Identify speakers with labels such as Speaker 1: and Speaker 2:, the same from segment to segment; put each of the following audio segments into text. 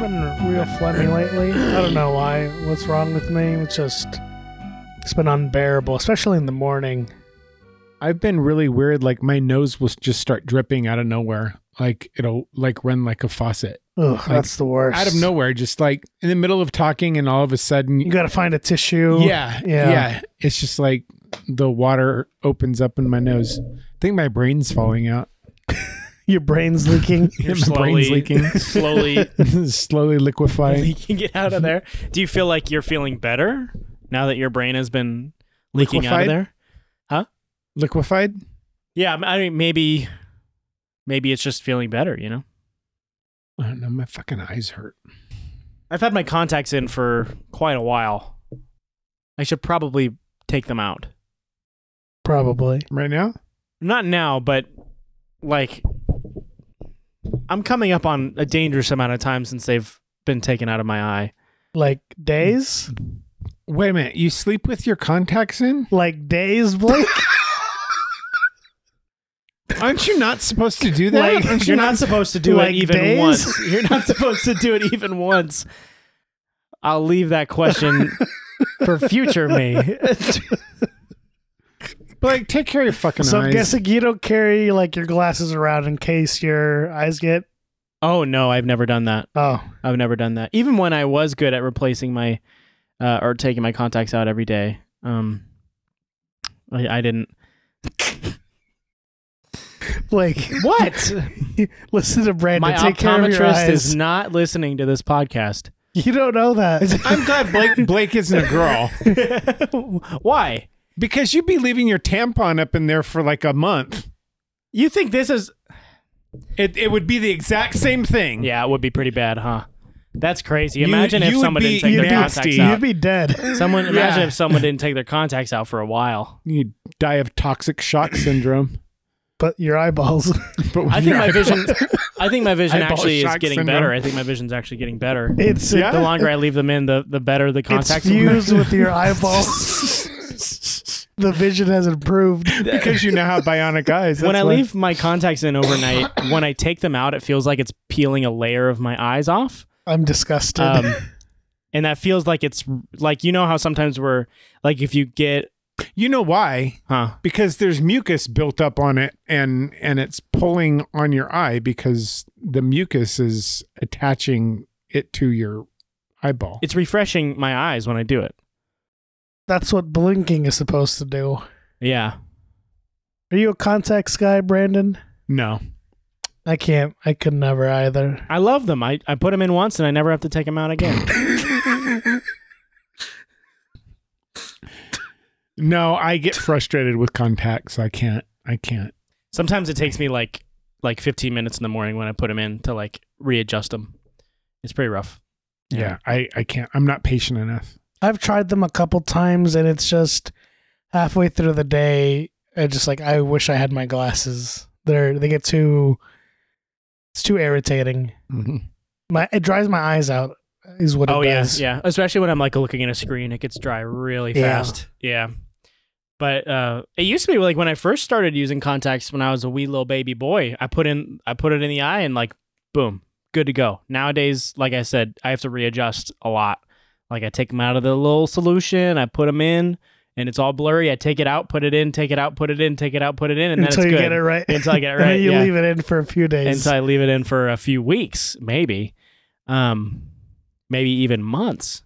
Speaker 1: real phlegmy lately. I don't know why. What's wrong with me? It's just it's been unbearable, especially in the morning.
Speaker 2: I've been really weird. Like my nose will just start dripping out of nowhere. Like it'll like run like a faucet
Speaker 1: Ugh, that's the worst.
Speaker 2: out of nowhere. Just like in the middle of talking, and all of a sudden,
Speaker 1: You got to find a tissue.
Speaker 2: yeah,
Speaker 1: yeah.
Speaker 2: yeah, It's just like the water opens up in my nose. I think my brain's falling out.
Speaker 1: Your brain's leaking.
Speaker 2: My brain's leaking.
Speaker 3: slowly
Speaker 2: Slowly liquefying.
Speaker 3: leaking it out of there. Do you feel like you're feeling better now that your brain has been leaking out
Speaker 2: Liquefied?
Speaker 3: of there?
Speaker 2: Liquefied?
Speaker 3: Yeah, I mean maybe maybe it's just feeling better, you know.
Speaker 2: I don't know. My fucking eyes hurt.
Speaker 3: I've had my contacts in for quite a while. I should probably take them out.
Speaker 1: Probably.
Speaker 2: Right now?
Speaker 3: Not now, but like I'm coming up on a dangerous amount of time since they've been taken out of my eye.
Speaker 1: Like days?
Speaker 2: Wait a minute. You sleep with your contacts in?
Speaker 1: Like days, Blake?
Speaker 2: Aren't you not supposed to do that?
Speaker 1: Like,
Speaker 2: Aren't you
Speaker 3: You're not supposed to do
Speaker 1: like
Speaker 3: it even
Speaker 1: days?
Speaker 3: once. You're not supposed to do it even once. I'll leave that question for future me.
Speaker 2: But like, take care of your fucking
Speaker 1: so I'm
Speaker 2: eyes.
Speaker 1: guessing you don't carry like your glasses around in case your eyes get.
Speaker 3: oh no, I've never done that.
Speaker 1: Oh,
Speaker 3: I've never done that. Even when I was good at replacing my uh, or taking my contacts out every day, um, I, I didn't.
Speaker 1: Blake,
Speaker 3: What?
Speaker 1: listen to Brandon.
Speaker 3: my
Speaker 1: take care of your
Speaker 3: optometrist
Speaker 1: eyes.
Speaker 3: is not listening to this podcast.
Speaker 1: you don't know that.
Speaker 2: I'm glad Blake Blake isn't a girl
Speaker 3: Why?
Speaker 2: because you'd be leaving your tampon up in there for like a month.
Speaker 3: You think this is?
Speaker 2: It it would be the exact same thing.
Speaker 3: Yeah, it would be pretty bad, huh? That's crazy.
Speaker 2: You-
Speaker 3: Imagine
Speaker 2: you
Speaker 3: if
Speaker 2: would
Speaker 3: someone
Speaker 2: be-
Speaker 3: didn't take their
Speaker 2: you'd be-
Speaker 3: contacts
Speaker 2: you'd
Speaker 1: You'd
Speaker 3: out.
Speaker 1: be dead.
Speaker 3: Someone imagine
Speaker 2: Yeah.
Speaker 3: if someone didn't take their contacts out for a while.
Speaker 2: you die of toxic shock syndrome.
Speaker 1: But your eyeballs.
Speaker 2: But
Speaker 3: I think my vision. I think my vision
Speaker 2: Eyeball
Speaker 3: actually is
Speaker 2: shock
Speaker 3: getting
Speaker 2: syndrome.
Speaker 3: better. I think my vision's actually getting better.
Speaker 1: It's
Speaker 2: Yeah.
Speaker 3: The longer I leave them in, the the better the
Speaker 1: it's
Speaker 3: contacts. will be.
Speaker 1: fused with your eyeballs. the vision has improved.
Speaker 2: because you now have bionic eyes.
Speaker 3: when
Speaker 2: that's
Speaker 3: I
Speaker 2: why.
Speaker 3: leave my contacts in overnight, when I take them out, it feels like it's peeling a layer of my eyes off.
Speaker 1: I'm disgusted.
Speaker 3: Um, and that feels like it's like you know how sometimes we're like if you get
Speaker 2: you know why?
Speaker 3: huh
Speaker 2: Because there's mucus built up on it, and and it's pulling on your eye because the mucus is attaching it to your eyeball.
Speaker 3: it's refreshing my eyes when I do it.
Speaker 1: That's what blinking is supposed to do.
Speaker 3: Yeah.
Speaker 1: Are you a contacts guy, Brandon?
Speaker 2: no,
Speaker 1: I can't. I could never either.
Speaker 3: I love them. I, I put them in once and I never have to take them out again.
Speaker 2: no, I get frustrated with contacts. I can't. I can't.
Speaker 3: Sometimes it takes me like like 15 minutes in the morning when I put them in to like readjust them. It's pretty rough.
Speaker 2: Yeah, I, I can't. I'm not patient enough.
Speaker 1: I've tried them a couple times, and it's just halfway through the day. I just like I wish I had my glasses. They're they get too. It's too irritating. My it dries my eyes out. Is what it
Speaker 3: Oh yeah,
Speaker 1: does.
Speaker 3: yeah. Especially when I'm like looking at a screen, it gets dry really
Speaker 1: Yeah.
Speaker 3: fast. Yeah. But uh, it used to be like when I first started using contacts when I was a wee little baby boy. I put in, I put it in the eye, and like, boom, good to go. Nowadays, like I said, I have to readjust a lot. Like I take them out of the little solution, I put them in, and it's all blurry. I take it out, put it in, take it out, put it in, take it out, put it in, and
Speaker 1: Until you
Speaker 3: then it's good.
Speaker 1: get it right.
Speaker 3: Until I get it
Speaker 1: And then
Speaker 3: right,
Speaker 1: you
Speaker 3: yeah.
Speaker 1: leave it in for a few
Speaker 3: and
Speaker 1: days.
Speaker 3: so I leave it in for a few weeks, maybe, um, maybe even months.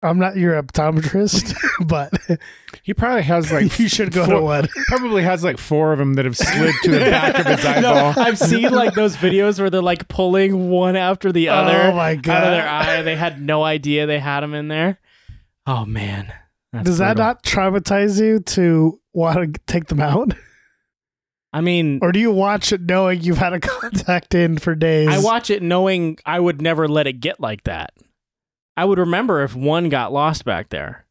Speaker 1: I'm not your optometrist, but
Speaker 2: He probably has like
Speaker 1: you should go
Speaker 2: four,
Speaker 1: to one.
Speaker 2: Probably has like four of them that have slid to the back of his
Speaker 3: No,
Speaker 2: eyeball.
Speaker 3: I've seen like those videos where they're like pulling one after the
Speaker 1: oh
Speaker 3: other
Speaker 1: my
Speaker 3: out
Speaker 1: god!
Speaker 3: of their eye. and They had no idea they had them in there. Oh man, That's
Speaker 1: Does that
Speaker 3: brutal.
Speaker 1: not traumatize you to want to take them out,
Speaker 3: I mean,
Speaker 1: or do you watch it knowing you've had a contact in for days?
Speaker 3: I watch it knowing I would never let it get like that. I would remember if one got lost back there.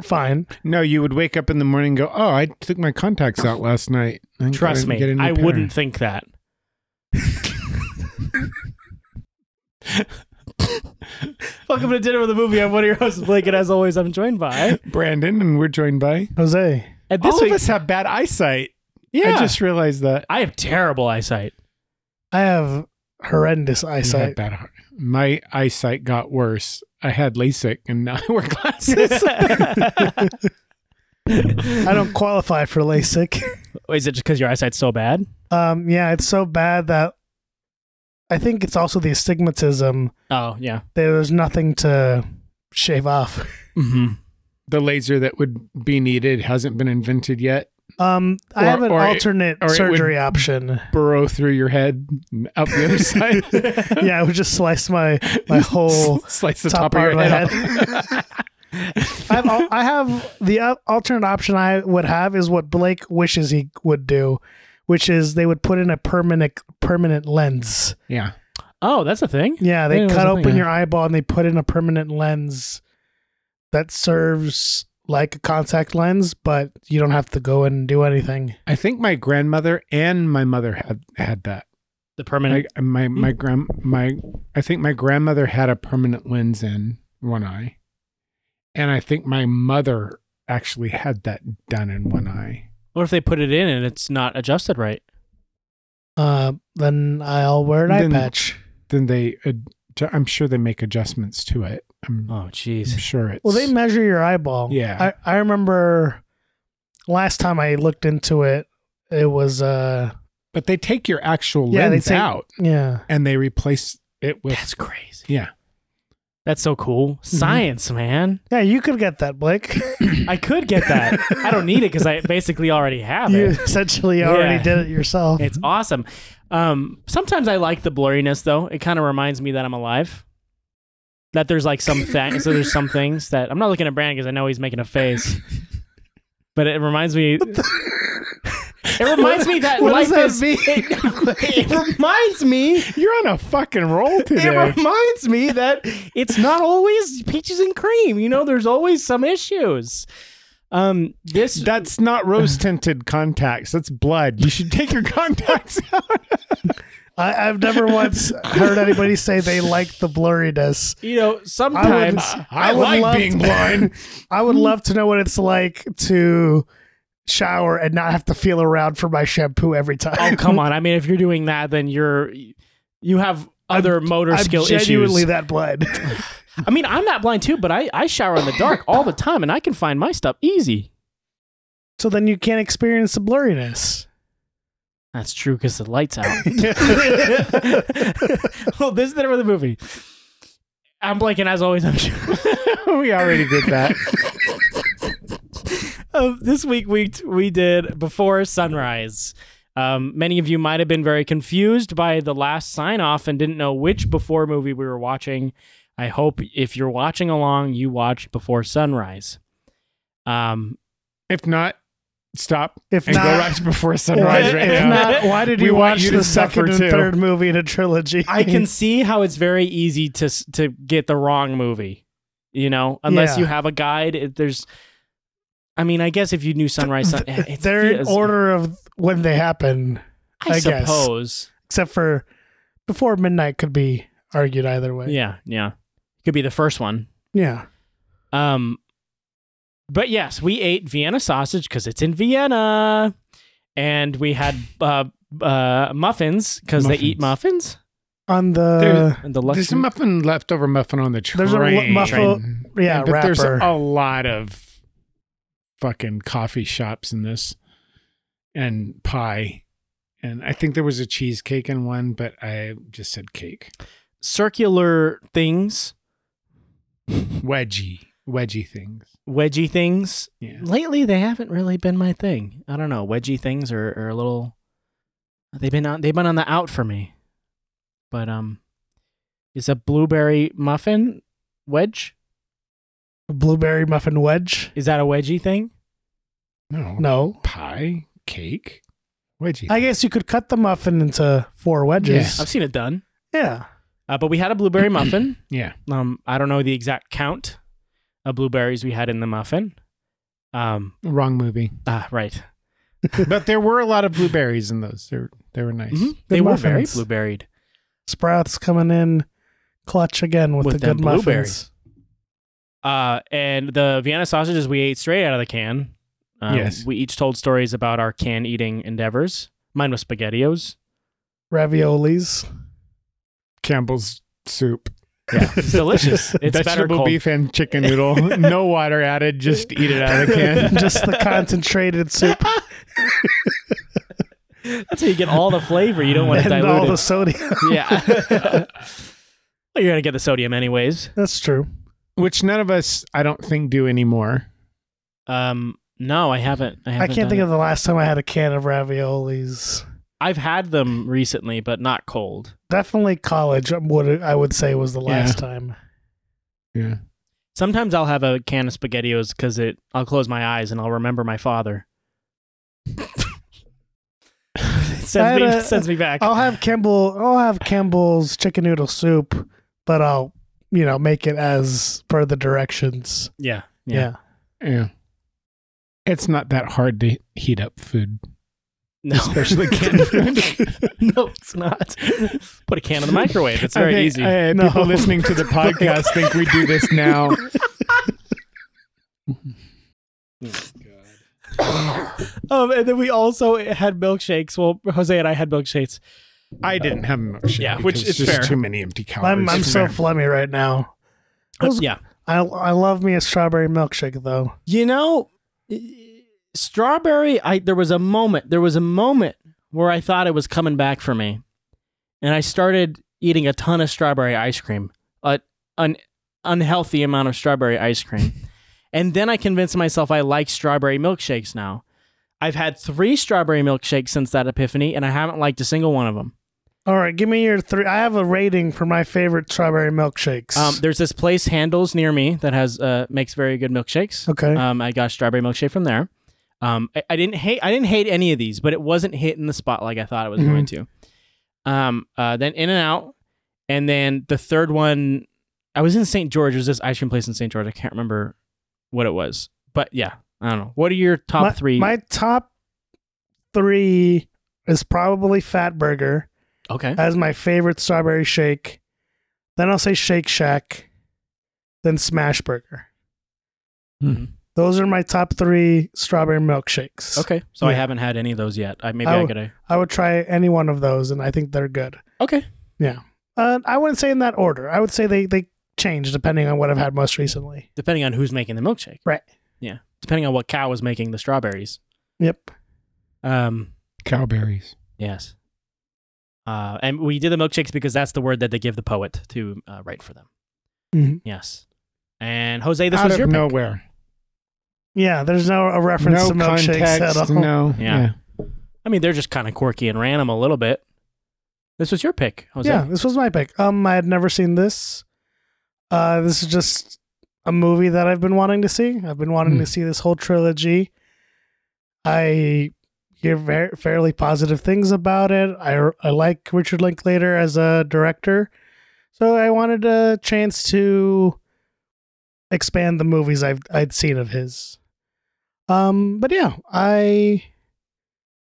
Speaker 1: Fine.
Speaker 2: No, you would wake up in the morning and go, "Oh, I took my contacts out last night." I think I
Speaker 3: Trust
Speaker 2: didn't get a
Speaker 3: me,
Speaker 2: new
Speaker 3: I
Speaker 2: pair."
Speaker 3: wouldn't think that. Welcome to Dinner with a Movie. I'm one of your hosts, Blake, and as always, I'm joined by.
Speaker 2: Brandon, and we're joined by
Speaker 1: Jose,
Speaker 3: At
Speaker 2: all
Speaker 3: week-
Speaker 2: of us have bad eyesight.
Speaker 3: yeah,
Speaker 2: I just realized that.
Speaker 3: I have terrible eyesight.
Speaker 1: I have horrendous
Speaker 2: I had
Speaker 1: eyesight.
Speaker 2: bad heart. My eyesight got worse. I had LASIK and now I wear glasses.
Speaker 1: I don't qualify for LASIK.
Speaker 3: Is it just because your eyesight's so bad?
Speaker 1: Um, yeah, it's so bad that I think it's also the astigmatism.
Speaker 3: Oh yeah.
Speaker 1: There's nothing to shave off.
Speaker 3: Mm-hmm.
Speaker 2: the laser that would be needed hasn't been invented yet.
Speaker 1: Um, I
Speaker 2: Or-
Speaker 1: have an
Speaker 2: or it-
Speaker 1: alternate
Speaker 2: or it would-
Speaker 1: surgery option.
Speaker 2: Burrow through your head up the other side.
Speaker 1: Yeah, I would just slice my my whole.
Speaker 2: slice the
Speaker 1: top
Speaker 2: top, of your
Speaker 1: part of
Speaker 2: head.
Speaker 1: my
Speaker 2: off.
Speaker 1: I have, al- I have the al- alternate option I would have is what Blake wishes he would do, which is they would put in a permanent permanent lens.
Speaker 2: yeah.
Speaker 3: Oh, that's a thing.
Speaker 1: Yeah, they
Speaker 3: Yeah,
Speaker 1: cut
Speaker 3: that's a
Speaker 1: open
Speaker 3: thing.
Speaker 1: your eyeball and they put in a permanent lens that serves like a contact lens, but you don't have to go in and do anything.
Speaker 2: I think my grandmother and my mother had had that.
Speaker 3: The permanent.
Speaker 2: Like my
Speaker 3: Hmm.
Speaker 2: my grand my I think my grandmother had a permanent lens in one eye, and I think my mother actually had that done in one eye.
Speaker 3: What if they put it in and it's not adjusted right?
Speaker 1: Uh, then I'll wear an
Speaker 2: Then-
Speaker 1: eye patch.
Speaker 2: Then they, ad- I'm sure they make adjustments to it. I'm,
Speaker 3: Oh,
Speaker 2: I'm
Speaker 3: jeez.
Speaker 2: sure it's
Speaker 1: Well, they measure your eyeball.
Speaker 2: Yeah.
Speaker 1: I, I remember last time I looked into it, it was, uh,
Speaker 2: but they take your actual
Speaker 1: Yeah, they
Speaker 2: lens
Speaker 1: take-
Speaker 2: out
Speaker 1: yeah.
Speaker 2: and they replace it with
Speaker 3: That's crazy.
Speaker 2: yeah.
Speaker 3: That's so cool.
Speaker 2: Mm-hmm.
Speaker 3: Science, man.
Speaker 1: Yeah, you could get that, Blake.
Speaker 3: I could get that. I don't need it because I basically already have
Speaker 1: you
Speaker 3: it.
Speaker 1: essentially
Speaker 3: Yeah.
Speaker 1: already did it yourself.
Speaker 3: It's awesome. Um, sometimes I like the blurriness though. It kind of reminds me that I'm alive. That there's like some thing. so there's some things that I'm not looking at Brandon because I know he's making a face. But it reminds me. it reminds me that
Speaker 1: What
Speaker 3: life
Speaker 1: does that
Speaker 3: is.
Speaker 1: mean?
Speaker 3: It, it reminds me.
Speaker 2: You're on a fucking roll today.
Speaker 3: It reminds me that it's not always peaches and cream. You know, there's always some issues. Um, this
Speaker 2: That's not rose tinted contacts. That's blood. You should take your contacts out.
Speaker 1: I, I've never once heard anybody say they like the blurriness.
Speaker 3: you know sometimes
Speaker 1: I would love to-
Speaker 2: blind.
Speaker 1: I would love to know what it's like to shower and not have to feel around for my shampoo every time.
Speaker 3: Oh come on! I mean, if you're doing that, then you're you have other motor
Speaker 1: I'm
Speaker 3: skill
Speaker 1: genuinely
Speaker 3: issues.
Speaker 1: that blind.
Speaker 3: I mean, I'm not blind too, but I I shower in the dark all the time, and I can find my stuff easy.
Speaker 1: so then you can't experience the blurriness.
Speaker 3: That's true because the lights out. well, this is the name of the movie. I'm blanking as always. I'm sure.
Speaker 2: we already did that.
Speaker 3: Um, this week we we did before sunrise. Um, many of you might have been very confused by the last sign off and didn't know which before movie we were watching. I hope if you're watching along, you watched before sunrise. Um,
Speaker 2: If not, stop
Speaker 1: If
Speaker 2: and
Speaker 1: not,
Speaker 2: go watch before sunrise
Speaker 1: if,
Speaker 2: right
Speaker 1: if
Speaker 2: now.
Speaker 1: not, why did
Speaker 2: We
Speaker 1: you
Speaker 2: want
Speaker 1: watch
Speaker 2: you to
Speaker 1: the second
Speaker 2: suffer
Speaker 1: and
Speaker 2: too.
Speaker 1: third movie in a trilogy?
Speaker 3: I can see how it's very easy to s- to get the wrong movie, you know, unless
Speaker 1: Yeah.
Speaker 3: you have a guide. It, there's, I mean, I guess if you knew sunrise, sun, eh, it
Speaker 1: They're in
Speaker 3: feels-
Speaker 1: order of when they happen,
Speaker 3: I,
Speaker 1: I guess.
Speaker 3: suppose.
Speaker 1: except for before midnight could be argued either way.
Speaker 3: Yeah, yeah, could be the first one.
Speaker 1: Yeah.
Speaker 3: Um, but yes, we ate Vienna sausage because it's in Vienna, and we had uh, uh, muffins because they eat muffins.
Speaker 1: On the
Speaker 3: And the
Speaker 2: There's a
Speaker 3: luxury-
Speaker 2: muffin, leftover muffin on the train.
Speaker 1: There's a lu- muffin- yeah,
Speaker 2: but there's
Speaker 1: wrapper.
Speaker 2: a lot of fucking coffee shops in this, and pie, and I think there was a cheesecake in one, but I just said cake.
Speaker 3: circular things,
Speaker 2: Wedgie, wedgie things.
Speaker 3: wedgie things.
Speaker 2: Yeah.
Speaker 3: Lately, they haven't really been my thing. I don't know, wedgie things are, are a little. They've been on. They've been on the out for me, but um, is a blueberry muffin wedge?
Speaker 1: blueberry muffin wedge.
Speaker 3: Is that a wedgie thing?
Speaker 2: No.
Speaker 1: No.
Speaker 2: Pie, cake, wedgie.
Speaker 1: I guess you could cut the muffin into four wedges.
Speaker 3: I've seen it done.
Speaker 1: Yeah.
Speaker 3: Uh, but we had a blueberry muffin.
Speaker 2: yeah.
Speaker 3: Um, I don't know the exact count of blueberries we had in the muffin. Um,
Speaker 2: Wrong movie.
Speaker 3: ah, right.
Speaker 2: but there were a lot of blueberries in those. They were, they were nice.
Speaker 3: Mhm. They were very
Speaker 1: muffins.
Speaker 3: blueberried.
Speaker 1: Sprouts coming in clutch again with,
Speaker 3: With
Speaker 1: the good
Speaker 3: them
Speaker 1: muffins.
Speaker 3: blueberries. Uh, and the Vienna sausages we ate straight out of the can. Um,
Speaker 2: Yes.
Speaker 3: We each told stories about our can eating endeavors. Mine was SpaghettiOs.
Speaker 1: Raviolis.
Speaker 2: Campbell's soup.
Speaker 3: Yeah, it's delicious. It's better
Speaker 2: Vegetable
Speaker 3: cold.
Speaker 2: beef and chicken noodle. no water added. Just eat it out of the can.
Speaker 1: Just the concentrated soup
Speaker 3: That's how you get all the flavor. You don't want to
Speaker 1: and
Speaker 3: dilute
Speaker 1: all
Speaker 3: it.
Speaker 1: the sodium.
Speaker 3: Yeah. well, you're gonna get the sodium anyways.
Speaker 1: That's true.
Speaker 2: Which none of us, I don't think, do anymore.
Speaker 3: Um, no, I haven't. I,
Speaker 1: I
Speaker 3: haven't
Speaker 1: can't think of
Speaker 3: done it.
Speaker 1: the last time I had a can of raviolis.
Speaker 3: I've had them recently, but not cold.
Speaker 1: Definitely college. um, What I would say was the
Speaker 2: Yeah.
Speaker 1: last time.
Speaker 2: Yeah.
Speaker 3: Sometimes I'll have a can of SpaghettiOs because it. I'll close my eyes and I'll remember my father. it
Speaker 1: I
Speaker 3: sends, me,
Speaker 1: had a-
Speaker 3: sends me back.
Speaker 1: I'll have Campbell. I'll have Campbell's chicken noodle soup, but I'll you know make it as per the directions.
Speaker 3: yeah,
Speaker 1: Yeah.
Speaker 3: yeah.
Speaker 2: Yeah. It's not that hard to heat up food,
Speaker 3: No,
Speaker 2: especially canned food.
Speaker 3: no, it's not. Put a can in the microwave. It's
Speaker 2: I
Speaker 3: very
Speaker 2: think,
Speaker 3: easy.
Speaker 2: uh,
Speaker 1: No.
Speaker 2: People listening to the podcast think we do this now.
Speaker 3: Um, and then we also had milkshakes. Well, Jose and I had milkshakes.
Speaker 2: I didn't have a milkshake.
Speaker 3: Yeah, which
Speaker 2: because
Speaker 3: is
Speaker 2: just
Speaker 3: fair.
Speaker 2: Too many empty calories.
Speaker 1: I'm I'm so phlegmy right now. Those-
Speaker 3: yeah,
Speaker 1: I I love me a strawberry milkshake though.
Speaker 3: you know, i- strawberry. I there was a moment. There was a moment where I thought it was coming back for me, and I started eating a ton of strawberry ice cream, a an unhealthy amount of strawberry ice cream, and then I convinced myself I like strawberry milkshakes now. I've had three strawberry milkshakes since that epiphany, and I haven't liked a single one of them.
Speaker 1: All right, give me your three. I have a rating for my favorite strawberry milkshakes.
Speaker 3: Um, there's this place Handles near me that has uh, makes very good milkshakes.
Speaker 1: okay.
Speaker 3: Um, I got a strawberry milkshake from there. Um, I, I didn't hate I didn't hate any of these, but it wasn't hitting the spot like I thought it was
Speaker 2: Mhm.
Speaker 3: going
Speaker 1: Mm-hmm.
Speaker 3: to. Um, uh, then In and Out, and then the third one. I was in St. George. It was this ice cream place in St. George. I can't remember what it was, but yeah, I don't know. What are your top
Speaker 1: my,
Speaker 3: three?
Speaker 1: My top three is probably Fatburger
Speaker 3: okay,
Speaker 1: as my favorite strawberry shake. Then I'll say Shake Shack, then Smash Burger. Hmm.
Speaker 2: Mhm.
Speaker 3: Mm-hmm.
Speaker 1: Those are my top three strawberry milkshakes.
Speaker 3: okay. So I
Speaker 1: yeah.
Speaker 3: haven't had any of those yet. I maybe
Speaker 1: I
Speaker 3: I,
Speaker 1: w-
Speaker 3: could.
Speaker 1: I would try any one of those, and I think they're good.
Speaker 3: Okay.
Speaker 1: Uh, I wouldn't say in that order. I would say they they change depending on what I've had most recently.
Speaker 3: Depending on who's making the milkshake.
Speaker 1: Right.
Speaker 3: Yeah. Depending on what cow was making the strawberries.
Speaker 1: Yep.
Speaker 3: Um.
Speaker 2: Cowberries.
Speaker 3: Yes. Uh, and we did the milkshakes because that's the word that they give the poet to uh, write for them.
Speaker 1: Mhm.
Speaker 3: Yes. And Jose, this
Speaker 2: Out
Speaker 3: was
Speaker 2: of
Speaker 3: your pick.
Speaker 2: nowhere.
Speaker 1: Yeah, there's no a reference
Speaker 2: no
Speaker 1: to milkshakes at
Speaker 2: context.
Speaker 1: all.
Speaker 2: No.
Speaker 3: Yeah. I mean, they're just kind of quirky and random a little bit. This was your pick, Jose.
Speaker 1: yeah, this was my pick. Um, I had never seen this. Uh, this is just a movie that I've been wanting to see. I've been wanting
Speaker 2: Hmm.
Speaker 1: to see this whole trilogy. I hear ver- fairly positive things about it. I I like Richard Linklater as a director, so I wanted a chance to expand the movies I've I'd seen of his. Um, but yeah, I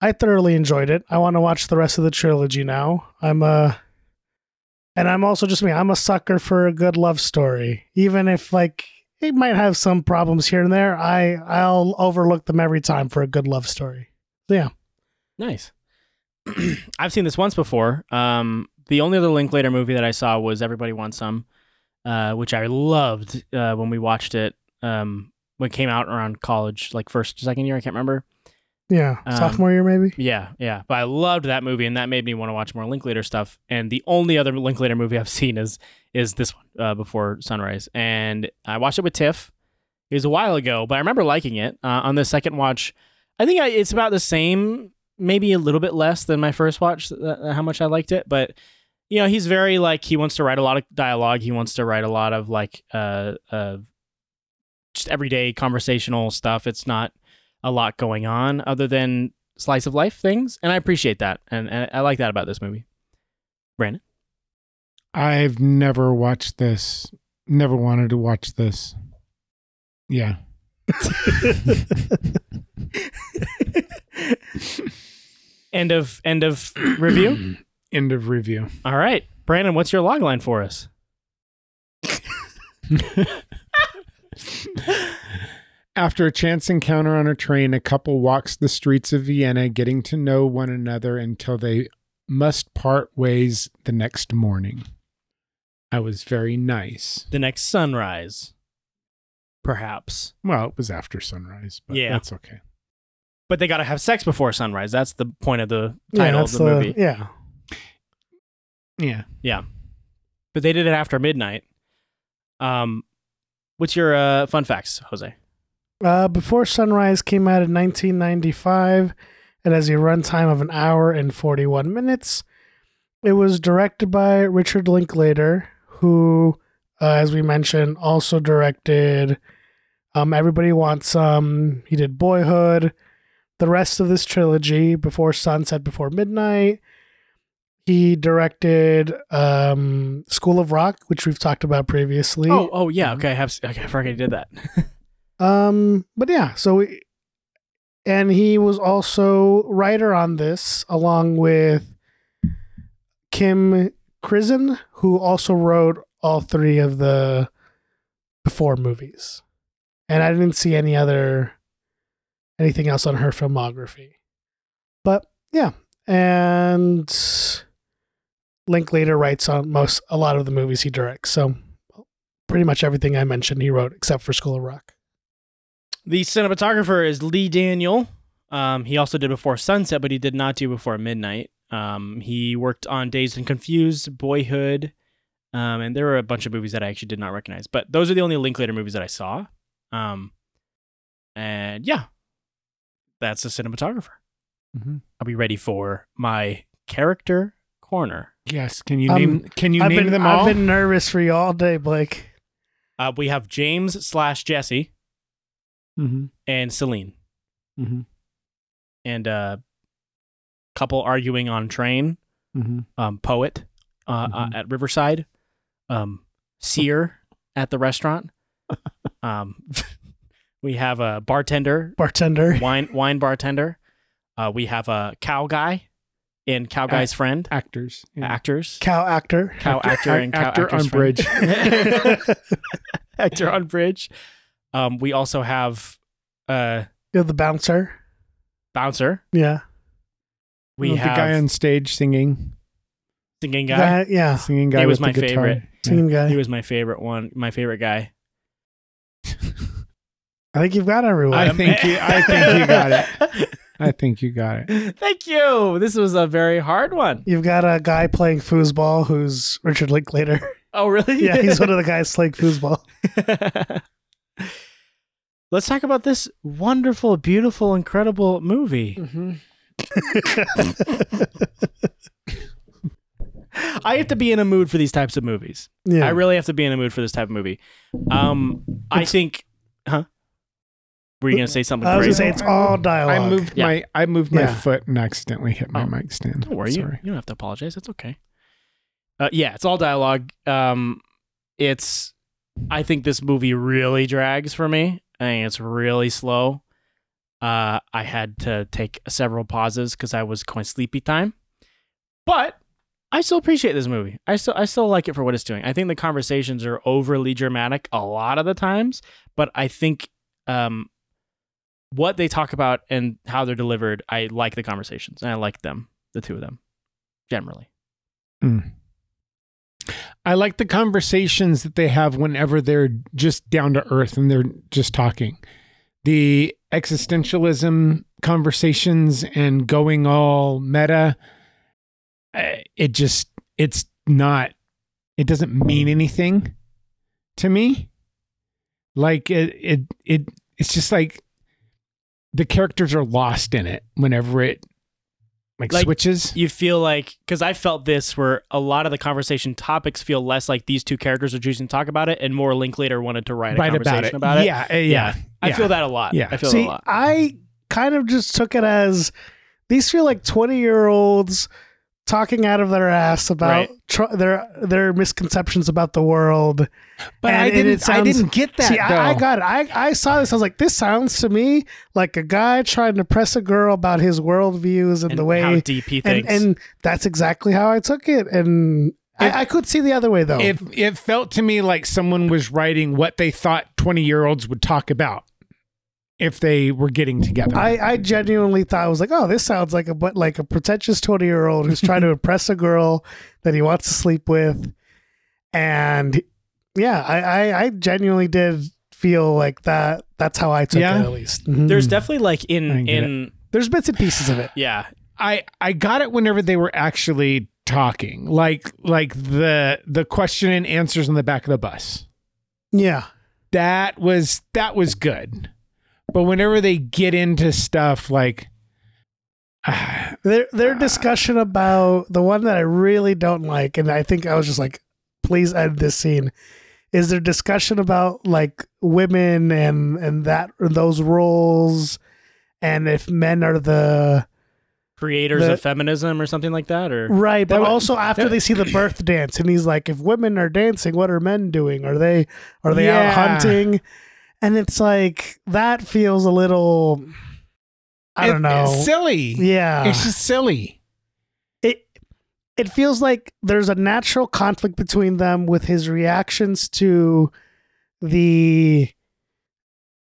Speaker 1: I thoroughly enjoyed it. I want to watch the rest of the trilogy now. I'm a and I'm also just me. I'm a sucker for a good love story. Even if like it might have some problems here and there, I I'll overlook them every time for a good love story. So yeah.
Speaker 3: Nice. I've seen this once before. Um, the only other Linklater movie that I saw was Everybody Wants Some, uh, which I loved uh, when we watched it um, when it came out around college, like first, second year. I can't remember.
Speaker 1: Yeah.
Speaker 3: Um,
Speaker 1: Sophomore year maybe?
Speaker 3: Yeah, yeah. But I loved that movie, and that made me want to watch more Linklater stuff. And the only other Linklater movie I've seen is is this one, uh, Before Sunrise. And I watched it with Tiff. It was a while ago, but I remember liking it. Uh, on the second watch, I think I, it's about the same, maybe a little bit less than my first watch. Uh, how much I liked it, but you know, he's very like he wants to write a lot of dialogue. He wants to write a lot of like uh uh just everyday conversational stuff. It's not a lot going on other than slice of life things, and I appreciate that, and, and I like that about this movie. Brandon,
Speaker 2: I've never watched this. Never wanted to watch this. Yeah.
Speaker 3: end of end of review.
Speaker 2: End of review.
Speaker 3: All right, Brandon, what's your log line for us?
Speaker 2: After a chance encounter on a train, a couple walks the streets of Vienna, getting to know one another until they must part ways the next morning. I was very nice.
Speaker 3: The next sunrise, perhaps.
Speaker 2: Well, it was after sunrise, but
Speaker 3: Yeah.
Speaker 2: that's okay.
Speaker 3: But they gotta have sex before sunrise. That's the point of the
Speaker 1: Yeah,
Speaker 3: title of
Speaker 1: that's
Speaker 3: the, movie.
Speaker 1: Yeah.
Speaker 2: Yeah.
Speaker 3: But they did it after midnight. Um, what's your uh, fun facts, Jose?
Speaker 1: Uh, Before Sunrise came out in 1995. It has a runtime of an hour and 41 minutes. It was directed by Richard Linklater, who, uh, as we mentioned, also directed um, Everybody Wants Some. He did Boyhood, the rest of this trilogy, Before Sunset, Before Midnight. He directed um, School of Rock, which we've talked about previously.
Speaker 3: Oh, oh yeah. Okay, I have. Okay, I forgot he did that.
Speaker 1: Um, but yeah, so we, and he was also writer on this along with Kim Krisen, who also wrote all three of the before movies. And I didn't see any other anything else on her filmography. But yeah, and Linklater writes on most a lot of the movies he directs. So pretty much everything I mentioned he wrote except for School of Rock.
Speaker 3: The cinematographer is Lee Daniel. Um, he also did Before Sunset, but he did not do Before Midnight. Um, he worked on Dazed and Confused, Boyhood, um, and there were a bunch of movies that I actually did not recognize. But those are the only Linklater movies that I saw. Um, and yeah, that's the cinematographer.
Speaker 2: Mhm.
Speaker 3: I'll be ready for my character corner.
Speaker 2: Yes. Can you
Speaker 1: Um,
Speaker 2: name? Can you
Speaker 1: I've
Speaker 2: name
Speaker 1: been,
Speaker 2: them
Speaker 1: I've
Speaker 2: all?
Speaker 1: been nervous for you all day, Blake.
Speaker 3: Uh, we have James slash Jesse
Speaker 2: Mhm.
Speaker 3: and Celine
Speaker 2: Mhm.
Speaker 3: and a couple arguing on train.
Speaker 2: Mhm.
Speaker 3: um, poet uh, uh,
Speaker 2: Mhm.
Speaker 3: at Riverside, um, seer at the restaurant. Um, we have a bartender,
Speaker 1: Bartender.
Speaker 3: wine wine bartender. Uh, we have a cow guy and cow guy's friend,
Speaker 2: Actors. Yeah.
Speaker 3: actors,
Speaker 1: Cow actor.
Speaker 3: cow actor and cow
Speaker 2: actor
Speaker 3: actor's
Speaker 2: on
Speaker 3: friend.
Speaker 2: bridge.
Speaker 3: actor on bridge. Um, we also have uh,
Speaker 1: You're the bouncer.
Speaker 3: bouncer.
Speaker 1: Yeah.
Speaker 3: We
Speaker 2: the
Speaker 3: have
Speaker 2: guy on stage singing.
Speaker 3: singing guy.
Speaker 1: Guy- yeah.
Speaker 2: Singing guy
Speaker 3: He was
Speaker 2: with
Speaker 3: my
Speaker 2: the guitar.
Speaker 3: favorite.
Speaker 2: Yeah.
Speaker 1: Singing guy.
Speaker 3: He was my favorite one. My favorite guy.
Speaker 1: I think you've got everyone.
Speaker 3: Um,
Speaker 2: I think you- I think you got I think you got it.
Speaker 3: Thank you. This was a very hard one.
Speaker 1: you've got a guy playing foosball who's Richard Linklater.
Speaker 3: Oh, really?
Speaker 1: yeah, he's one of the guys playing foosball.
Speaker 3: Let's talk about this wonderful, beautiful, incredible movie. I have to be in a mood for these types of movies.
Speaker 1: Yeah.
Speaker 3: I really have to be in a mood for this type of movie. Um, I think, huh? Were you gonna say something
Speaker 1: I was
Speaker 3: crazy?
Speaker 1: gonna say it's all dialogue.
Speaker 2: I moved
Speaker 3: Yeah.
Speaker 2: my I moved my
Speaker 1: Yeah.
Speaker 2: foot and accidentally hit my
Speaker 3: Oh.
Speaker 2: mic stand.
Speaker 3: Don't worry, you,
Speaker 2: Sorry.
Speaker 3: you don't have to apologize. That's okay. Uh, yeah, it's all dialogue. Um, it's. I think this movie really drags for me. I think it's really slow. Uh, I had to take several pauses because I was going sleepy time, but I still appreciate this movie. I still I still like it for what it's doing. I think the conversations are overly dramatic a lot of the times, but I think um, what they talk about and how they're delivered, I like the conversations and I like them the two of them generally.
Speaker 2: I like the conversations that they have whenever they're just down to earth and they're just talking. The existentialism conversations and going all meta. I- It just it's not. It doesn't mean anything to me. Like it it it it's just like the characters are lost in it whenever it like,
Speaker 3: Like-
Speaker 2: switches.
Speaker 3: You feel like because I felt this where a lot of the conversation topics feel less like these two characters are choosing to talk about it, and more Linklater wanted to write a conversation about it.
Speaker 2: Yeah, uh, yeah.
Speaker 3: I
Speaker 2: yeah.
Speaker 3: feel that a lot.
Speaker 2: Yeah.
Speaker 3: I feel that
Speaker 1: See,
Speaker 3: a lot.
Speaker 1: I kind of just took it as these feel like twenty year olds talking out of their ass about
Speaker 3: Right.
Speaker 1: tr- their their misconceptions about the world.
Speaker 2: But
Speaker 1: And
Speaker 2: I
Speaker 1: it
Speaker 2: didn't. I
Speaker 1: sounds-
Speaker 2: didn't get that.
Speaker 1: See, I, I
Speaker 2: though.
Speaker 1: got it. I, I saw this. I was like, this sounds to me like a guy trying to press a girl about his worldviews and,
Speaker 3: And
Speaker 1: the way.
Speaker 3: how deep he
Speaker 1: and,
Speaker 3: thinks.
Speaker 1: and that's exactly how I took it. And
Speaker 2: If-
Speaker 1: I, I could see the other way, though.
Speaker 2: It, it felt to me like someone was writing what they thought 20 year olds would talk about. if they were getting together.
Speaker 1: I, I genuinely thought I was like, oh, this sounds like a but like a pretentious twenty year old who's trying to impress a girl that he wants to sleep with, and yeah, I I, I genuinely did feel like that. That's how I took
Speaker 2: Yeah.
Speaker 1: it at least. Mm-hmm.
Speaker 3: There's definitely like in
Speaker 2: can get
Speaker 3: in
Speaker 1: There's bits and pieces of it.
Speaker 3: yeah.
Speaker 2: I I got it whenever they were actually talking, like like the the question and answers on the back of the bus.
Speaker 1: Yeah,
Speaker 2: That was that was good, but whenever they get into stuff like, ah,
Speaker 1: their their discussion about the one that I really don't like, and I think I was just like, please end this scene. Is their discussion about like women and and that those roles, and if men are the
Speaker 3: Creators
Speaker 1: The-
Speaker 3: of feminism or something like that or
Speaker 1: Right, but
Speaker 2: That wa-
Speaker 1: also after
Speaker 2: that-
Speaker 1: they see the birth dance, and he's like, "If women are dancing, what are men doing? Are they are they
Speaker 2: Yeah.
Speaker 1: out hunting?" And it's like that feels a little, I
Speaker 2: it-
Speaker 1: don't know,
Speaker 2: it's silly.
Speaker 1: yeah,
Speaker 2: It's just silly.
Speaker 1: it it feels like there's a natural conflict between them with his reactions to the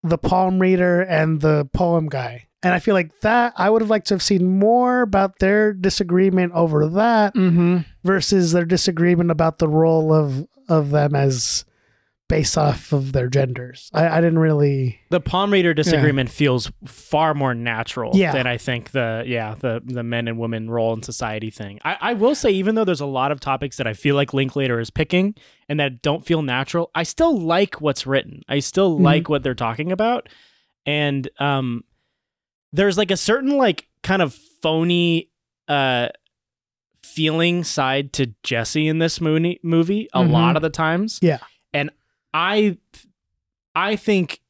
Speaker 1: the palm reader and the poem guy, and I feel like that I would have liked to have seen more about their disagreement over that
Speaker 2: Mm-hmm.
Speaker 1: versus their disagreement about the role of of them as based off of their genders. I, I didn't really
Speaker 3: the palm reader disagreement feels far more natural
Speaker 1: Yeah.
Speaker 3: than I think the yeah the the men and women role in society thing. I, I will say even though there's a lot of topics that I feel like Linklater is picking and that don't feel natural, I still like what's written. I still
Speaker 1: Mhm.
Speaker 3: like what they're talking about, and um, there's like a certain like kind of phony uh feeling side to Jesse in this movie movie a
Speaker 2: Mhm.
Speaker 3: lot of the times.
Speaker 1: Mm-hmm. Yeah.
Speaker 3: And I I think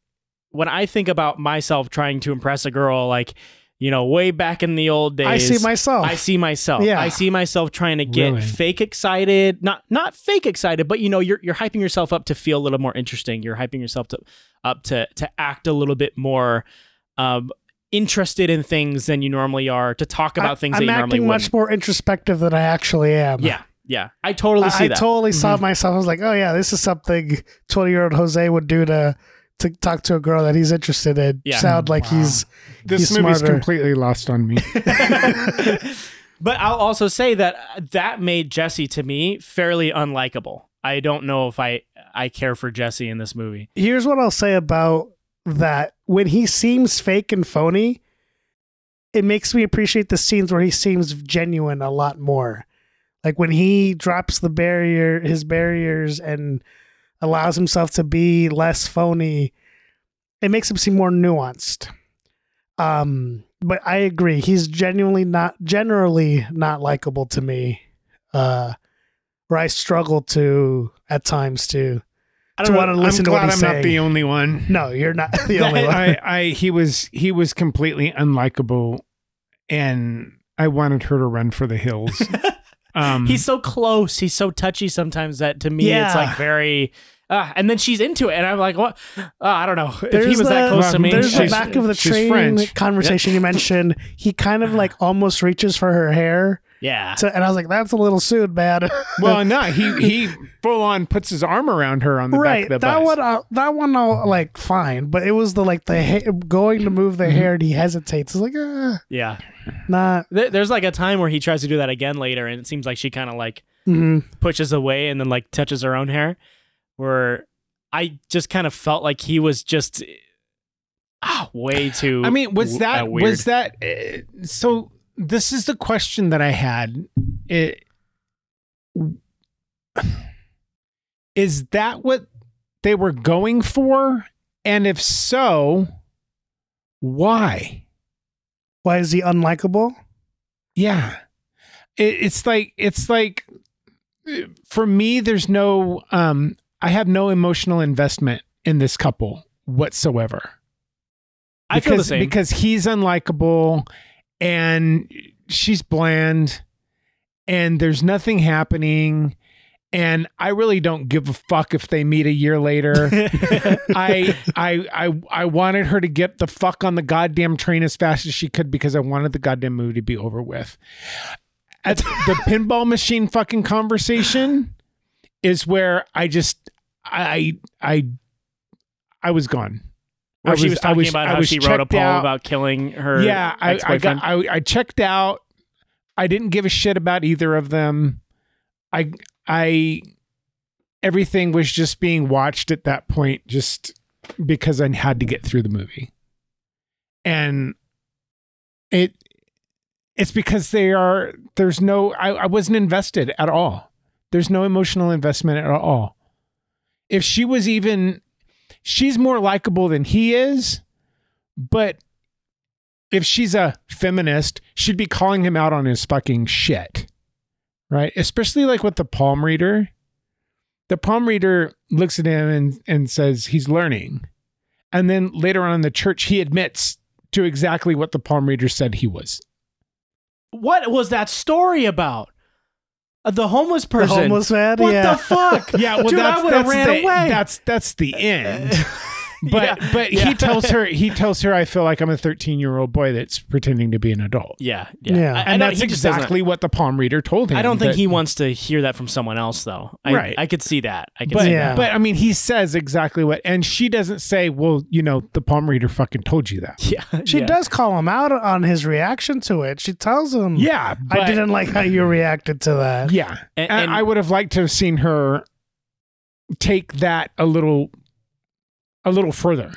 Speaker 3: when I think about myself trying to impress a girl like, you know, way back in the old days
Speaker 1: I see myself.
Speaker 3: I see myself.
Speaker 1: Yeah.
Speaker 3: I see myself trying to get
Speaker 2: Really?
Speaker 3: fake excited, not not fake excited, but you know, you're you're hyping yourself up to feel a little more interesting. You're hyping yourself to up to to act a little bit more um, interested in things than you normally are, to talk about things
Speaker 1: I, am
Speaker 3: that you normally
Speaker 1: acting
Speaker 3: wouldn't.
Speaker 1: much more introspective than I actually am.
Speaker 3: yeah, yeah. I totally see
Speaker 1: I, I
Speaker 3: that. Mm-hmm.
Speaker 1: totally saw
Speaker 2: Mhm.
Speaker 1: myself. I was like, oh yeah, this is something 20 year old Jose would do to to talk to a girl that he's interested in.
Speaker 3: Yeah.
Speaker 1: Sound like
Speaker 2: Wow.
Speaker 1: he's
Speaker 2: This
Speaker 1: He's
Speaker 2: movie's
Speaker 1: smarter.
Speaker 2: completely lost on me.
Speaker 3: but I'll also say that uh, that made Jesse to me fairly unlikable. I don't know if I I care for Jesse in this movie.
Speaker 1: here's what I'll say about that. When he seems fake and phony, it makes me appreciate the scenes where he seems genuine a lot more. Like when he drops the barrier, his barriers, and allows himself to be less phony, it makes him seem more nuanced. Um, but I agree, he's genuinely not, generally not likable to me. Uh, where I struggle to at times to
Speaker 2: I
Speaker 1: don't wanna listen
Speaker 2: I'm
Speaker 1: to what
Speaker 2: glad
Speaker 1: he's
Speaker 2: I'm not
Speaker 1: saying.
Speaker 2: the only one.
Speaker 1: no, you're not the only one.
Speaker 2: I, I he was he was completely unlikable and I wanted her to run for the hills. Um
Speaker 3: He's so close. He's so touchy sometimes that to me
Speaker 1: Yeah.
Speaker 3: it's like very. Uh, and then she's into it, and I'm like, what? Uh, I don't know. if he
Speaker 1: There's
Speaker 3: was that
Speaker 1: the-
Speaker 3: close to me,
Speaker 1: There's the
Speaker 2: She's-
Speaker 1: back of the
Speaker 2: she's
Speaker 1: train
Speaker 2: French.
Speaker 1: conversation you mentioned. He kind of like almost reaches for her hair,
Speaker 3: yeah.
Speaker 1: to, and I was like, "That's a little soon, man."
Speaker 2: well, no, he he full on puts his arm around her on the back
Speaker 1: right?
Speaker 2: of the
Speaker 1: That
Speaker 2: bus.
Speaker 1: one, i that one, I'll like fine, but it was the like the ha- going to move
Speaker 2: Mm-hmm.
Speaker 1: the hair, and he hesitates. It's like, uh,
Speaker 3: Yeah.
Speaker 1: not.
Speaker 3: There- There's like a time where he tries to do that again later, and it seems like she kind of like
Speaker 1: mhm.
Speaker 3: pushes away and then like touches her own hair where i just kind of felt like he was just ah, way too
Speaker 2: I mean, was
Speaker 3: w-
Speaker 2: that
Speaker 3: uh, weird.
Speaker 2: was that uh, so this is the question that I had. It, is that what they were going for? And if so, why?
Speaker 1: Why is he unlikable?
Speaker 2: Yeah. It, it's like it's like uh, for me there's no um I have no emotional investment in this couple whatsoever.
Speaker 3: i
Speaker 2: because,
Speaker 3: feel the same
Speaker 2: because he's unlikable and she's bland and there's nothing happening and I really don't give a fuck if they meet a year later. I I I I wanted her to get the fuck on the goddamn train as fast as she could because I wanted the goddamn movie to be over with. At the pinball machine fucking conversation is where I just I I I was gone.
Speaker 3: Where she was talking
Speaker 2: I was,
Speaker 3: about
Speaker 2: I
Speaker 3: how
Speaker 2: was
Speaker 3: she wrote a
Speaker 2: checked
Speaker 3: poem
Speaker 2: out.
Speaker 3: about killing her
Speaker 2: yeah I, I
Speaker 3: ex-boyfriend.
Speaker 2: got I, I checked out i didn't give a shit about either of them i i everything was just being watched at that point just because i had to get through the movie and it it's because they are there's no i, I wasn't invested at all there's no emotional investment at all if she was even she's more likable than he is but if she's a feminist, she'd be calling him out on his fucking shit. Right? Especially like with the palm reader. The palm reader looks at him and, and says he's learning. And then later on in the church, he admits to exactly what the palm reader said he was.
Speaker 3: What was that story about? Uh, the homeless
Speaker 1: The
Speaker 3: person.
Speaker 1: homeless man.
Speaker 3: what
Speaker 1: yeah.
Speaker 3: the fuck?
Speaker 2: Yeah, well,
Speaker 3: Dude, I
Speaker 2: that's,
Speaker 3: would've
Speaker 2: that's
Speaker 3: ran
Speaker 2: the,
Speaker 3: away.
Speaker 2: That's that's the end. Uh, But
Speaker 3: Yeah,
Speaker 2: but
Speaker 3: yeah.
Speaker 2: he tells her he tells her I feel like I'm a 13 year old boy that's pretending to be an adult.
Speaker 3: Yeah, yeah.
Speaker 1: Yeah.
Speaker 3: I- I
Speaker 2: And
Speaker 3: know
Speaker 2: that's
Speaker 3: he just doesn't-
Speaker 2: exactly what the palm reader told him.
Speaker 3: I don't think
Speaker 2: that-
Speaker 3: he wants to hear that from someone else, though. I,
Speaker 2: Right.
Speaker 3: I could see that. I could
Speaker 2: But
Speaker 3: see
Speaker 1: Yeah.
Speaker 2: but I mean, he says exactly what, and she doesn't say, "Well, you know, the palm reader fucking told you that."
Speaker 3: that. Yeah.
Speaker 1: She
Speaker 3: yeah.
Speaker 1: does call him out on his reaction to it. She tells him,
Speaker 2: Yeah, but,
Speaker 1: Mm. I didn't like how you reacted to that.
Speaker 2: Yeah,
Speaker 3: And,
Speaker 2: and,
Speaker 3: and-
Speaker 2: I would have liked to have seen her take that a little, a little further.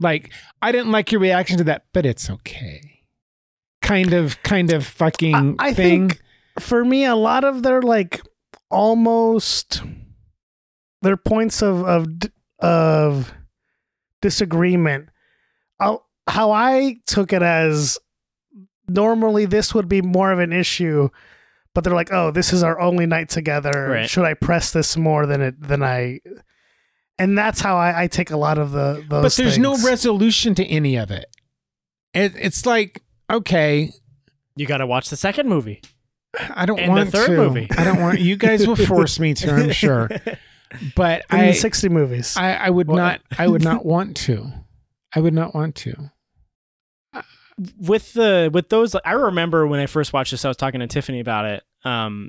Speaker 2: Like, I didn't like your reaction to that, but it's okay. Kind of, kind of
Speaker 1: I,
Speaker 2: fucking
Speaker 1: I
Speaker 2: thing.
Speaker 1: think for me, a lot of their like almost their points of of d- of disagreement. i how I took it as normally this would be more of an issue, but they're like, oh, this is our only night together.
Speaker 3: Right.
Speaker 1: Should I press this more than it than I? And that's how I, I take a lot of the those.
Speaker 2: but there's no
Speaker 1: things.
Speaker 2: resolution to any of it. it it's like, okay,
Speaker 3: You got to watch the second movie.
Speaker 2: I don't
Speaker 3: And the
Speaker 2: want
Speaker 3: third
Speaker 2: to.
Speaker 3: movie.
Speaker 2: I don't want. You guys will force me to. I'm sure, but
Speaker 1: in
Speaker 2: I,
Speaker 1: the sixty movies.
Speaker 2: I, I would
Speaker 3: Well-
Speaker 2: not. I would not want to. I would not want to.
Speaker 3: with the with those like, i remember when i first watched this i was talking to tiffany about it um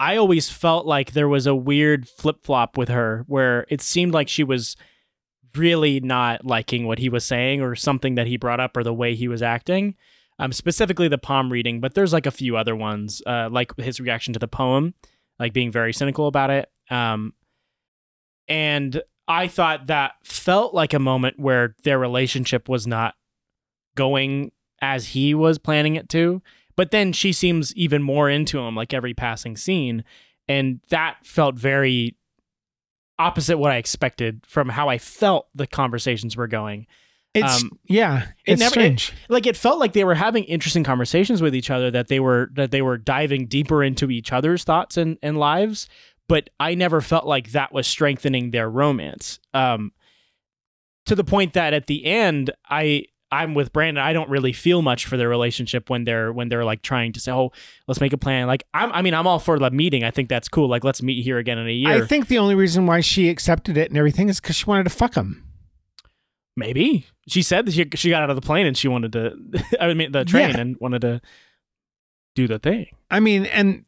Speaker 3: i always felt like there was a weird flip-flop with her where it seemed like she was really not liking what he was saying or something that he brought up or the way he was acting um specifically the palm reading but there's like a few other ones uh like his reaction to the poem like being very cynical about it um and i thought that felt like a moment where their relationship was not going as he was planning it to. But then she seems even more into him, like every passing scene. And that felt very opposite what I expected from how I felt the conversations were going.
Speaker 2: It's
Speaker 3: Um,
Speaker 2: yeah.
Speaker 3: it
Speaker 2: It's
Speaker 3: never-
Speaker 2: strange.
Speaker 3: Like it felt like they were having interesting conversations with each other, that they were that they were diving deeper into each other's thoughts and, and lives. But I never felt like that was strengthening their romance. Um, to the point that at the end i i'm with brandon i don't really feel much for their relationship when they're when they're like trying to say oh let's make a plan like i'm i mean i'm all for the meeting i think that's cool like let's meet here again in a year
Speaker 2: I think the only reason why she accepted it and everything is because she wanted to fuck him.
Speaker 3: maybe she said that she, she got out of the plane and she wanted to i mean the train
Speaker 2: Yeah.
Speaker 3: and wanted to do the thing
Speaker 2: I mean, and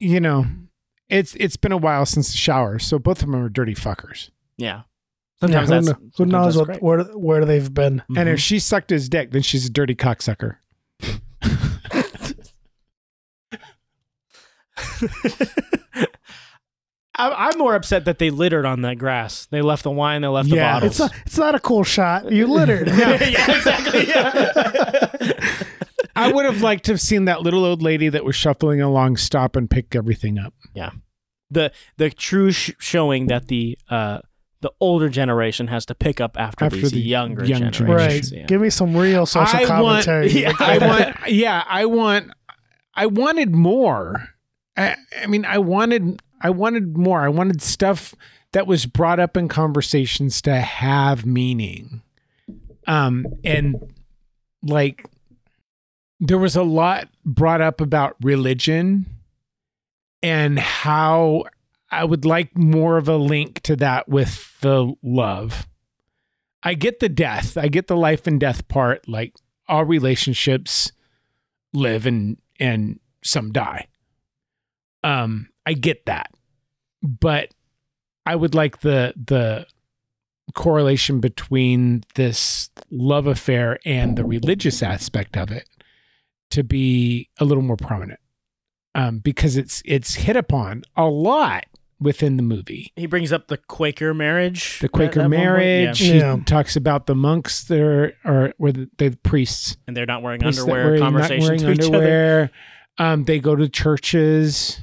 Speaker 2: you know, it's it's been a while since the shower, so both of them are dirty fuckers.
Speaker 3: yeah
Speaker 1: Yeah,
Speaker 3: sometimes
Speaker 1: who,
Speaker 3: that's
Speaker 1: kno- who
Speaker 3: sometimes
Speaker 1: knows
Speaker 3: that's
Speaker 1: what
Speaker 3: great.
Speaker 1: where where they've been.
Speaker 2: And if
Speaker 3: Mhm.
Speaker 2: she sucked his dick, then she's a dirty cocksucker.
Speaker 3: I- I'm more upset that they littered on that grass. They left the wine. They left
Speaker 2: Yeah.
Speaker 3: the bottles.
Speaker 1: It's not, it's not a cool shot. You littered.
Speaker 3: yeah, exactly. Yeah.
Speaker 2: I would have liked to have seen that little old lady that was shuffling along stop and pick everything up.
Speaker 3: the the true sh- showing that the uh the older generation has to pick up after,
Speaker 2: After
Speaker 3: these
Speaker 2: the
Speaker 3: younger
Speaker 2: young
Speaker 1: Right.
Speaker 3: generations. Yeah.
Speaker 1: Give me some real social commentary.
Speaker 2: Want, yeah,
Speaker 1: Like,
Speaker 2: I want. Yeah, I want. I wanted more. I, I mean, I wanted. I wanted more. I wanted stuff that was brought up in conversations to have meaning. Um, and like, there was a lot brought up about religion and how I would like more of a link to that with the love. I get the death. I get the life and death part. Like all relationships live and and some die. Um, I get that, but I would like the the correlation between this love affair and the religious aspect of it to be a little more prominent um, because it's it's hit upon a lot within the movie.
Speaker 3: He brings up the Quaker marriage.
Speaker 2: The
Speaker 3: at-
Speaker 2: Quaker
Speaker 3: at one point.
Speaker 2: marriage.
Speaker 3: Yeah.
Speaker 2: He
Speaker 1: Yeah.
Speaker 2: talks about the monks that are, are where the, the priests,
Speaker 3: And they're not wearing
Speaker 2: priests that
Speaker 3: underwear
Speaker 2: wearing- not
Speaker 3: conversations
Speaker 2: wearing
Speaker 3: with each other.
Speaker 2: underwear. Um, they go to churches.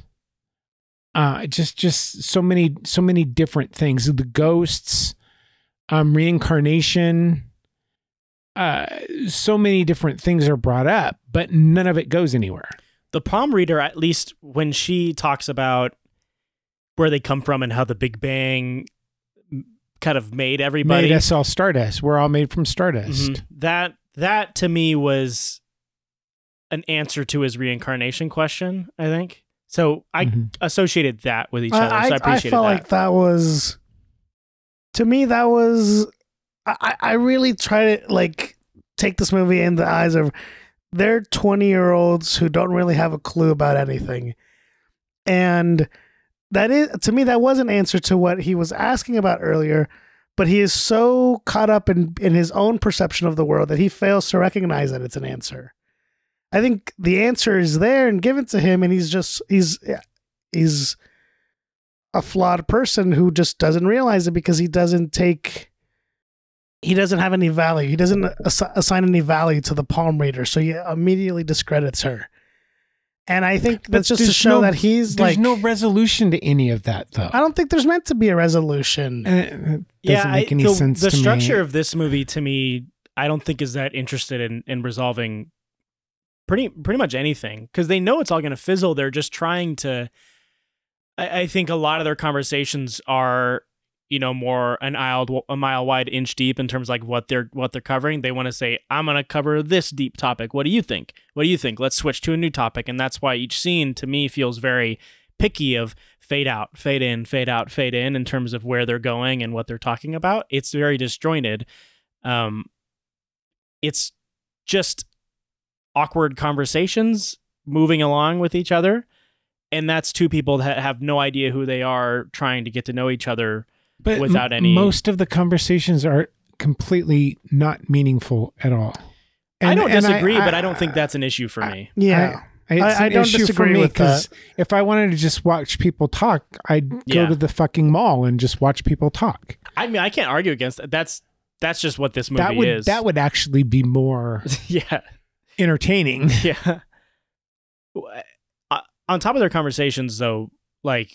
Speaker 2: Uh, just just so many so many different things. The ghosts, um, reincarnation. Uh, so many different things are brought up, but none of it goes anywhere.
Speaker 3: The palm reader, at least when she talks about where they come from and how the Big Bang kind of made everybody
Speaker 2: Made us all stardust. We're all made from stardust.
Speaker 3: Mhm. That that to me was an answer to his reincarnation question. I think so. I
Speaker 2: Mhm.
Speaker 3: associated that with each
Speaker 1: Hmm. I,
Speaker 3: other, so I
Speaker 1: I- I
Speaker 3: appreciated
Speaker 1: felt
Speaker 3: that.
Speaker 1: like that was to me that was I, I I really try to like take this movie in the eyes of they're 20 year olds who don't really have a clue about anything and that is to me that was an answer to what he was asking about earlier but he is so caught up in in his own perception of the world that he fails to recognize that it's an answer i think the answer is there and given to him and he's just he's he's a flawed person who just doesn't realize it because he doesn't take he doesn't have any value he doesn't ass- assign any value to the palm reader so he immediately discredits her and i think that's just to
Speaker 2: there's
Speaker 1: show
Speaker 2: no-
Speaker 1: that he's like
Speaker 2: There's no resolution to any of that, though.
Speaker 1: i don't think there's meant to be a resolution
Speaker 2: Uh, it doesn't
Speaker 3: yeah,
Speaker 2: make
Speaker 3: I,
Speaker 2: any
Speaker 3: the,
Speaker 2: sense
Speaker 3: the
Speaker 2: to
Speaker 3: structure
Speaker 2: me.
Speaker 3: of this movie to me, I don't think is that interested in in resolving pretty pretty much anything because they know it's all going to fizzle. They're just trying to. I, I think a lot of their conversations are you know more an aisle a mile wide inch deep in terms of like what they're what they're covering they want to say i'm going to cover this deep topic what do you think what do you think let's switch to a new topic and that's why each scene to me feels very picky of fade out fade in fade out fade in in terms of where they're going and what they're talking about it's very disjointed um it's just awkward conversations moving along with each other and that's two people that have no idea who they are trying to get to know each other
Speaker 2: but
Speaker 3: without
Speaker 2: m-
Speaker 3: any-
Speaker 2: most of the conversations are completely not meaningful at all.
Speaker 3: I
Speaker 2: And-
Speaker 3: don't
Speaker 2: and
Speaker 3: disagree, but I don't think that's an issue for me.
Speaker 1: yeah
Speaker 2: I, it's
Speaker 1: I
Speaker 2: an
Speaker 1: don't
Speaker 2: issue
Speaker 1: disagree
Speaker 2: for me
Speaker 1: with
Speaker 2: because if I wanted to just watch people talk, I'd
Speaker 3: Yeah.
Speaker 2: go to the fucking mall and just watch people talk.
Speaker 3: I mean, I can't argue against that. That's that's just what this movie
Speaker 2: That would
Speaker 3: is.
Speaker 2: that would actually be more
Speaker 3: yeah,
Speaker 2: entertaining.
Speaker 3: yeah. W- uh, On top of their conversations, though, like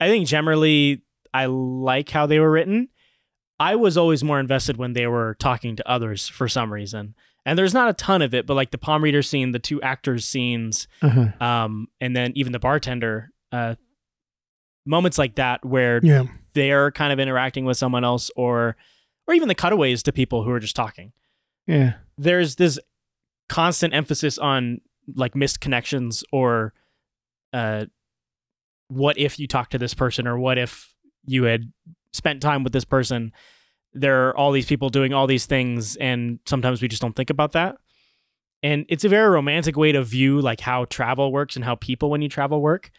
Speaker 3: I think generally I like how they were written. I was always more invested when they were talking to others for some reason. And there's not a ton of it, but like the palm reader scene, the two actors scenes,
Speaker 2: Uh-huh.
Speaker 3: um, and then even the bartender uh, moments like that where
Speaker 1: yeah
Speaker 3: they're kind of interacting with someone else or or even the cutaways to people who are just talking
Speaker 2: Yeah.
Speaker 3: there's this constant emphasis on like missed connections or uh what if you talked to this person or what if you had spent time with this person there are all these people doing all these things and sometimes we just don't think about that and it's a very romantic way to view like how travel works and how people when you travel work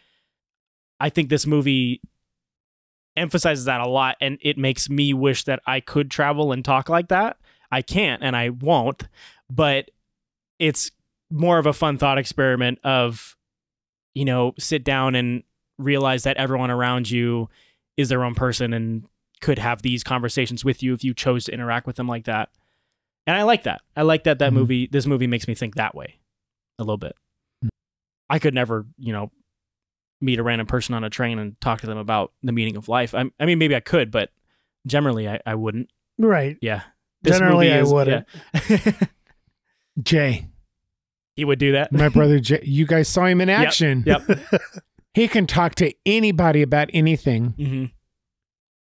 Speaker 3: i think this movie emphasizes that a lot and it makes me wish that i could travel and talk like that i can't and i won't but it's more of a fun thought experiment of you know sit down and realize that everyone around you is their own person and could have these conversations with you if you chose to interact with them like that and i like that i like that that
Speaker 1: Mm-hmm.
Speaker 2: Mhm.
Speaker 3: movie this movie makes me think that way a little bit
Speaker 1: Mm-hmm.
Speaker 3: i could never you know meet a random person on a train and talk to them about the meaning of life i, I mean maybe i could but generally i, I wouldn't
Speaker 1: right
Speaker 3: yeah
Speaker 1: Generally, I
Speaker 3: movie
Speaker 1: wouldn't.
Speaker 3: yeah.
Speaker 2: Jay,
Speaker 3: he would do that
Speaker 2: my brother Jay, you guys saw him in
Speaker 3: Yep,
Speaker 2: action.
Speaker 3: yep.
Speaker 2: He can talk to anybody about anything.
Speaker 3: hmm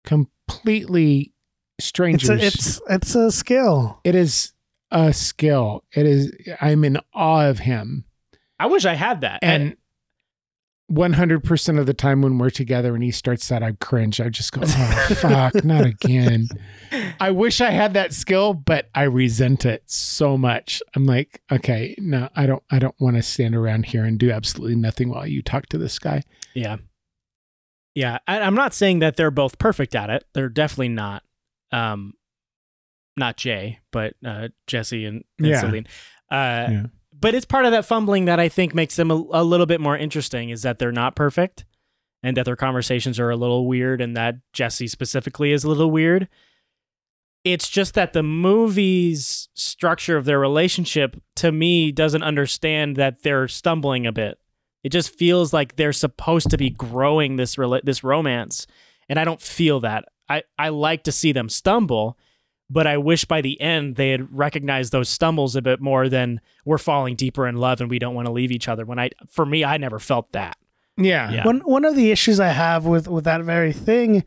Speaker 2: completely
Speaker 1: it's
Speaker 2: strangers.
Speaker 1: a, it's it's a skill
Speaker 2: It is a skill. It is. I'm in awe of him.
Speaker 3: I wish I had that.
Speaker 2: And 100 percent of the time when we're together and he starts that, I cringe. I just go, oh fuck, not again. I wish I had that skill, but I resent it so much. I'm like, okay, no, I don't. I don't want to stand around here and do absolutely nothing while you talk to this guy.
Speaker 3: yeah, yeah. I, I'm not saying that they're both perfect at it. They're definitely not. um, not Jay, but uh, Jesse and, and
Speaker 2: Yeah.
Speaker 3: Celine. Uh,
Speaker 2: Yeah.
Speaker 3: But it's part of that fumbling that I think makes them a, a little bit more interesting is that they're not perfect and that their conversations are a little weird and that Jesse specifically is a little weird. It's just that the movie's structure of their relationship to me doesn't understand that they're stumbling a bit. It just feels like they're supposed to be growing this rela- this romance and I don't feel that. I I like to see them stumble, but I wish by the end they had recognized those stumbles a bit more than we're falling deeper in love and we don't want to leave each other. When I, for me, I never felt that.
Speaker 2: Yeah.
Speaker 3: Yeah.
Speaker 1: One one of the issues I have with with that very thing,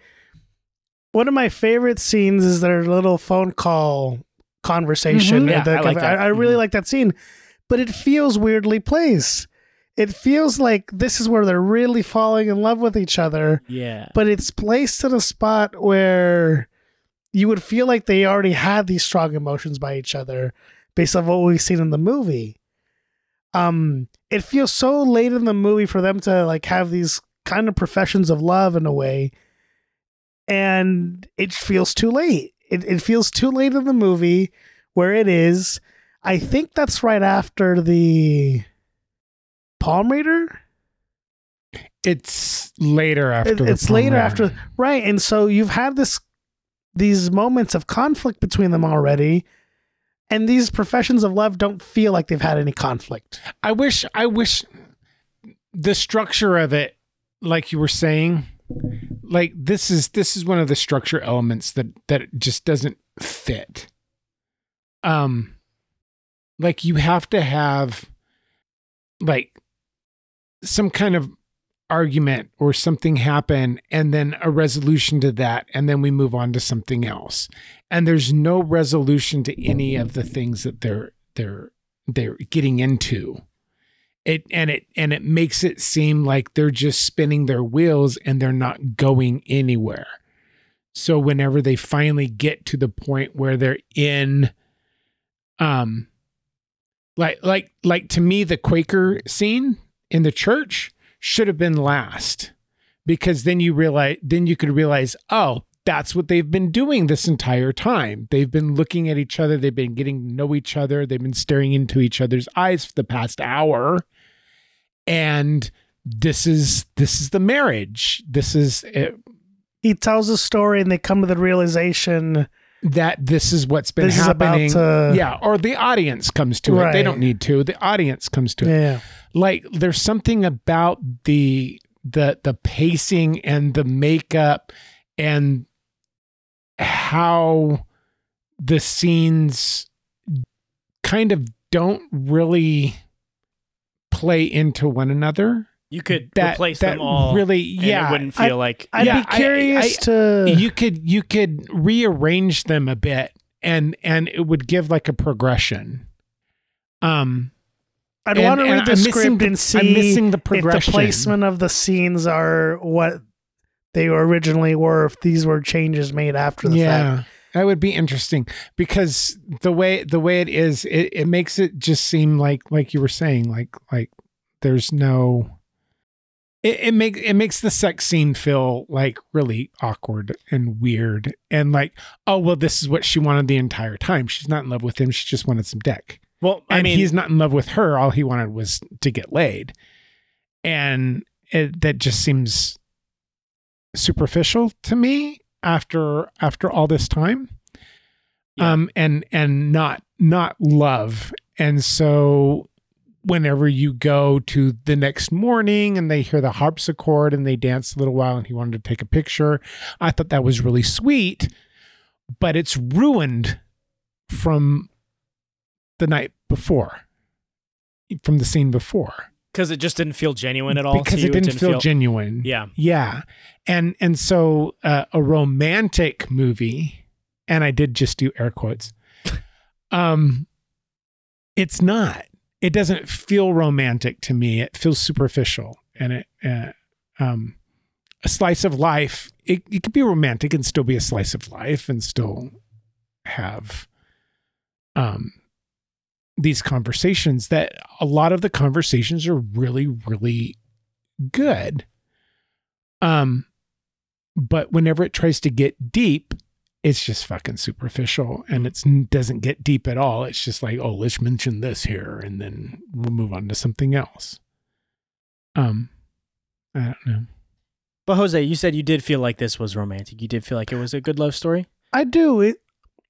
Speaker 1: one of my favorite scenes is their little phone call
Speaker 2: Mm-hmm.
Speaker 1: conversation.
Speaker 3: Mhm.
Speaker 1: at the
Speaker 3: Yeah, I like
Speaker 1: cafe.
Speaker 3: that.
Speaker 1: I, I really
Speaker 3: Mhm.
Speaker 1: like that scene, but it feels weirdly placed. It feels like this is where they're really falling in love with each other,
Speaker 3: Yeah.
Speaker 1: but it's placed in a spot where you would feel like they already had these strong emotions by each other based on what we've seen in the movie. Um, it feels so late in the movie for them to like have these kind of professions of love in a way, and it feels too late. It, it feels too late in the movie where it is. I think that's right after the Palm Reader.
Speaker 2: It's later after.
Speaker 1: It-
Speaker 2: the
Speaker 1: it's later
Speaker 2: program.
Speaker 1: after right and so you've had this these moments of conflict between them already and these professions of love don't feel like they've had any conflict
Speaker 2: I wish. I wish the structure of it, like you were saying, like this is this is one of the structure elements that that just doesn't fit. Um, like you have to have, like, some kind of argument or something happen and then a resolution to that and then we move on to something else and there's no resolution to any of the things that they're they're they're getting into it and it and it makes it seem like they're just spinning their wheels and they're not going anywhere so whenever they finally get to the point where they're in um like like like to me the quaker scene in the church should have been last because then you realize then you could realize oh that's what they've been doing this entire time they've been looking at each other they've been getting to know each other they've been staring into each other's eyes for the past hour and this is this is the marriage this is uh, it,
Speaker 1: he tells a story and they come to the realization
Speaker 2: that this is what's been
Speaker 1: This is about
Speaker 2: happening
Speaker 1: to-
Speaker 2: yeah or the audience comes to it they
Speaker 1: Right.
Speaker 2: don't need to the audience comes to it
Speaker 1: yeah
Speaker 2: like there's something about the the the pacing and the makeup and how the scenes kind of don't really play into one another
Speaker 3: You could
Speaker 2: that
Speaker 3: replace
Speaker 2: that
Speaker 3: them all.
Speaker 2: really
Speaker 3: and
Speaker 2: yeah
Speaker 3: It wouldn't
Speaker 1: I-
Speaker 3: feel like.
Speaker 1: i'd
Speaker 2: Yeah, I-
Speaker 1: be curious
Speaker 2: I-
Speaker 1: to
Speaker 2: you could you could rearrange them a bit and and it would give like a progression um
Speaker 1: i'd
Speaker 2: and-
Speaker 1: want to
Speaker 2: and
Speaker 1: read
Speaker 2: I'm
Speaker 1: the
Speaker 2: missing
Speaker 1: script
Speaker 2: the-
Speaker 1: and
Speaker 2: i'm
Speaker 1: see
Speaker 2: missing the
Speaker 1: if
Speaker 2: progression
Speaker 1: the placement of the scenes are what they originally were if these were changes made after the fact
Speaker 2: That would be interesting because the way the way it is, it, it makes it just seem like like you were saying, like like there's no it, it makes it makes the sex scene feel like really awkward and weird and like, oh well, this is what she wanted the entire time. She's not in love with him, she just wanted some dick.
Speaker 3: well,
Speaker 2: And
Speaker 3: I mean,
Speaker 2: he's not in love with her, all he wanted was to get laid. And it, that just seems superficial to me after after all this time
Speaker 3: Yeah.
Speaker 2: um and and not not love and so whenever you go to the next morning and they hear the harpsichord and they dance a little while and he wanted to take a picture i thought that was really sweet but it's ruined from the night before from the scene before
Speaker 3: because it just didn't feel genuine at all.
Speaker 2: because
Speaker 3: to you.
Speaker 2: it didn't, feel, genuine
Speaker 3: Yeah.
Speaker 2: yeah. And and so uh, a romantic movie, and I did just do air quotes. Um it's not. It doesn't feel romantic to me. It feels superficial and it uh, um a slice of life. It it could be romantic and still be a slice of life and still have um these conversations that a lot of the conversations are really really good um but whenever it tries to get deep it's just fucking superficial and it doesn't get deep at all. It's just like, oh, let's mention this here and then we'll move on to something else. Um, I don't know.
Speaker 3: But Jose, you said you did feel like this was romantic. You did feel like it was a good love story.
Speaker 1: I do. It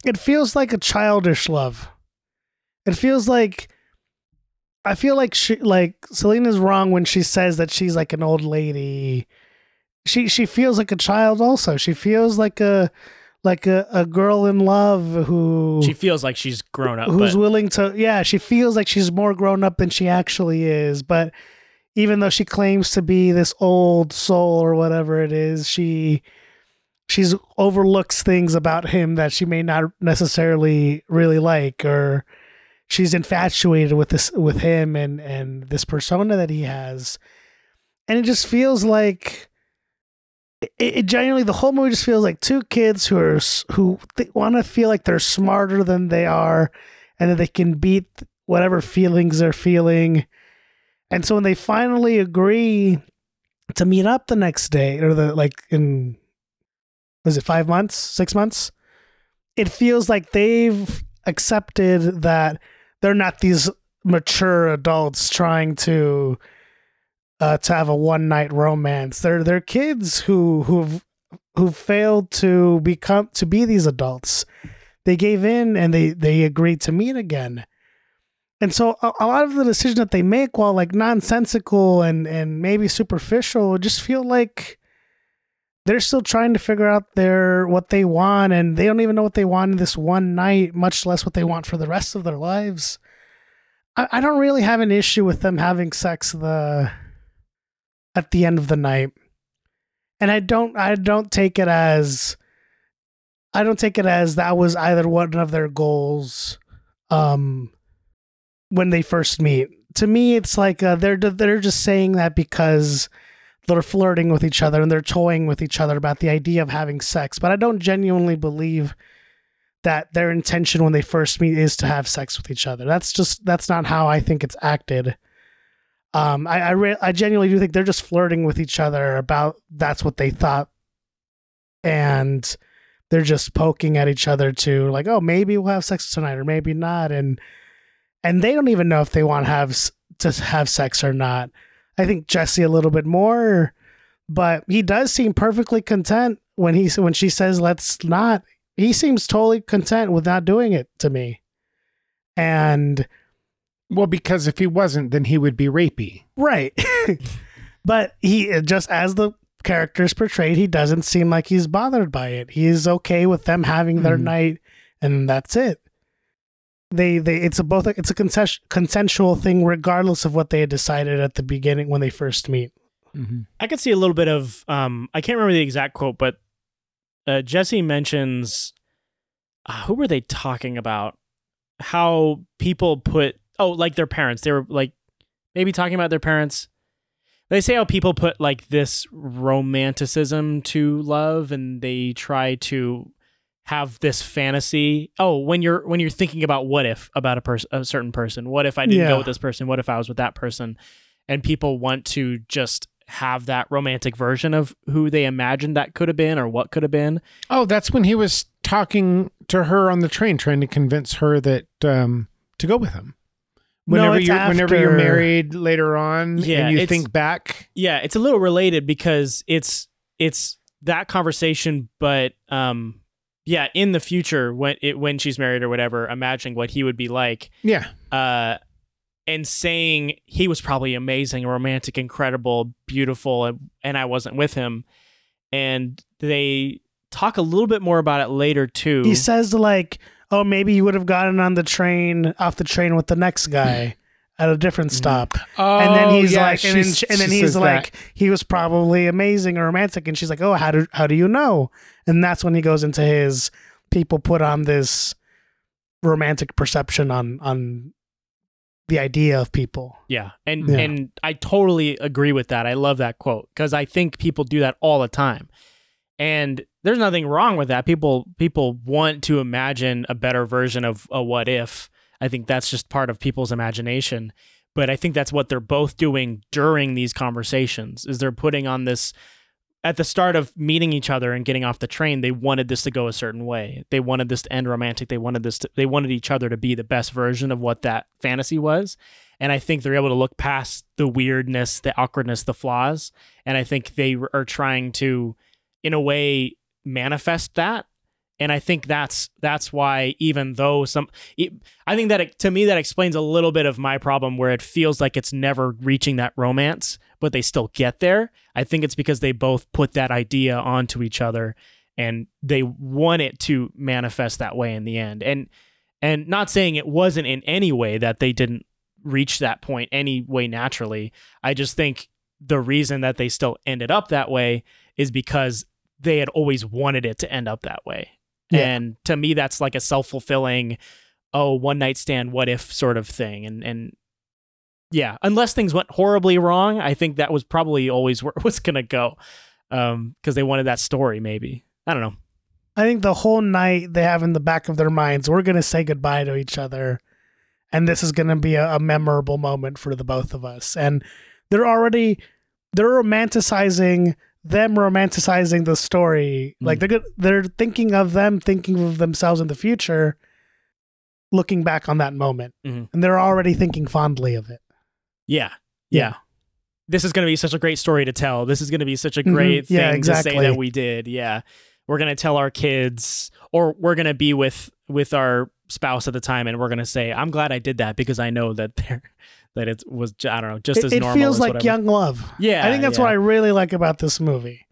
Speaker 1: it feels like a childish love. It feels like I feel like she like Selena's wrong when she says that she's like an old lady. She she feels like a child also. She feels like a like a, a girl in love who
Speaker 3: She feels like she's grown up.
Speaker 1: who's
Speaker 3: but
Speaker 1: willing to yeah, she feels like she's more grown up than she actually is, but even though she claims to be this old soul or whatever it is, she she's overlooks things about him that she may not necessarily really like or she's infatuated with this with him and and this persona that he has and it just feels like it, it genuinely the whole movie just feels like two kids who are s- who th- want to feel like they're smarter than they are and that they can beat whatever feelings they're feeling and so when they finally agree to meet up the next day or the like in was it 5 months 6 months it feels like they've accepted that they're not these mature adults trying to uh, to have a one night romance. They're they're kids who who've who failed to become to be these adults. They gave in and they they agreed to meet again. And so a, a lot of the decisions that they make, while like nonsensical and and maybe superficial, just feel like they're still trying to figure out their what they want and they don't even know what they want in this one night much less what they want for the rest of their lives i, I don't really have an issue with them having sex the at the end of the night and i don't i don't take it as i don't take it as that was either one of their goals um when they first meet to me it's like uh, they're they're just saying that because they're flirting with each other and they're toying with each other about the idea of having sex. But I don't genuinely believe that their intention when they first meet is to have sex with each other. That's just that's not how I think it's acted. Um, I I, re- I genuinely do think they're just flirting with each other about that's what they thought, and they're just poking at each other to like, oh, maybe we'll have sex tonight or maybe not, and and they don't even know if they want to have s- to have sex or not. I think Jesse a little bit more, but he does seem perfectly content when he when she says let's not. He seems totally content with not doing it to me. And
Speaker 2: Well, because if he wasn't, then he would be rapey.
Speaker 1: right. but he just as the character is portrayed, he doesn't seem like he's bothered by it. He is okay with them having their
Speaker 2: Mhm.
Speaker 1: night and that's it. They they it's a both it's a consensual consensual thing regardless of what they had decided at the beginning when they first meet.
Speaker 2: Mm-hmm.
Speaker 3: I could see a little bit of um I can't remember the exact quote, but uh, Jesse mentions uh, who were they talking about? How people put oh like their parents. They were like maybe talking about their parents. They say how people put like this romanticism to love and they try to have this fantasy. Oh, when you're when you're thinking about what if about a person a certain person. What if I didn't
Speaker 1: Yeah.
Speaker 3: go with this person? What if I was with that person? And people want to just have that romantic version of who they imagined that could have been or what could have been.
Speaker 2: Oh, that's when he was talking to her on the train, trying to convince her that um, to go with him.
Speaker 1: No,
Speaker 2: Whenever
Speaker 1: it's
Speaker 2: you whenever you're
Speaker 1: after-
Speaker 2: married later on,
Speaker 3: Yeah,
Speaker 2: and you
Speaker 3: it's-
Speaker 2: think back,
Speaker 3: Yeah, it's a little related because it's it's that conversation, but um yeah, in the future when it when she's married or whatever, imagining what he would be like,
Speaker 2: yeah,
Speaker 3: uh and saying he was probably amazing, romantic, incredible, beautiful, and, and I wasn't with him. And they talk a little bit more about it later too.
Speaker 1: He says like, "Oh, maybe you would have gotten on the train off the train with the next guy at a different stop." and
Speaker 2: Oh,
Speaker 1: then he's like, and then, and then he's like, "He was probably amazing or romantic," and she's like, "Oh, how do how do you know?" And that's when he goes into his people put on this romantic perception on on the idea of people.
Speaker 3: Yeah. And
Speaker 1: Yeah.
Speaker 3: and I totally agree with that. I love that quote cuz I think people do that all the time. And there's nothing wrong with that. People people want to imagine a better version of a what if. I think that's just part of people's imagination. But I think that's what they're both doing during these conversations is they're putting on this at the start of meeting each other and getting off the train, they wanted this to go a certain way. They wanted this to end romantic. They wanted this. To, they wanted each other to be the best version of what that fantasy was. And I think they're able to look past the weirdness, the awkwardness, the flaws. And I think they are trying to, in a way, manifest that. And I think that's that's why even though some, it, I think that it, to me that explains a little bit of my problem where it feels like it's never reaching that romance but they still get there. I think it's because they both put that idea onto each other and they want it to manifest that way in the end. And and not saying it wasn't in any way that they didn't reach that point any way naturally. I just think the reason that they still ended up that way is because they had always wanted it to end up that way.
Speaker 1: Yeah.
Speaker 3: And to me that's like a self-fulfilling oh one night stand what if sort of thing and and yeah unless things went horribly wrong i think that was probably always where it was gonna go um because they wanted that story maybe i don't know
Speaker 1: I think the whole night they have in the back of their minds, we're going to say goodbye to each other. And this is going to be a, a memorable moment for the both of us. And they're already, they're romanticizing them romanticizing the story. Like
Speaker 3: Mm.
Speaker 1: they're, good, they're thinking of them, thinking of themselves in the future, looking back on that moment.
Speaker 3: Mhm.
Speaker 1: And they're already thinking fondly of it.
Speaker 3: yeah yeah,
Speaker 1: Yeah.
Speaker 3: this is gonna be such a great story to tell this is gonna be such a
Speaker 1: Mhm.
Speaker 3: great
Speaker 1: Yeah,
Speaker 3: thing to
Speaker 1: exactly.
Speaker 3: say that we did yeah we're gonna tell our kids or we're gonna be with with our spouse at the time and we're gonna say i'm glad i did that because i know that there that it was j- i don't know just
Speaker 1: It-
Speaker 3: as
Speaker 1: it
Speaker 3: normal
Speaker 1: feels
Speaker 3: as
Speaker 1: like
Speaker 3: whatever.
Speaker 1: young love.
Speaker 3: yeah
Speaker 1: I think that's
Speaker 3: yeah.
Speaker 1: what I really like about this movie.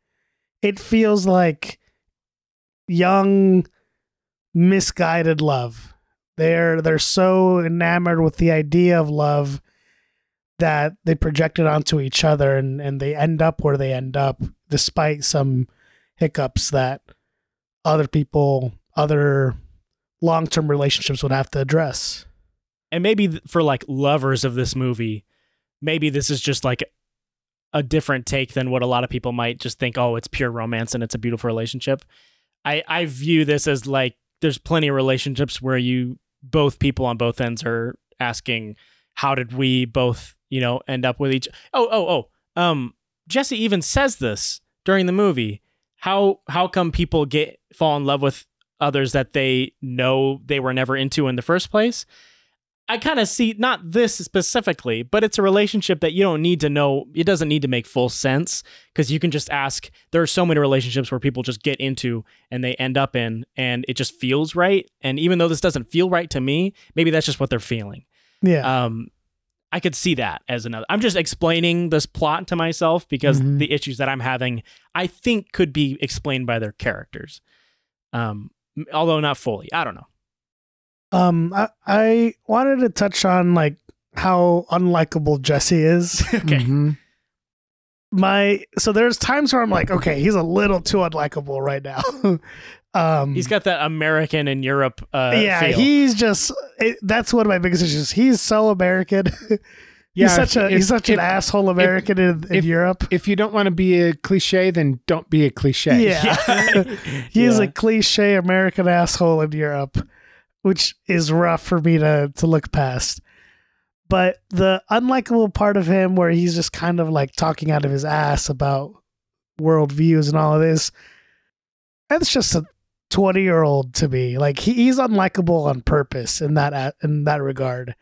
Speaker 1: It feels like young, misguided love. They're they're so enamored with the idea of love that they project it onto each other and, and they end up where they end up despite some hiccups that other people other long term relationships would have to address.
Speaker 3: and maybe th- for like lovers of this movie, maybe this is just like a different take than what a lot of people might just think. Oh, it's pure romance and it's a beautiful relationship. I I view this as like there's plenty of relationships where you both people on both ends are asking, how did we both you know end up with each? Oh oh oh. Um, Jesse even says this during the movie. How how come people get fall in love with others that they know they were never into in the first place? I kind of see not this specifically, but it's a relationship that you don't need to know. It doesn't need to make full sense because you can just ask. There are so many relationships where people just get into and they end up in, and it just feels right. And even though this doesn't feel right to me, maybe that's just what they're feeling.
Speaker 1: Yeah.
Speaker 3: Um, I could see that as another. I'm just explaining this plot to myself because
Speaker 1: Mm-hmm.
Speaker 2: Mhm.
Speaker 3: the issues that I'm having, I think, could be explained by their characters. Um, although not fully. I don't know.
Speaker 1: Um I, I wanted to touch on like how unlikable Jesse is.
Speaker 3: Okay.
Speaker 2: Mhm.
Speaker 1: my so there's times where I'm like, okay, he's a little too unlikable right now. um
Speaker 3: He's got that American and Europe. Uh,
Speaker 1: yeah,
Speaker 3: feel.
Speaker 1: he's just it, that's one of my biggest issues. He's so American.
Speaker 2: Yeah,
Speaker 1: he's such a
Speaker 2: if-
Speaker 1: he's such
Speaker 2: if-
Speaker 1: an asshole American in, in
Speaker 2: if-
Speaker 1: Europe.
Speaker 2: If you don't want to be a cliche, then don't be a cliche.
Speaker 1: Yeah. He's a cliche American asshole in Europe, which is rough for me to to look past. But the unlikable part of him, where he's just kind of like talking out of his ass about worldviews and all of this, that's just a twenty-year-old to me. Like he, he's unlikable on purpose in that a- in that regard,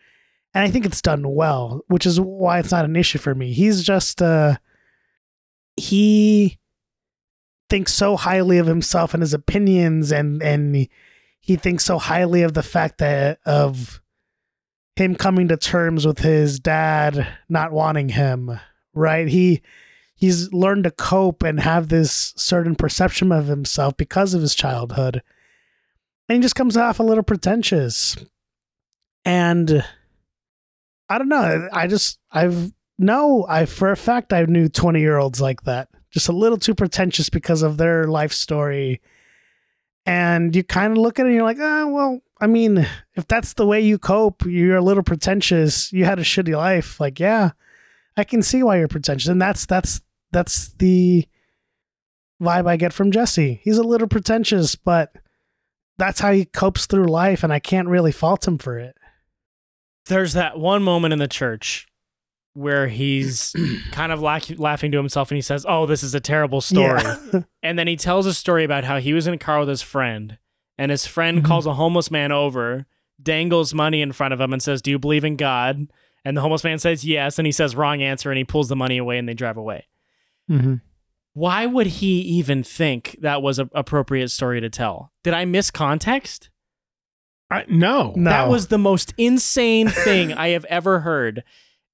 Speaker 1: and I think it's done well, which is why it's not an issue for me. He's just uh, he thinks so highly of himself and his opinions and and he thinks so highly of the fact that of him coming to terms with his dad not wanting him right he he's learned to cope and have this certain perception of himself because of his childhood and he just comes off a little pretentious and i don't know i just i've no, I for a fact I knew 20 year olds like that. Just a little too pretentious because of their life story. And you kind of look at it and you're like, oh, well, I mean, if that's the way you cope, you're a little pretentious, you had a shitty life. Like, yeah, I can see why you're pretentious. And that's, that's, that's the vibe I get from Jesse. He's a little pretentious, but that's how he copes through life. And I can't really fault him for it.
Speaker 3: There's that one moment in the church where he's kind of laugh- laughing to himself and he says, "Oh, this is a terrible story."
Speaker 1: Yeah.
Speaker 3: And then he tells a story about how he was in a car with his friend, and his friend
Speaker 2: Mhm.
Speaker 3: calls a homeless man over, dangles money in front of him, and says, Do you believe in God? And the homeless man says, Yes. And he says, Wrong answer. And he pulls the money away and they drive away.
Speaker 2: Mm-hmm.
Speaker 3: Why would he even think that was an appropriate story to tell? Did I miss context?
Speaker 2: I, no.
Speaker 1: No.
Speaker 3: That was the most insane thing I have ever heard.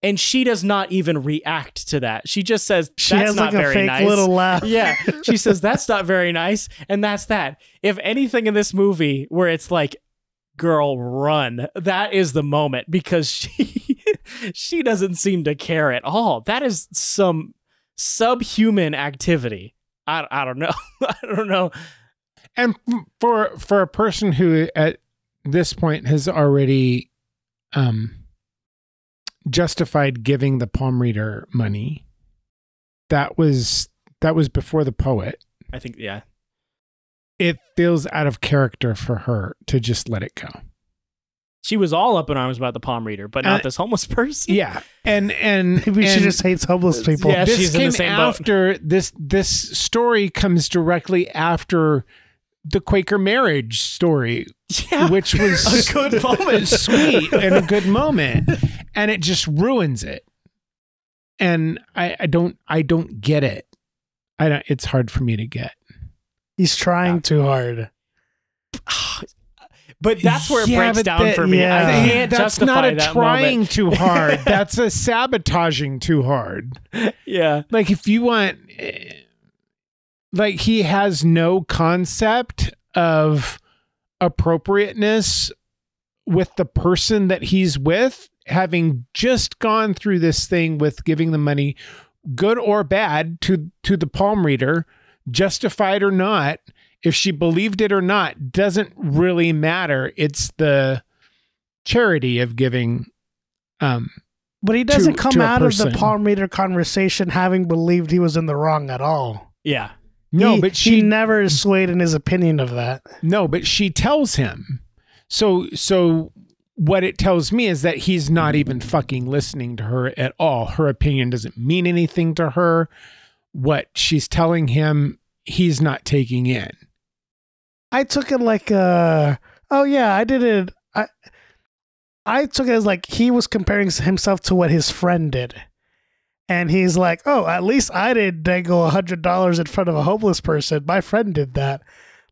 Speaker 3: And she does not even react to that. She just says, That's
Speaker 1: she has like
Speaker 3: not
Speaker 1: a
Speaker 3: very
Speaker 1: fake
Speaker 3: nice.
Speaker 1: little laugh.
Speaker 3: Yeah. She says, that's not very nice. And that's that. If anything in this movie where it's like, girl, run, that is the moment because she she doesn't seem to care at all. That is some subhuman activity. I, I don't know. I don't know.
Speaker 2: And f- for for a person who at this point has already um justified giving the palm reader money, that was that was before the poet.
Speaker 3: I think, yeah.
Speaker 2: It feels out of character for her to just let it go.
Speaker 3: She was all up in arms about the palm reader, but not
Speaker 2: Uh,
Speaker 3: this homeless person.
Speaker 2: Yeah. And and
Speaker 1: Maybe she
Speaker 2: and-
Speaker 1: just hates homeless people.
Speaker 3: Yeah,
Speaker 2: this
Speaker 3: she's in
Speaker 2: came
Speaker 3: the same boat.
Speaker 2: after this this story comes directly after the Quaker marriage story,
Speaker 3: Yeah.
Speaker 2: which was
Speaker 3: A good moment.
Speaker 2: sweet and a good moment, and it just ruins it. And I, I don't I don't get it. I don't, it's hard for me to get.
Speaker 1: He's trying too hard.
Speaker 3: But that's where it
Speaker 2: Yeah,
Speaker 3: breaks
Speaker 2: but
Speaker 3: down
Speaker 2: that-
Speaker 3: for me.
Speaker 1: yeah.
Speaker 3: I can't
Speaker 2: Uh, That's
Speaker 3: justify
Speaker 2: not a
Speaker 3: that
Speaker 2: trying
Speaker 3: moment.
Speaker 2: too hard. That's a sabotaging too hard.
Speaker 3: Yeah.
Speaker 2: like if you want eh, like he has no concept of appropriateness with the person that he's with having just gone through this thing with giving the money good or bad to to the palm reader justified or not if she believed it or not doesn't really matter it's the charity of giving um
Speaker 1: But he doesn't
Speaker 2: To-
Speaker 1: come
Speaker 2: to a
Speaker 1: out of the
Speaker 2: person.
Speaker 1: palm reader conversation having believed he was in the wrong at all.
Speaker 3: Yeah.
Speaker 2: no
Speaker 1: He-
Speaker 2: but
Speaker 1: he
Speaker 2: she
Speaker 1: never is swayed in his opinion of that.
Speaker 2: No, but she tells him. So so what it tells me is that he's not even fucking listening to her at all. Her opinion doesn't mean anything to her. What she's telling him, he's not taking in.
Speaker 1: I took it like uh oh yeah, I did it I I took it as like he was comparing himself to what his friend did. And he's like, Oh, at least I did dangle a hundred dollars in front of a homeless person. My friend did that.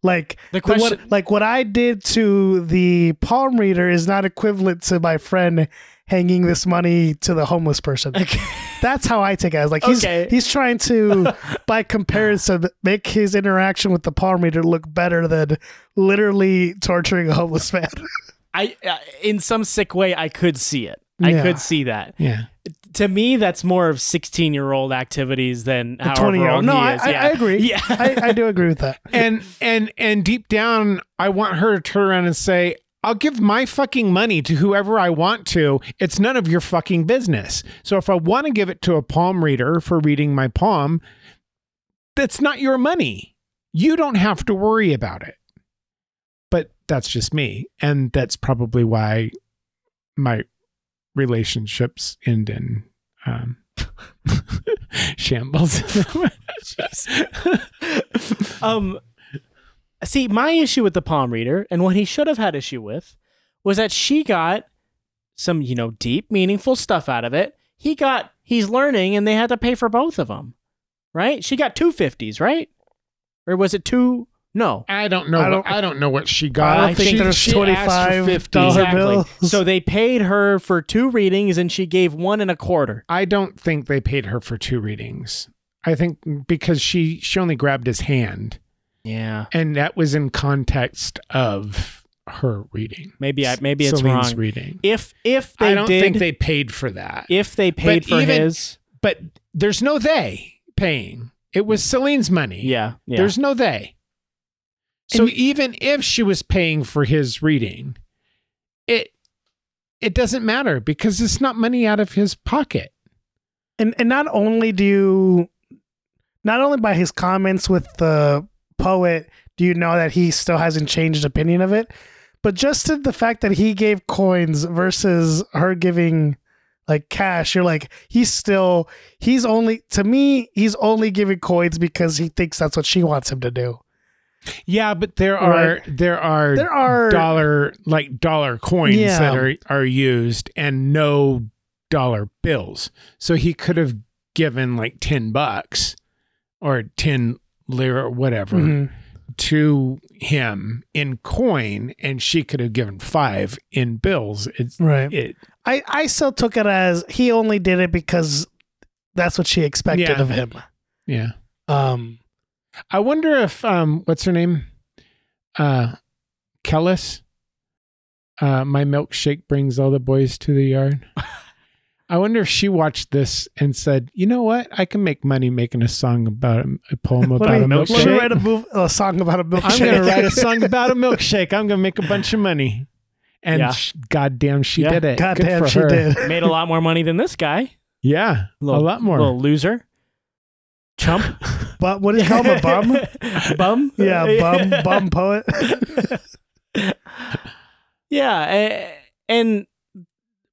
Speaker 1: Like
Speaker 3: The
Speaker 1: the-
Speaker 3: question.
Speaker 1: what, like what I did to the palm reader is not equivalent to my friend hanging this money to the homeless person.
Speaker 3: Okay.
Speaker 1: That's how I take it. I was like, he's
Speaker 3: Okay.
Speaker 1: he's trying to, by comparison, make his interaction with the palm reader look better than literally torturing a homeless man.
Speaker 3: I uh, in some sick way I could see it. I
Speaker 1: Yeah.
Speaker 3: could see that.
Speaker 2: Yeah.
Speaker 3: To me, that's more of sixteen-year-old activities than however
Speaker 1: 20 year
Speaker 3: old
Speaker 1: old. No,
Speaker 3: he
Speaker 1: I,
Speaker 3: is.
Speaker 1: I,
Speaker 3: yeah.
Speaker 1: I agree.
Speaker 3: Yeah.
Speaker 1: I, I do agree with that.
Speaker 2: And and and deep down, I want her to turn around and say, I'll give my fucking money to whoever I want to. It's none of your fucking business. So if I want to give it to a palm reader for reading my palm, that's not your money. You don't have to worry about it. But that's just me. And that's probably why my relationships end in um, shambles.
Speaker 3: um, see, my issue with the palm reader and what he should have had issue with was that she got some, you know, deep, meaningful stuff out of it. He got he's learning, and they had to pay for both of them, right? She got two fifties, right? Or was it two? No,
Speaker 2: I don't know.
Speaker 1: I
Speaker 2: I don't,
Speaker 1: don't-
Speaker 2: what, I don't know what she got.
Speaker 1: I don't think
Speaker 2: she,
Speaker 1: there's
Speaker 2: she asked for
Speaker 1: $25
Speaker 2: 50.
Speaker 1: Dollar
Speaker 3: exactly.
Speaker 1: bills.
Speaker 3: So they paid her for two readings, and she gave one and a quarter.
Speaker 2: I don't think they paid her for two readings. I think because she she only grabbed his hand,
Speaker 3: Yeah,
Speaker 2: and that was in context of her reading.
Speaker 3: maybe I maybe it's
Speaker 2: Celine's
Speaker 3: wrong.
Speaker 2: reading.
Speaker 3: If if they
Speaker 2: I don't
Speaker 3: did,
Speaker 2: think they paid for that.
Speaker 3: if they paid for
Speaker 2: even-
Speaker 3: his,
Speaker 2: but there's no they paying. It was Celine's money.
Speaker 3: yeah, yeah.
Speaker 2: There's no they. So
Speaker 1: And-
Speaker 2: even if she was paying for his reading, it it doesn't matter because it's not money out of his pocket.
Speaker 1: And and not only do you, not only by his comments with the poet, do you know that he still hasn't changed opinion of it, but just to the fact that he gave coins versus her giving Like Cash, you're like he's still he's only to me he's only giving coins because he thinks that's what she wants him to do.
Speaker 2: Yeah, but there are there are
Speaker 1: There are
Speaker 2: dollar like dollar coins
Speaker 1: Yeah.
Speaker 2: that are are used and no dollar bills. So he could have given like 10 bucks or 10 lira or whatever
Speaker 1: Mhm.
Speaker 2: to him in coin and she could have given 5 in bills. It's
Speaker 1: right.
Speaker 2: it
Speaker 1: I I still took it as he only did it because that's what she expected
Speaker 2: Yeah.
Speaker 1: of him.
Speaker 2: yeah.
Speaker 1: Um,
Speaker 2: I wonder if um what's her name? Uh Kellis. Uh my milkshake brings all the boys to the yard. I wonder if she watched this and said, "You know what? I can make money making a song about a, a poem
Speaker 1: let,
Speaker 2: about
Speaker 1: me,
Speaker 2: a
Speaker 1: let me
Speaker 2: milkshake.
Speaker 1: write a, mov- a song about a milkshake.
Speaker 2: I'm going to write a song about a milkshake. I'm going to make a bunch of money." And
Speaker 3: Yeah.
Speaker 2: sh- goddamn, she
Speaker 3: Yeah.
Speaker 2: did it. Good
Speaker 1: Goddamn,
Speaker 2: for
Speaker 1: she
Speaker 2: her.
Speaker 1: did.
Speaker 3: Made a lot more money than this guy.
Speaker 2: Yeah,
Speaker 3: Little-
Speaker 2: a lot more.
Speaker 3: Little loser. Chump.
Speaker 1: But what do you call him? A bum?
Speaker 3: bum?
Speaker 1: Yeah, bum, bum poet.
Speaker 3: Yeah, a- and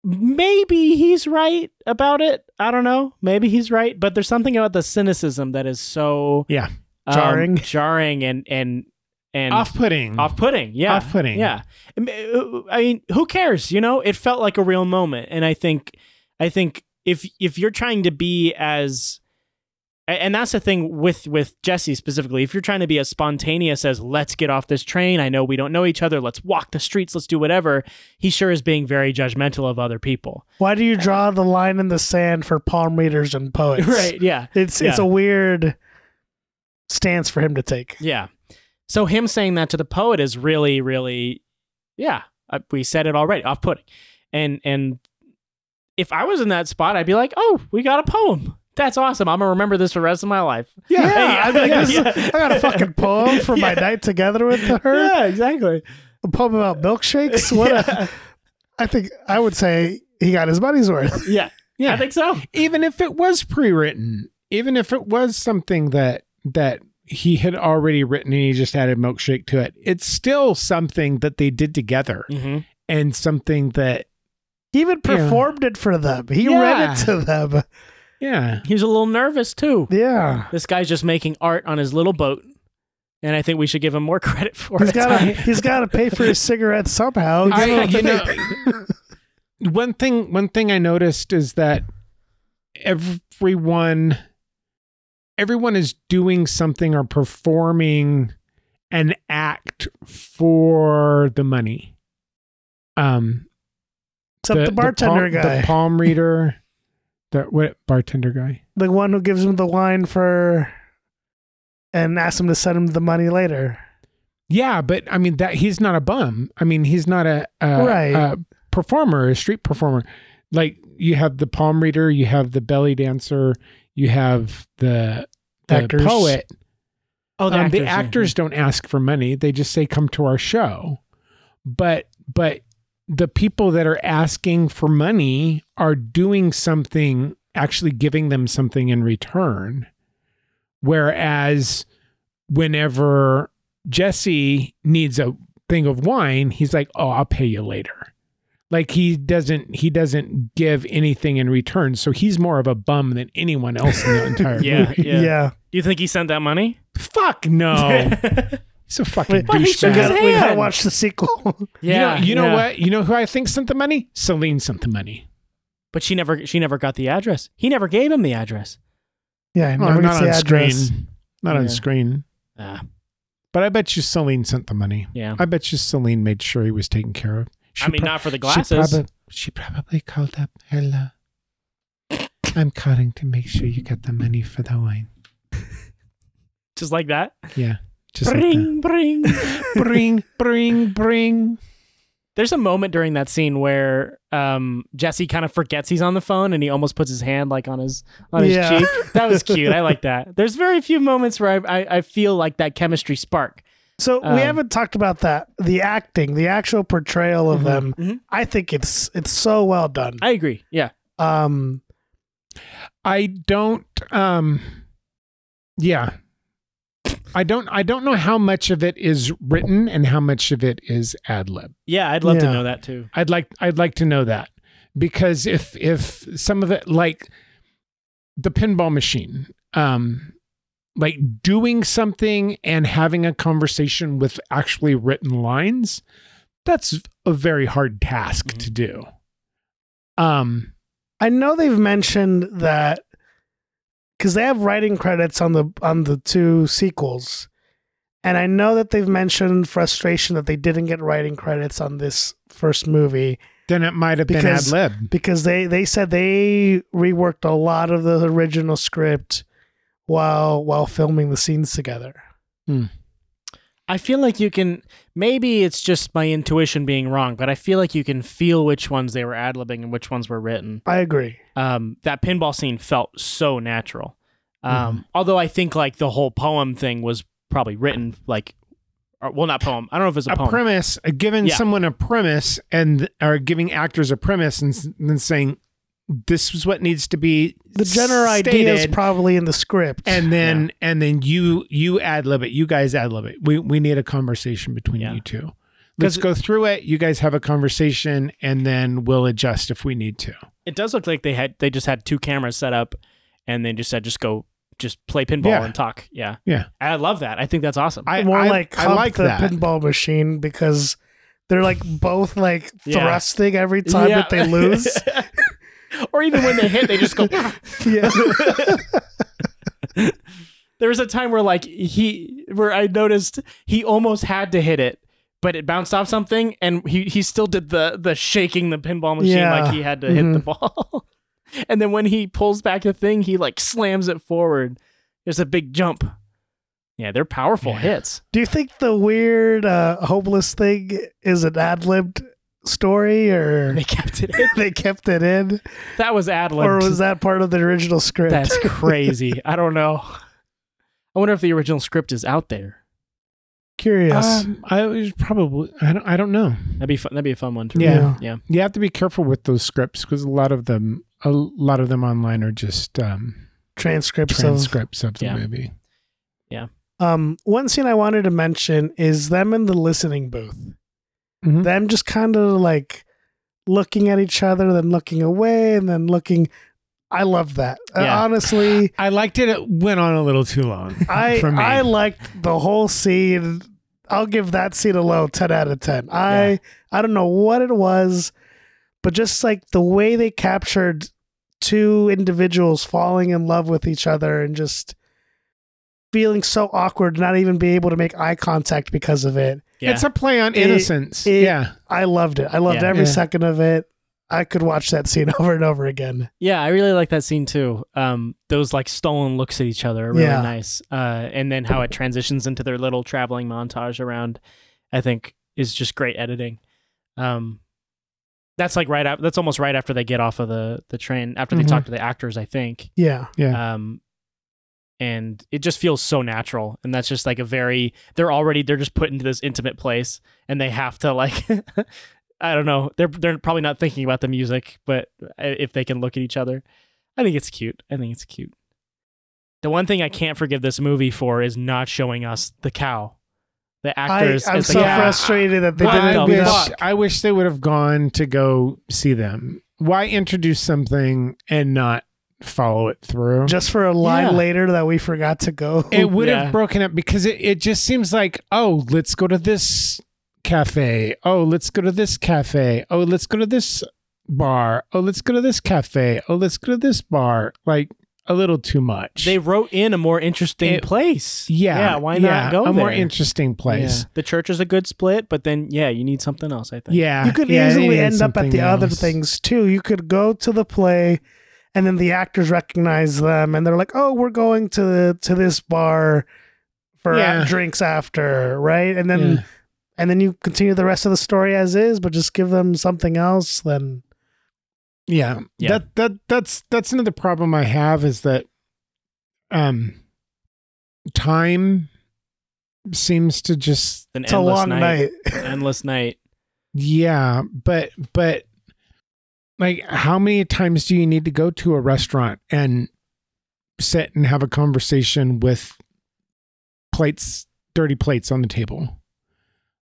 Speaker 3: maybe he's right about it. I don't know. Maybe he's right, but there's something about the cynicism that is so
Speaker 2: Yeah.
Speaker 3: um,
Speaker 1: Jarring.
Speaker 3: jarring, and and and
Speaker 2: Off-putting.
Speaker 3: off-putting. Yeah,
Speaker 2: Mm. Off-putting.
Speaker 3: Yeah, I mean, uh, I mean, who cares? You know, it felt like a real moment, and I think, I think if if you're trying to be as a- and that's the thing with with Jesse specifically. If you're trying to be as spontaneous as "Let's get off this train," I know we don't know each other. Let's walk the streets. Let's do whatever. He sure is being very judgmental of other people.
Speaker 1: Why do you draw the line in the sand for palm readers and poets?
Speaker 3: Yeah.
Speaker 1: It's it's
Speaker 3: Yeah.
Speaker 1: a weird stance for him to take.
Speaker 3: Yeah. So him saying that to the poet is really, really, yeah. I, we said it already. Off putting. And and if I was in that spot, I'd be like, oh, we got a poem. That's awesome. I'm gonna remember this for the rest of my life.
Speaker 2: Yeah.
Speaker 3: Hey,
Speaker 1: I'd be like,
Speaker 3: yeah,
Speaker 1: this is-
Speaker 3: yeah.
Speaker 1: I got a fucking poem for my
Speaker 3: Yeah.
Speaker 1: night together with her.
Speaker 3: exactly.
Speaker 1: A poem about milkshakes. What a-
Speaker 3: yeah.
Speaker 1: I think I would say he got his money's worth.
Speaker 3: yeah.
Speaker 2: Yeah.
Speaker 3: I think so.
Speaker 2: even if it was pre-written, even if it was something that that he had already written and he just added milkshake to it, it's still something that they did together
Speaker 3: Mm-hmm.
Speaker 2: and something that
Speaker 1: He even
Speaker 2: Yeah.
Speaker 1: performed it for them. He read
Speaker 2: Yeah.
Speaker 1: it to them.
Speaker 2: yeah.
Speaker 3: He was a little nervous too.
Speaker 1: Yeah.
Speaker 3: This guy's just making art on his little boat, and I think we should give him more credit for
Speaker 1: He's
Speaker 3: it.
Speaker 1: gotta he's gotta pay for his cigarettes somehow.
Speaker 2: I, you know, one thing one thing I noticed is that everyone everyone is doing something or performing an act for the money. Um
Speaker 1: Except the, bartender
Speaker 2: palm,
Speaker 1: guy.
Speaker 2: the palm reader, the what bartender guy?
Speaker 1: the one who gives him the wine for and asks him to send him the money later.
Speaker 2: Yeah, but I mean that he's not a bum. I mean he's not a, a
Speaker 1: Right.
Speaker 2: a performer, a street performer. Like you have the palm reader, you have the belly dancer, you have the, the
Speaker 1: Actors.
Speaker 2: poet.
Speaker 3: oh,
Speaker 2: Um, the actors don't ask for money; they just say, "Come to our show." But but the people that are asking for money are doing something, actually giving them something in return. Whereas whenever Jesse needs a thing of wine, he's like, "Oh, I'll pay you later." Like he doesn't he doesn't give anything in return, so he's more of a bum than anyone else in the entire
Speaker 3: Yeah,
Speaker 2: movie.
Speaker 3: yeah.
Speaker 1: Yeah.
Speaker 3: Do you think he sent that money?
Speaker 2: Fuck no. He's a fucking
Speaker 1: Wait, but
Speaker 3: he
Speaker 1: We
Speaker 3: shook his
Speaker 2: douchebag.
Speaker 1: gotta, we gotta
Speaker 3: hand.
Speaker 1: watch the sequel.
Speaker 2: you
Speaker 3: Yeah,
Speaker 2: know, you know
Speaker 3: yeah.
Speaker 2: what? You know who I think sent the money? Celine sent the money.
Speaker 3: But she never she never got the address. He never gave him the address.
Speaker 1: yeah, I
Speaker 2: Well,
Speaker 1: never
Speaker 2: Oh, not
Speaker 1: gets the
Speaker 2: on
Speaker 1: address.
Speaker 2: screen. Not
Speaker 3: Yeah.
Speaker 2: on screen.
Speaker 3: Ah,
Speaker 2: But I bet you Celine sent the money.
Speaker 3: yeah.
Speaker 2: I bet you Celine made sure he was taken care of.
Speaker 3: I mean,
Speaker 2: prob-
Speaker 3: not for the
Speaker 2: she,
Speaker 3: glasses.
Speaker 2: probab- she probably called up Ella. I'm calling to make sure you get the money for the wine.
Speaker 3: just like that.
Speaker 2: Yeah. Just like
Speaker 3: Bring, bring.
Speaker 2: that. bring, bring, bring.
Speaker 3: There's a moment during that scene where um, Jesse kind of forgets he's on the phone and he almost puts his hand like on his on his
Speaker 1: Yeah.
Speaker 3: cheek. That was cute. I like that. There's very few moments where I, I, I feel like that chemistry spark.
Speaker 1: So
Speaker 3: Um,
Speaker 1: we haven't talked about that. The acting, the actual portrayal of them.
Speaker 2: Mm-hmm.
Speaker 3: Mhm.
Speaker 1: I think it's it's so well done.
Speaker 3: I agree. Yeah.
Speaker 1: Um
Speaker 2: I don't um yeah. I don't I don't know how much of it is written and how much of it is ad lib.
Speaker 3: Yeah, I'd love to
Speaker 1: Yeah.
Speaker 3: know that too.
Speaker 2: I'd like I'd like to know that because if if some of it like the pinball machine um like doing something and having a conversation with actually written lines that's a very hard task
Speaker 3: Mhm.
Speaker 2: to do um
Speaker 1: I know they've mentioned that because they have writing credits on the on the two sequels, and I know that they've mentioned frustration that they didn't get writing credits on this first movie
Speaker 2: then it might have been ad
Speaker 1: Because-
Speaker 2: lib
Speaker 1: because they they said they reworked a lot of the original script while while filming the scenes together.
Speaker 3: I feel like you can. Maybe it's just my intuition being wrong, but I feel like you can feel which ones they were ad libbing and which ones were written.
Speaker 1: I agree.
Speaker 3: Um, that pinball scene felt so natural. Um, Although I think like the whole poem thing was probably written like, or, well, not poem. I don't know if it's a,
Speaker 2: a
Speaker 3: poem.
Speaker 2: premise uh, giving
Speaker 3: Yeah.
Speaker 2: someone a premise and or giving actors a premise and s- then saying this is what needs to be
Speaker 1: The general idea is
Speaker 2: stated,
Speaker 1: probably in the script.
Speaker 2: and then and then you you ad lib it you guys ad lib it we we need a conversation between
Speaker 3: Yeah.
Speaker 2: you two let's
Speaker 3: 'Cause-
Speaker 2: go through it you guys have a conversation and then we'll adjust if we need to
Speaker 3: it does look like they had they just had two cameras set up, and they just said just go just play pinball
Speaker 2: Yeah.
Speaker 3: and talk. Yeah,
Speaker 2: Yeah.
Speaker 3: I love that. I think that's awesome.
Speaker 2: i
Speaker 1: more
Speaker 2: I,
Speaker 1: like
Speaker 2: I
Speaker 1: hump
Speaker 2: like
Speaker 1: the
Speaker 2: that
Speaker 1: pinball machine because they're like both like
Speaker 3: Yeah.
Speaker 1: thrusting every time that they lose.
Speaker 3: or even when they hit, they just go.
Speaker 1: yeah.
Speaker 3: there was a time where like he where I noticed he almost had to hit it, but it bounced off something, and he he still did the the shaking the pinball machine
Speaker 1: Yeah. Mm-hmm.
Speaker 3: like he had to hit the ball. and then when he pulls back the thing, he like slams it forward. There's a big jump. Yeah, they're powerful
Speaker 2: Yeah.
Speaker 3: hits.
Speaker 1: Do you think the weird uh, hopeless thing is an ad libbed story or
Speaker 3: They kept it. in.
Speaker 1: they kept it in?
Speaker 3: That was ad lib.
Speaker 1: Or was that part of the original script?
Speaker 3: That's crazy. I don't know. I wonder if the original script is out there.
Speaker 1: curious.
Speaker 2: Um, I was probably I don't I don't know.
Speaker 3: That'd be fun. That'd be a fun one to
Speaker 2: Yeah.
Speaker 3: read. Yeah.
Speaker 2: You have to be careful with those scripts because a lot of them a lot of them online are just um,
Speaker 1: Transcripts of
Speaker 2: transcripts of the
Speaker 3: Yeah.
Speaker 2: movie.
Speaker 1: Um, one scene I wanted to mention is them in the listening booth.
Speaker 2: Mhm.
Speaker 1: Them just kind of like looking at each other, then looking away, and then looking. I love that. Uh,
Speaker 3: Yeah.
Speaker 1: honestly,
Speaker 2: I liked it. It went on a little too long.
Speaker 1: I
Speaker 2: for me.
Speaker 1: I liked the whole scene. I'll give that scene a low ten out of ten. I I don't know what it was, but just like the way they captured two individuals falling in love with each other and just feeling so awkward, not even be able to make eye contact because of it.
Speaker 3: Yeah.
Speaker 2: It's a play on
Speaker 1: It-
Speaker 2: innocence.
Speaker 1: it-
Speaker 2: yeah.
Speaker 1: I loved it. I loved
Speaker 3: Yeah.
Speaker 1: every
Speaker 2: Yeah.
Speaker 1: second of it. I could watch that scene over and over again.
Speaker 3: Yeah, I really like that scene too. Um, those like stolen looks at each other are really
Speaker 1: Yeah.
Speaker 3: nice. Uh, and then how it transitions into their little traveling montage around, I think, is just great editing. Um, that's like right after. That's almost right after they get off of the the train. After they
Speaker 2: Mhm.
Speaker 3: talk to the actors, I think.
Speaker 1: Yeah.
Speaker 2: Yeah.
Speaker 3: Um, and it just feels so natural, and that's just like a very. They're already they're just put into this intimate place, and they have to like. I don't know. They're they're probably not thinking about the music, but i- if they can look at each other, I think it's cute. I think it's cute. The one thing I can't forgive this movie for is not showing us the cow. The
Speaker 1: I,
Speaker 3: actors,
Speaker 1: I'm
Speaker 3: as the
Speaker 1: so
Speaker 3: cow.
Speaker 1: frustrated that they
Speaker 3: What
Speaker 1: didn't
Speaker 2: I
Speaker 3: the
Speaker 1: do
Speaker 2: wish
Speaker 1: that.
Speaker 3: fuck?
Speaker 2: I wish they would have gone to go see them. Why introduce something and not follow it through?
Speaker 1: just for a line
Speaker 3: Yeah.
Speaker 1: later that we forgot to go.
Speaker 2: it would
Speaker 3: Yeah.
Speaker 2: have broken up because it, it just seems like, oh, let's go to this cafe. Oh, let's go to this cafe. Oh, let's go to this bar. Oh, let's go to this cafe. Oh, let's go to this bar. Like a little too much.
Speaker 3: They wrote in a more interesting
Speaker 2: It-
Speaker 3: place.
Speaker 2: yeah,
Speaker 3: yeah. Why
Speaker 2: yeah,
Speaker 3: not go
Speaker 2: a
Speaker 3: there?
Speaker 2: more interesting
Speaker 3: Yeah.
Speaker 2: place?
Speaker 3: The church is a good split, but then yeah, you need something else. I think.
Speaker 2: Yeah,
Speaker 1: you could
Speaker 2: yeah, they
Speaker 1: easily
Speaker 2: needed
Speaker 1: end up at
Speaker 2: something
Speaker 1: the other
Speaker 2: else.
Speaker 1: things too. You could go to the play, and then the actors recognize them, and they're like, "Oh, we're going to to this bar for
Speaker 2: Yeah.
Speaker 1: drinks after, right?" And then
Speaker 2: Yeah.
Speaker 1: and then you continue the rest of the story as is, but just give them something else. Then
Speaker 2: Yeah.
Speaker 3: Yeah.
Speaker 2: That that that's that's another problem I have is that um time seems to just
Speaker 3: An
Speaker 1: it's a
Speaker 3: endless
Speaker 1: long night.
Speaker 3: endless night.
Speaker 2: yeah, but but like how many times do you need to go to a restaurant and sit and have a conversation with plates dirty plates on the table?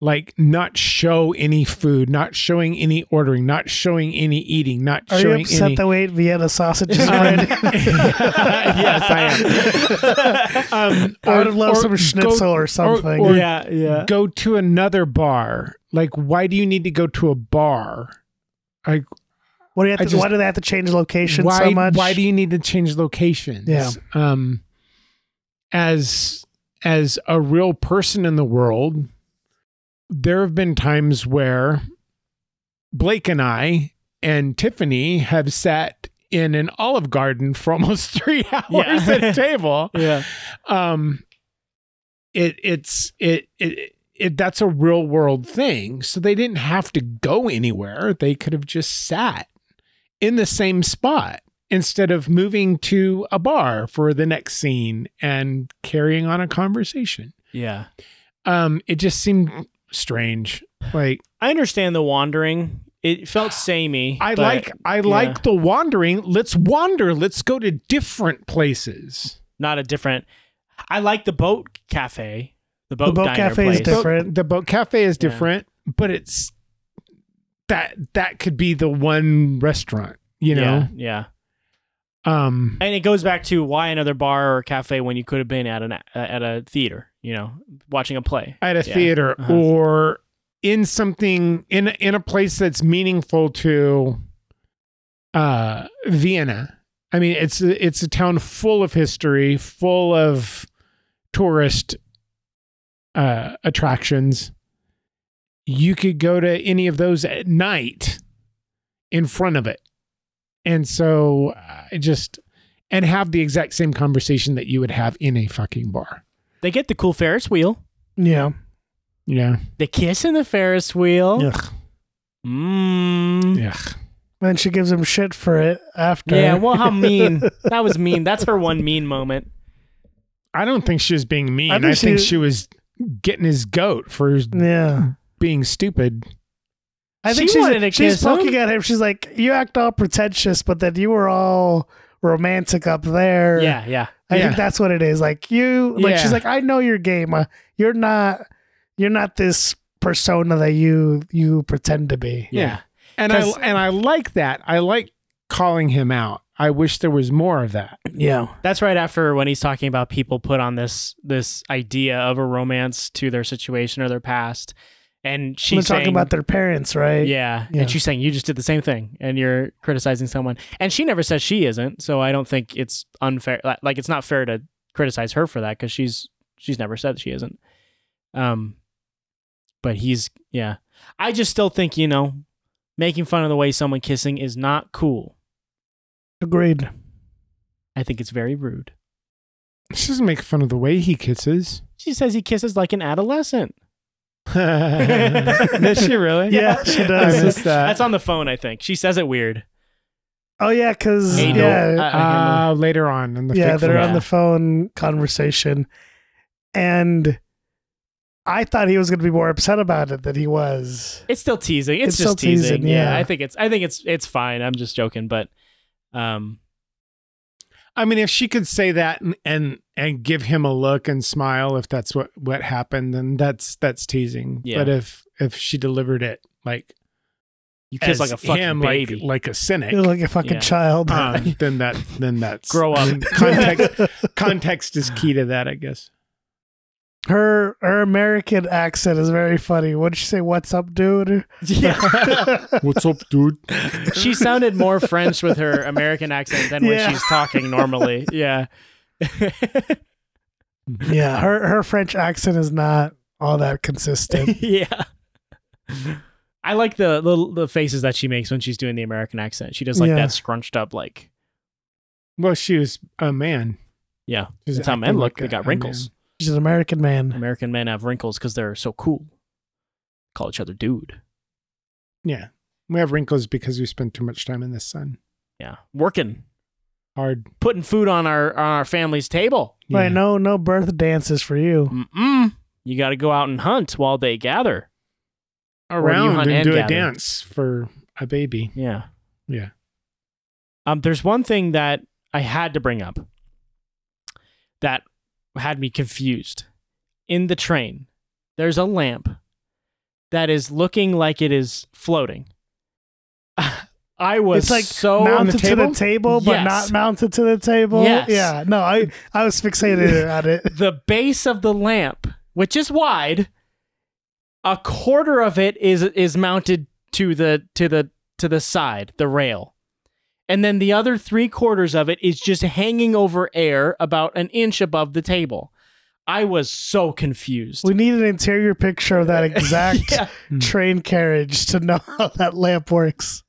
Speaker 2: like not show any food, not showing any ordering, not showing any eating, not
Speaker 1: Are you
Speaker 2: showing
Speaker 1: upset
Speaker 2: any.
Speaker 1: that we ate Vienna sausages
Speaker 2: Um,
Speaker 1: already?
Speaker 2: yes, I am. Um,
Speaker 1: I would have loved
Speaker 2: or
Speaker 1: some
Speaker 2: go-
Speaker 1: schnitzel or something.
Speaker 2: or-
Speaker 3: yeah, yeah.
Speaker 2: go to another bar. Like, why do you need to go to a bar?
Speaker 1: what do you have
Speaker 2: I
Speaker 1: to,
Speaker 2: just-
Speaker 1: why do they have to change location
Speaker 2: why,
Speaker 1: so much?
Speaker 2: Why do you need to change locations?
Speaker 1: Yeah.
Speaker 2: Um, as as a real person in the world, there have been times where Blake and I and Tiffany have sat in an Olive Garden for almost three hours at a table.
Speaker 3: yeah.
Speaker 2: um it it's it it it, that's a real world thing. So they didn't have to go anywhere. They could have just sat in the same spot instead of moving to a bar for the next scene and carrying on a conversation.
Speaker 3: Yeah.
Speaker 2: Um, it just seemed strange. Like
Speaker 3: I understand the wandering. It felt samey.
Speaker 2: I
Speaker 3: but-
Speaker 2: like I like the wandering. Let's wander. Let's go to different places.
Speaker 3: not a different. I like the boat cafe. The boat,
Speaker 1: The boat
Speaker 3: diner
Speaker 1: cafe is
Speaker 3: place.
Speaker 1: different.
Speaker 2: Boat- the boat cafe is
Speaker 3: Yeah.
Speaker 2: different, but it's that that could be the one restaurant, you know.
Speaker 3: Yeah, yeah.
Speaker 2: Um
Speaker 3: And it goes back to why another bar or cafe when you could have been at an at a theater, you know, watching a play.
Speaker 2: at a
Speaker 3: Yeah.
Speaker 2: theater
Speaker 3: Uh-huh.
Speaker 2: or in something in in a place that's meaningful to uh Vienna. I mean, it's a- it's a town full of history, full of tourist uh attractions. You could go to any of those at night in front of it. And so I just and have the exact same conversation that you would have in a fucking bar.
Speaker 3: They get the cool Ferris wheel.
Speaker 1: yeah.
Speaker 2: Yeah.
Speaker 3: They kiss in the Ferris wheel.
Speaker 1: Yeah.
Speaker 3: Mm.
Speaker 2: Yeah.
Speaker 1: And then she gives him shit for it after.
Speaker 3: Yeah, well, how mean. that was mean. That's her one mean moment.
Speaker 2: I don't think she was being mean. I
Speaker 1: I
Speaker 2: think,
Speaker 1: think
Speaker 2: she,
Speaker 1: she-
Speaker 2: was getting his goat for
Speaker 1: yeah.
Speaker 2: being stupid.
Speaker 1: I
Speaker 3: She
Speaker 1: think she's,
Speaker 3: wanted to
Speaker 1: she's
Speaker 3: kiss him.
Speaker 1: poking at him. She's like, "You act all pretentious, but then you were all romantic up there."
Speaker 3: Yeah, yeah.
Speaker 1: I
Speaker 2: Yeah.
Speaker 1: think that's what it is. Like you, like
Speaker 2: Yeah.
Speaker 1: she's like, "I know your game. Uh, you're not, you're not this persona that you you pretend to be."
Speaker 3: Yeah.
Speaker 2: Yeah. And I
Speaker 1: 'Cause-
Speaker 2: and I like that. I like calling him out. I wish there was more of that.
Speaker 1: Yeah,
Speaker 3: That's right after when he's talking about people put on this this idea of a romance to their situation or their past. And
Speaker 1: she's
Speaker 3: she's
Speaker 1: talking
Speaker 3: saying-
Speaker 1: about their parents, right?
Speaker 3: Yeah.
Speaker 1: Yeah.
Speaker 3: And she's saying you just did the same thing and you're criticizing someone. And she never says she isn't, so I don't think it's unfair li- like it's not fair to criticize her for that cuz she's she's never said she isn't. Um but he's yeah. I just still think, you know, making fun of the way someone kissing is not cool.
Speaker 1: agreed.
Speaker 3: I think it's very rude.
Speaker 2: She doesn't make fun of the way he kisses.
Speaker 3: She says he kisses like an adolescent.
Speaker 2: Does she really?
Speaker 1: Yeah, she
Speaker 2: I
Speaker 1: does.
Speaker 2: missed that.
Speaker 3: That's on the phone, I think. She says it weird.
Speaker 1: oh yeah, because
Speaker 3: Hey,
Speaker 2: Anal.
Speaker 1: yeah,
Speaker 3: I- I can't remember.
Speaker 2: uh, later on in the
Speaker 1: yeah,
Speaker 2: fic
Speaker 1: they're
Speaker 2: form.
Speaker 1: on the phone conversation, and I thought he was going to be more upset about it than he was.
Speaker 3: It's still teasing. It's,
Speaker 1: It's
Speaker 3: just
Speaker 1: still
Speaker 3: teasing.
Speaker 1: teasing,
Speaker 3: Yeah.
Speaker 1: yeah.
Speaker 3: I think it's I think it's it's fine. I'm just joking, but um
Speaker 2: I mean, if she could say that and, and and give him a look and smile, if that's what what happened, then that's that's teasing.
Speaker 3: Yeah.
Speaker 2: But if if she delivered it like
Speaker 3: you kiss
Speaker 2: as
Speaker 3: like a fucking
Speaker 2: him,
Speaker 3: baby.
Speaker 2: like like a cynic,
Speaker 1: You're like a fucking
Speaker 3: Yeah.
Speaker 1: child.
Speaker 2: um, then that then that's
Speaker 3: Uh, Grow up.
Speaker 2: I mean, context context is key to that, I guess.
Speaker 1: her her American accent is very funny. What did she say? What's up, dude?
Speaker 2: What's up, dude?
Speaker 3: she sounded more French with her American accent than
Speaker 1: Yeah.
Speaker 3: when she's talking normally. Yeah.
Speaker 1: yeah, her her French accent is not all that consistent.
Speaker 3: yeah. I like the, the the faces that she makes when she's doing the American accent. She does like
Speaker 1: Yeah.
Speaker 3: that scrunched up like
Speaker 2: Well, she was a man.
Speaker 3: yeah.
Speaker 2: She's
Speaker 3: That's how
Speaker 2: acting
Speaker 3: men look.
Speaker 2: like
Speaker 3: They
Speaker 2: a-
Speaker 3: got
Speaker 2: a
Speaker 3: wrinkles.
Speaker 1: She's an American man.
Speaker 3: American men have wrinkles because they're so cool. Call each other dude.
Speaker 2: man. Yeah, we have wrinkles because we spend too much time in the sun.
Speaker 3: Yeah. Working.
Speaker 2: Hard.
Speaker 3: Putting food on our on our family's table.
Speaker 1: Right?
Speaker 2: Yeah.
Speaker 1: No, no birth dances for you.
Speaker 3: Mm-mm. You got to go out and hunt while they gather. Or you
Speaker 2: around
Speaker 3: hunt
Speaker 2: and,
Speaker 3: and
Speaker 2: do a
Speaker 3: gather.
Speaker 2: dance for a baby.
Speaker 3: Yeah.
Speaker 2: Yeah.
Speaker 3: Um, there's one thing that I had to bring up that had me confused. In the train, there's a lamp that is looking like it is floating. I was
Speaker 1: it's like
Speaker 3: so
Speaker 1: mounted
Speaker 2: the table?
Speaker 1: to the table, but
Speaker 3: Yes.
Speaker 1: not mounted to the table.
Speaker 3: Yes.
Speaker 1: Yeah. No, I I was fixated at it.
Speaker 3: the base of the lamp, which is wide, a quarter of it is is mounted to the to the to the side, the rail. And then the other three quarters of it is just hanging over air about an inch above the table. I was so confused.
Speaker 1: We need an interior picture of that exact
Speaker 3: Yeah.
Speaker 1: train carriage to know how that lamp works.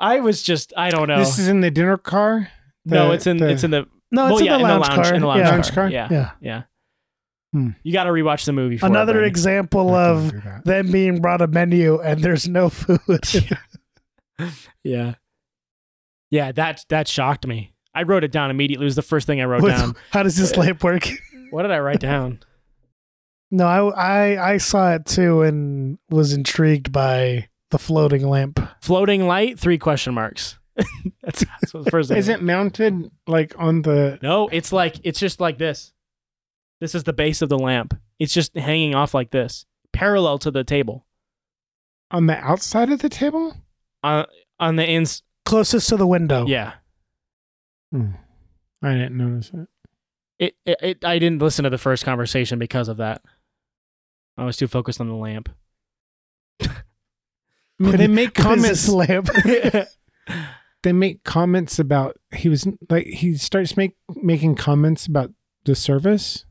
Speaker 3: I was just I don't know.
Speaker 2: This is in the dinner car.
Speaker 3: no,
Speaker 2: The-
Speaker 3: it's in
Speaker 2: the-
Speaker 3: it's in the
Speaker 1: No, Oh, it's
Speaker 3: well,
Speaker 1: in,
Speaker 3: yeah,
Speaker 1: the lounge car.
Speaker 3: in the lounge,
Speaker 1: yeah.
Speaker 2: Lounge car?
Speaker 3: Yeah.
Speaker 1: Yeah.
Speaker 3: Yeah.
Speaker 2: Hmm.
Speaker 3: You got to rewatch the movie for it,
Speaker 1: Another
Speaker 3: Brandon.
Speaker 1: example of them being brought a menu and there's no food.
Speaker 3: Yeah. Yeah, that that shocked me. I wrote it down immediately. It was the first thing I wrote
Speaker 1: With-
Speaker 3: down.
Speaker 1: how does this lamp work?
Speaker 3: What did I write down?
Speaker 1: No, I, I I saw it too and was intrigued by the floating lamp.
Speaker 3: Floating light, three question marks. that's, that's what the first thing.
Speaker 2: Is it mounted like on the?
Speaker 3: No, it's like it's just like this. This is the base of the lamp. It's just hanging off like this, parallel to the table.
Speaker 2: on the outside of the table?
Speaker 3: On Uh, on the ins
Speaker 1: Closest to the window.
Speaker 2: Oh.
Speaker 3: yeah.
Speaker 2: I didn't notice it.
Speaker 3: It, it, it I didn't listen to the first conversation because of that. I was too focused on the lamp.
Speaker 2: I mean, they make
Speaker 1: What is this
Speaker 2: comments.
Speaker 1: lamp.
Speaker 2: They make comments about he was like he starts make making comments about the service,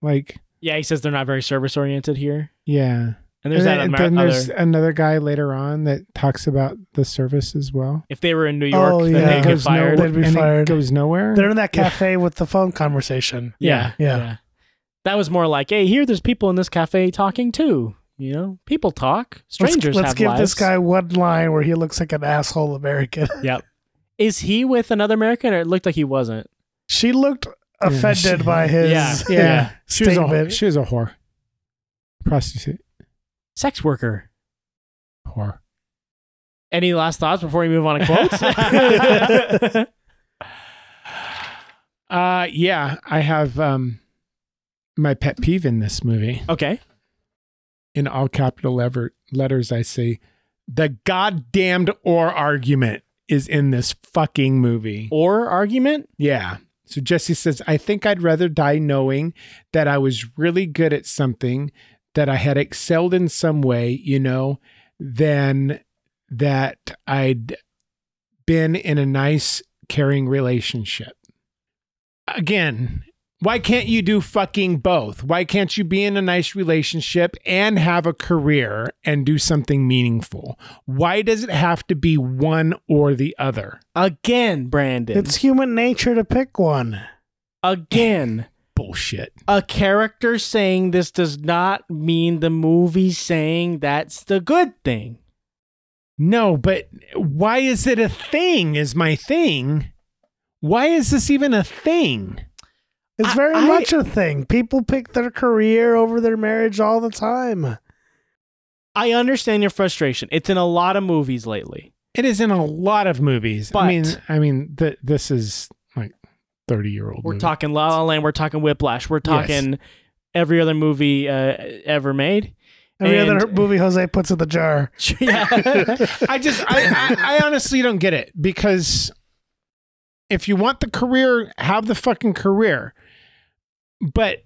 Speaker 2: like
Speaker 3: yeah, he says they're not very service oriented here.
Speaker 2: yeah.
Speaker 3: And there's
Speaker 2: and then,
Speaker 3: that
Speaker 2: then
Speaker 3: ama-
Speaker 2: there's
Speaker 3: other,
Speaker 2: another guy later on that talks about the service as well.
Speaker 3: if they were in New York,
Speaker 1: Oh,
Speaker 3: then
Speaker 1: yeah.
Speaker 3: they'd get
Speaker 1: Goes
Speaker 3: fired.
Speaker 1: nowhere. They'd be
Speaker 2: and it
Speaker 1: fired.
Speaker 2: goes nowhere.
Speaker 1: They're in that cafe with the phone conversation.
Speaker 3: Yeah,
Speaker 1: Yeah.
Speaker 3: That was more like, hey, here, there's people in this cafe talking too. You know, people talk.
Speaker 1: Let's-
Speaker 3: Strangers
Speaker 1: Let's,
Speaker 3: have
Speaker 1: give this
Speaker 3: lives.
Speaker 1: guy one line where he looks like an asshole American.
Speaker 3: Yep. Is he with another American, or it looked like he wasn't?
Speaker 1: She looked offended
Speaker 2: she-
Speaker 1: by his
Speaker 3: Yeah.
Speaker 2: yeah. She was, a, wh-
Speaker 1: statement.
Speaker 2: she was a whore, prostitute,
Speaker 3: Sex worker.
Speaker 2: whore.
Speaker 3: Any last thoughts before we move on to quotes?
Speaker 2: Uh, yeah, I have um, my pet peeve in this movie.
Speaker 3: okay.
Speaker 2: In all capital lever- letters, I say the goddamned or argument is in this fucking movie.
Speaker 3: Or argument?
Speaker 2: Yeah. So Jesse says, I think I'd rather die knowing that I was really good at something, that I had excelled in some way, you know, than that I'd been in a nice, caring relationship. Again, why can't you do fucking both? Why can't you be in a nice relationship and have a career and do something meaningful? Why does it have to be one or the other?
Speaker 3: Again, Brandon.
Speaker 1: It's human nature to pick one.
Speaker 3: Again.
Speaker 2: Bullshit.
Speaker 3: a character saying this does not mean the movie saying that's the good thing.
Speaker 2: No, but why is it a thing? Is my thing? Why is this even a thing?
Speaker 1: It's
Speaker 3: I-
Speaker 1: very
Speaker 3: I-
Speaker 1: much a thing. People pick their career over their marriage all the time.
Speaker 3: I understand your frustration. It's in a lot of movies lately.
Speaker 2: It is in a lot of movies. I mean,
Speaker 3: But-
Speaker 2: I mean, th- this is like thirty-year-old.
Speaker 3: We're talking La La Land. We're talking Whiplash. We're talking every other movie uh, ever made.
Speaker 1: Every
Speaker 3: And-
Speaker 1: other movie Jose puts in the jar.
Speaker 3: yeah.
Speaker 2: I just, I, I, I honestly don't get it because if you want the career, have the fucking career. But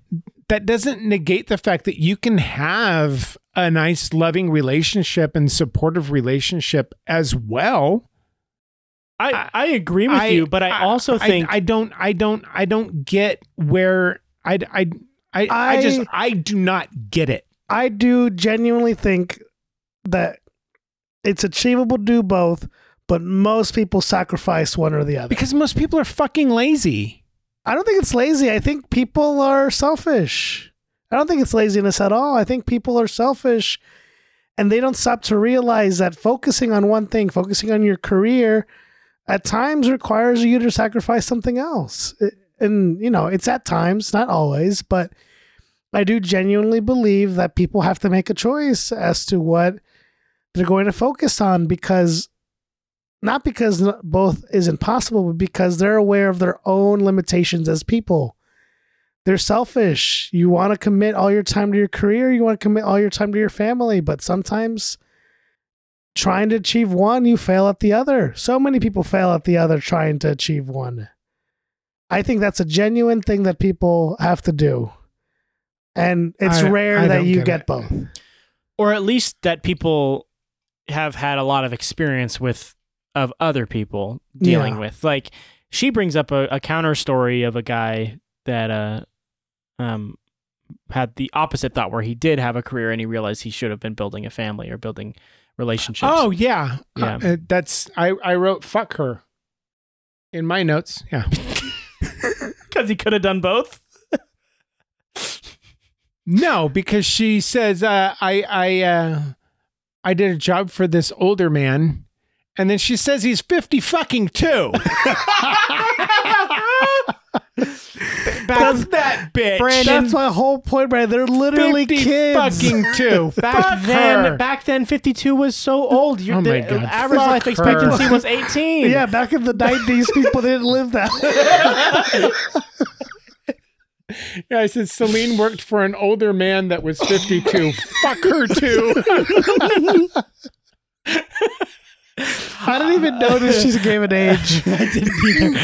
Speaker 2: that doesn't negate the fact that you can have a nice, loving relationship and supportive relationship as well.
Speaker 3: I, I agree with you, but I, also think
Speaker 2: I, don't I don't I don't get where I I I, I,
Speaker 1: I-
Speaker 2: just I do not get it.
Speaker 1: I do genuinely think that it's achievable to do both, but most people sacrifice one or the other.
Speaker 2: Because most people are fucking lazy.
Speaker 1: I don't think it's lazy. I think people are selfish. I don't think it's laziness at all. I think people are selfish and they don't stop to realize that focusing on one thing, focusing on your career, at times requires you to sacrifice something else. It- And, you know, it's at times, not always, but I do genuinely believe that people have to make a choice as to what they're going to focus on because not because n- both is impossible, but because they're aware of their own limitations as people. they're selfish. You want to commit all your time to your career, you want to commit all your time to your family, but sometimes trying to achieve one, you fail at the other. So many people fail at the other trying to achieve one. I think that's a genuine thing that people have to do. And it's
Speaker 2: I-
Speaker 1: rare
Speaker 2: I
Speaker 1: that
Speaker 2: don't
Speaker 1: you
Speaker 2: get
Speaker 1: get
Speaker 2: it.
Speaker 1: both.
Speaker 3: or at least that people have had a lot of experience with of other people dealing
Speaker 1: Yeah.
Speaker 3: with. Like she brings up a, a counter story of a guy that uh um had the opposite thought where he did have a career and he realized he should have been building a family or building relationships.
Speaker 2: Oh yeah,
Speaker 3: Yeah.
Speaker 2: Uh, uh, that's I I wrote fuck her in my notes. Yeah,
Speaker 3: because he could have done both.
Speaker 2: no, because she says uh, I I uh, I did a job for this older man, and then she says he's fifty fucking two.
Speaker 3: Back that bitch. Brandon,
Speaker 1: That's my whole point, right? They're literally
Speaker 2: 50
Speaker 1: kids.
Speaker 2: fucking two.
Speaker 3: back
Speaker 2: Fuck
Speaker 3: then,
Speaker 2: her.
Speaker 3: back then, fifty-two was so old. Your
Speaker 2: Oh my
Speaker 3: the
Speaker 2: God.
Speaker 3: average
Speaker 2: Fuck
Speaker 3: life
Speaker 2: her.
Speaker 3: expectancy was eighteen.
Speaker 1: yeah, back in the nineties, people didn't live that.
Speaker 2: Yeah, I said Celine worked for an older man that was 52. Fuck her too.
Speaker 1: I didn't even notice she gave an age.
Speaker 3: I didn't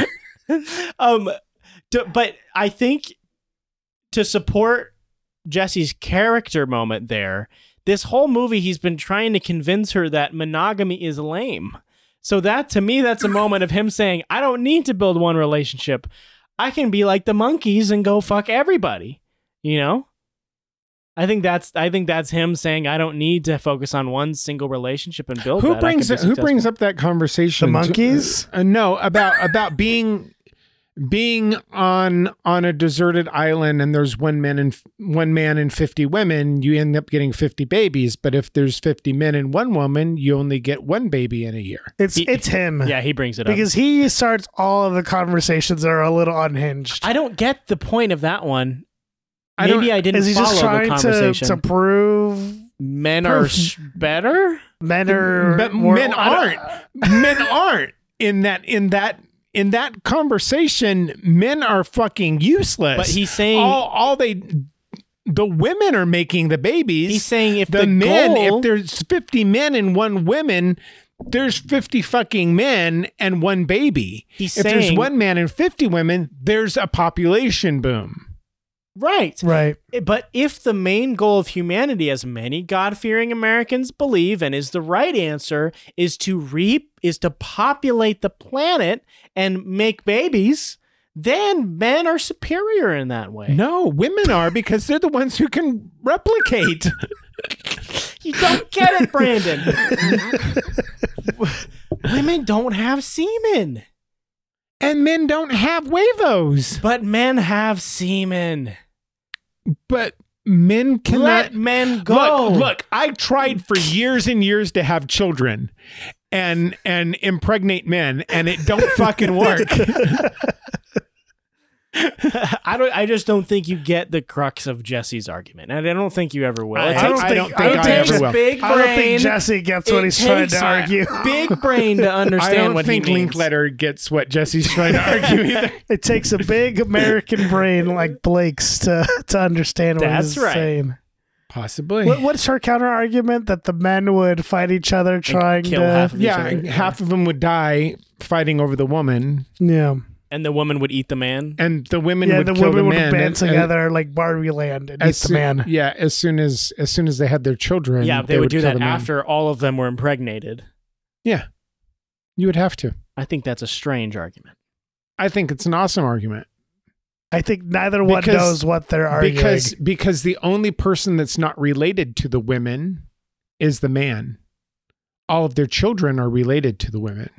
Speaker 3: either. um, d- but I think to support Jesse's character moment there, this whole movie he's been trying to convince her that monogamy is lame. So that to me, that's a moment of him saying, "I don't need to build one relationship. I can be like the monkeys and go fuck everybody." You know. I think that's I think that's him saying I don't need to focus on one single relationship and build.
Speaker 2: who
Speaker 3: that. I can
Speaker 2: brings
Speaker 3: be
Speaker 2: who
Speaker 3: successful."
Speaker 2: brings up that
Speaker 1: The
Speaker 2: conversation?
Speaker 1: monkeys?
Speaker 2: Uh, no, about about being being on on a deserted island and there's one man and one man and 50 women, you end up getting 50 babies, but if there's 50 men and one woman, you only get one baby in a year.
Speaker 1: It's
Speaker 3: He-
Speaker 1: it's him.
Speaker 3: Yeah, he brings it up
Speaker 1: Because he starts all of the conversations that are a little unhinged.
Speaker 3: I don't get the point of that one.
Speaker 2: I don't-
Speaker 3: Maybe I didn't
Speaker 1: Is he
Speaker 3: follow
Speaker 1: just
Speaker 3: the
Speaker 1: trying to,
Speaker 3: conversation.
Speaker 1: to prove
Speaker 3: men are sh- better.
Speaker 1: men are
Speaker 2: but
Speaker 1: were-
Speaker 2: men
Speaker 1: I don't-
Speaker 2: aren't men aren't in that in that in that conversation men are fucking useless
Speaker 3: But he's saying
Speaker 2: all all they the women are making the babies
Speaker 3: he's saying if
Speaker 2: the,
Speaker 3: the,
Speaker 2: men
Speaker 3: goal,
Speaker 2: if there's 50 men and one woman there's 50 fucking men and one baby
Speaker 3: he's
Speaker 2: if there's
Speaker 3: saying
Speaker 2: one man and 50 women there's a population boom
Speaker 3: right.
Speaker 1: Right.
Speaker 3: But if the main goal of humanity, as many God-fearing Americans believe, and is the right answer, is to reap, is to populate the planet and make babies, then men are superior in that way.
Speaker 2: no women are because they're the ones who can replicate
Speaker 3: You don't get it, Brandon. Women don't have semen,
Speaker 2: and men don't have wavos
Speaker 3: but men have semen.
Speaker 2: but men cannot
Speaker 3: Let men go.
Speaker 2: Look, look, I tried for years and years to have children and and impregnate men and it don't fucking work.
Speaker 3: I don't. I just don't think you get the crux of Jesse's argument, and I don't think you ever will.
Speaker 2: I-
Speaker 3: It
Speaker 2: I
Speaker 3: takes-
Speaker 2: don't think
Speaker 3: it
Speaker 2: I
Speaker 3: takes
Speaker 2: ever will.
Speaker 3: big brain.
Speaker 1: I don't think Jesse gets what
Speaker 3: it
Speaker 1: he's trying
Speaker 3: takes
Speaker 1: to argue.
Speaker 3: Big brain to
Speaker 2: I
Speaker 3: understand
Speaker 2: don't
Speaker 3: what
Speaker 2: think
Speaker 3: he means.
Speaker 2: Linkletter gets what Jesse's trying to argue either.
Speaker 1: It takes a big American brain like Blake's to to understand what
Speaker 3: That's
Speaker 1: he's
Speaker 3: right.
Speaker 1: saying.
Speaker 2: Possibly.
Speaker 1: What, what's her counter argument that the men would fight each other trying
Speaker 3: kill
Speaker 1: to
Speaker 3: half of each
Speaker 2: yeah,
Speaker 3: other.
Speaker 2: half of them would die fighting over the woman,
Speaker 1: yeah
Speaker 3: and the woman would eat the man.
Speaker 2: and the women
Speaker 1: yeah
Speaker 2: would
Speaker 1: the
Speaker 2: kill
Speaker 1: women
Speaker 2: the
Speaker 1: would
Speaker 2: men.
Speaker 1: band
Speaker 2: and- and
Speaker 1: together like Barbie land and eat
Speaker 2: as
Speaker 1: the
Speaker 2: soo-
Speaker 1: man.
Speaker 2: Yeah, as soon as as soon as they had their children,
Speaker 3: yeah, they, would do
Speaker 2: kill
Speaker 3: that
Speaker 2: the man.
Speaker 3: after all of them were impregnated.
Speaker 2: Yeah, you would have to.
Speaker 3: I think that's a strange argument.
Speaker 2: I think it's an awesome argument.
Speaker 1: I think neither one
Speaker 2: Because-
Speaker 1: knows what they're arguing.
Speaker 2: because because the only person that's not related to the women is the man all of their children are related to the women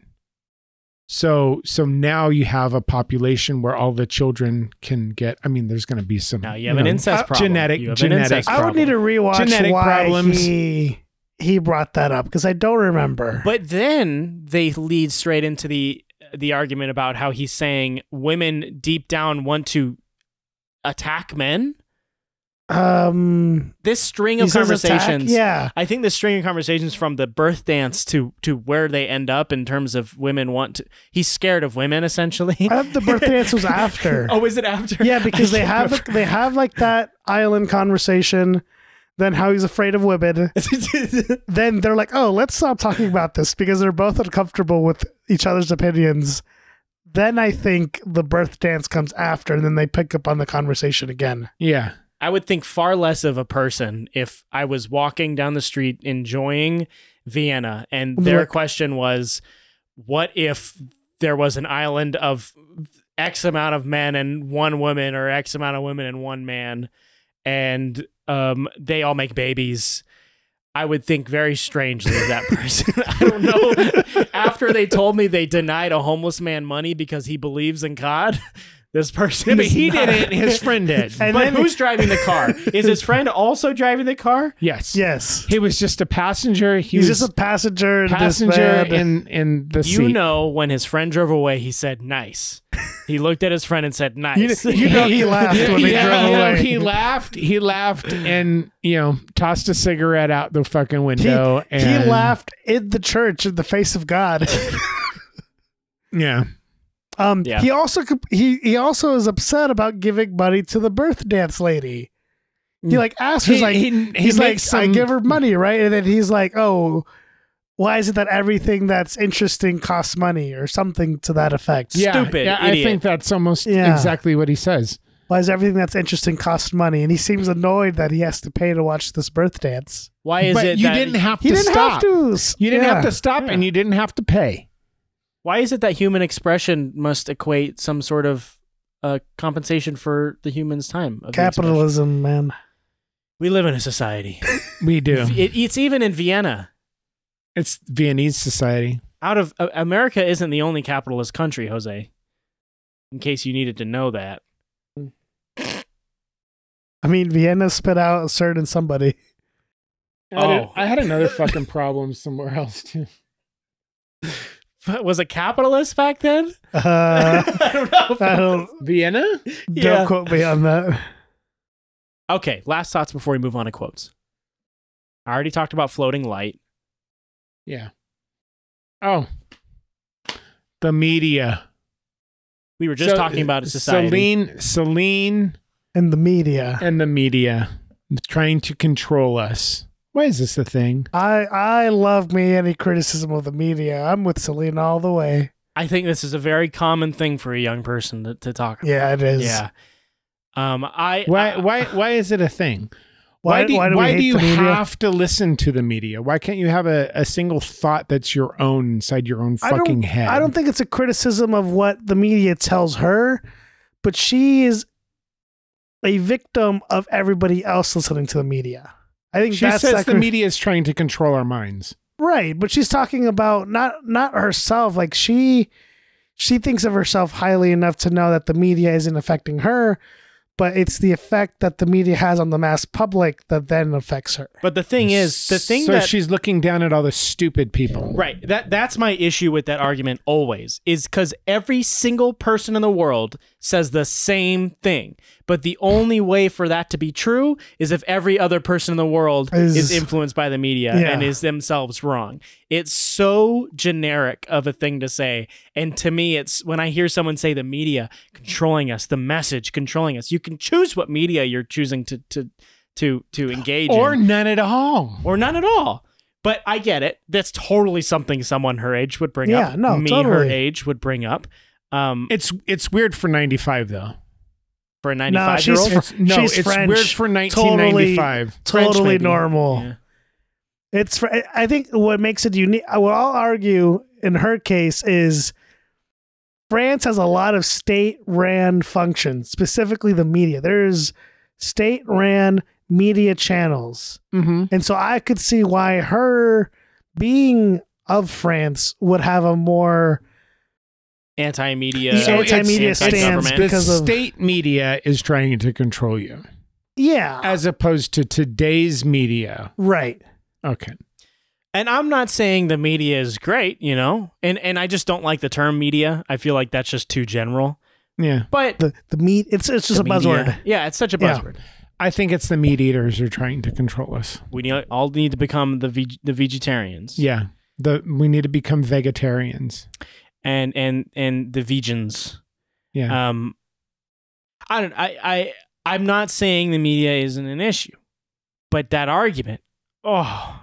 Speaker 2: so so now you have a population where all the children can get i mean there's going to be some
Speaker 3: Now you have an
Speaker 2: know,
Speaker 3: incest
Speaker 1: uh,
Speaker 3: problem.
Speaker 2: genetic-
Speaker 3: You have an
Speaker 2: genetic
Speaker 3: incest
Speaker 1: I would
Speaker 3: problem.
Speaker 1: need to rewatch
Speaker 2: Genetic
Speaker 1: why
Speaker 2: problems.
Speaker 1: he he brought that up because I don't remember.
Speaker 3: But then they lead straight into the the argument about how he's saying women deep down want to attack men.
Speaker 1: Um,
Speaker 3: This string of
Speaker 1: he says attack?
Speaker 3: conversations.
Speaker 1: Yeah.
Speaker 3: I think the string of conversations from the birth dance to to where they end up in terms of women want to. He's scared of women essentially.
Speaker 1: I thought the birth dance was after.
Speaker 3: oh, is it after?
Speaker 1: Yeah, because
Speaker 3: I
Speaker 1: they
Speaker 3: can't
Speaker 1: have
Speaker 3: remember.
Speaker 1: they have like that island conversation, then how he's afraid of women. Then they're like, oh, let's stop talking about this because they're both uncomfortable with each other's opinions. Then I think the birth dance comes after, and then they pick up on the conversation again.
Speaker 2: Yeah.
Speaker 3: I would think far less of a person if I was walking down the street enjoying Vienna and their
Speaker 1: Look.
Speaker 3: question was, what if there was an island of X amount of men and one woman or X amount of women and one man and um, they all make babies? I would think very strangely of that person. I don't know. After they told me they denied a homeless man money because he believes in God, this person.
Speaker 2: but
Speaker 3: is
Speaker 2: he
Speaker 3: not-
Speaker 2: didn't. His friend did.
Speaker 1: And
Speaker 3: but
Speaker 1: then-
Speaker 3: who's driving the car? Is his friend also driving the car?
Speaker 2: Yes.
Speaker 1: Yes,
Speaker 2: He was just a passenger. He
Speaker 1: he's
Speaker 2: was
Speaker 1: just a passenger. in this
Speaker 2: passenger
Speaker 1: band.
Speaker 2: in in the
Speaker 3: You
Speaker 2: seat.
Speaker 3: know, when his friend drove away, he said, nice. He looked at his friend and said, nice.
Speaker 1: you know he laughed when they
Speaker 2: Yeah,
Speaker 1: drove
Speaker 2: you know,
Speaker 1: away.
Speaker 2: he laughed. He laughed and you know tossed a cigarette out the fucking window.
Speaker 1: he
Speaker 2: and
Speaker 1: laughed in the church in the face of God.
Speaker 2: Yeah,
Speaker 1: Um,
Speaker 3: Yeah.
Speaker 1: he also comp- he he also is upset about giving money to the birth dance lady.
Speaker 2: Mm.
Speaker 1: He like asks her he's like he's like
Speaker 2: makes
Speaker 1: I
Speaker 2: some-
Speaker 1: give her money right, and then he's like, oh, why is it that everything that's interesting costs money or something to that effect?
Speaker 2: yeah,
Speaker 3: stupid
Speaker 2: Yeah, I
Speaker 3: idiot.
Speaker 2: think that's almost
Speaker 1: Yeah.
Speaker 2: exactly what he says.
Speaker 1: Why is everything that's interesting cost money? And he seems annoyed that he has to pay to watch this birth dance.
Speaker 3: Why is
Speaker 2: but
Speaker 3: it
Speaker 2: you
Speaker 3: that
Speaker 2: didn't have
Speaker 1: He
Speaker 2: to
Speaker 1: didn't
Speaker 2: stop.
Speaker 1: have to.
Speaker 2: You didn't
Speaker 1: Yeah.
Speaker 2: have to stop, and you didn't have to pay.
Speaker 3: why is it that human expression must equate some sort of uh, compensation for the human's time? of the expression?
Speaker 1: Capitalism, man.
Speaker 3: We live in a society.
Speaker 2: We do.
Speaker 3: It, it's even in Vienna.
Speaker 2: It's Viennese society.
Speaker 3: Out of uh, America isn't the only capitalist country, Jose. In case you needed to know that.
Speaker 1: I mean, Vienna spit out a certain somebody.
Speaker 2: I had-
Speaker 3: Oh.
Speaker 2: I had another fucking problem somewhere else too.
Speaker 3: Was a capitalist back then?
Speaker 1: Uh,
Speaker 3: I don't know.
Speaker 1: I don't,
Speaker 2: Vienna.
Speaker 1: don't
Speaker 3: Yeah.
Speaker 1: quote me on that.
Speaker 3: Okay, last thoughts before we move on to quotes. I already talked about floating light.
Speaker 2: Yeah. Oh, the media.
Speaker 3: We were just
Speaker 2: So, uh,
Speaker 3: talking about a society.
Speaker 2: Celine, Celine,
Speaker 1: In the media.
Speaker 2: and the media trying to control us. Why is this a thing?
Speaker 1: I I love me any criticism of the media. I'm with Selena all the way.
Speaker 3: I think this is a very common thing for a young person to, to talk about.
Speaker 1: Yeah, it is.
Speaker 3: Yeah. Um, I
Speaker 2: Why,
Speaker 3: I-
Speaker 2: why, why is it a thing?
Speaker 1: Why,
Speaker 2: do,
Speaker 1: why do, we hate
Speaker 2: you
Speaker 1: the media?
Speaker 2: have to listen to the media? Why can't you have a, a single thought that's your own inside your own
Speaker 1: I don't-
Speaker 2: fucking head?
Speaker 1: I don't think it's a criticism of what the media tells her, but she is a victim of everybody else listening to the media. I think
Speaker 2: she
Speaker 1: that's
Speaker 2: says
Speaker 1: that
Speaker 2: the
Speaker 1: cri-
Speaker 2: media is trying to control our minds.
Speaker 1: right, but she's talking about not not herself. Like she she thinks of herself highly enough to know that the media isn't affecting her, but it's the effect that the media has on the mass public that then affects her.
Speaker 3: but the thing is, the thing
Speaker 2: so
Speaker 3: that
Speaker 2: she's looking down at all the stupid people.
Speaker 3: right that that's my issue with that argument always is because every single person in the world says the same thing. But the only way for that to be true is if every other person in the world
Speaker 1: Is-
Speaker 3: is, influenced by the media
Speaker 1: Yeah.
Speaker 3: and is themselves wrong. It's so generic of a thing to say, and to me, it's when I hear someone say the media controlling us, the message controlling us. You can choose what media you're choosing to to to to engage in
Speaker 2: Or none at all.
Speaker 3: or none at all. But I get it. That's totally something someone her age would bring
Speaker 1: Yeah,
Speaker 3: up.
Speaker 1: no,
Speaker 3: me her
Speaker 1: totally.
Speaker 3: age would bring up. Um,
Speaker 2: It's it's weird for ninety five though.
Speaker 3: for a
Speaker 1: No,
Speaker 3: ninety-five
Speaker 1: she's
Speaker 3: year old,
Speaker 1: fr-
Speaker 2: It's- no,
Speaker 1: she's
Speaker 2: it's
Speaker 1: French.
Speaker 2: weird for nineteen ninety five.
Speaker 1: Totally
Speaker 3: maybe.
Speaker 1: normal. It's fr- I think what makes it unique. What I'll argue in her case is France has a lot of state-ran functions, specifically the media. There's state-ran media channels,
Speaker 2: Mm-hmm.
Speaker 1: and so I could see why her being of France would have a more
Speaker 3: anti-media,
Speaker 1: So it's- anti-media stands
Speaker 3: anti-government.
Speaker 1: because
Speaker 2: the
Speaker 1: of-
Speaker 2: state media is trying to control you,
Speaker 1: yeah
Speaker 2: as opposed to today's media.
Speaker 1: right.
Speaker 2: Okay,
Speaker 3: And I'm not saying the media is great, you know, and and I just don't like the term media. I feel like that's just too general.
Speaker 2: yeah.
Speaker 3: But
Speaker 1: The the meat it's it's just a
Speaker 3: the media-
Speaker 1: buzzword.
Speaker 3: Yeah, it's such a
Speaker 1: Yeah.
Speaker 3: buzzword.
Speaker 2: I think it's the meat eaters are trying to control us.
Speaker 3: We need, all need to become the veg- the vegetarians.
Speaker 2: Yeah. The we need to become vegetarians.
Speaker 3: and and and the vegans.
Speaker 2: Yeah.
Speaker 3: Um, I don't. I I I'm not saying the media isn't an issue, but that argument. Oh,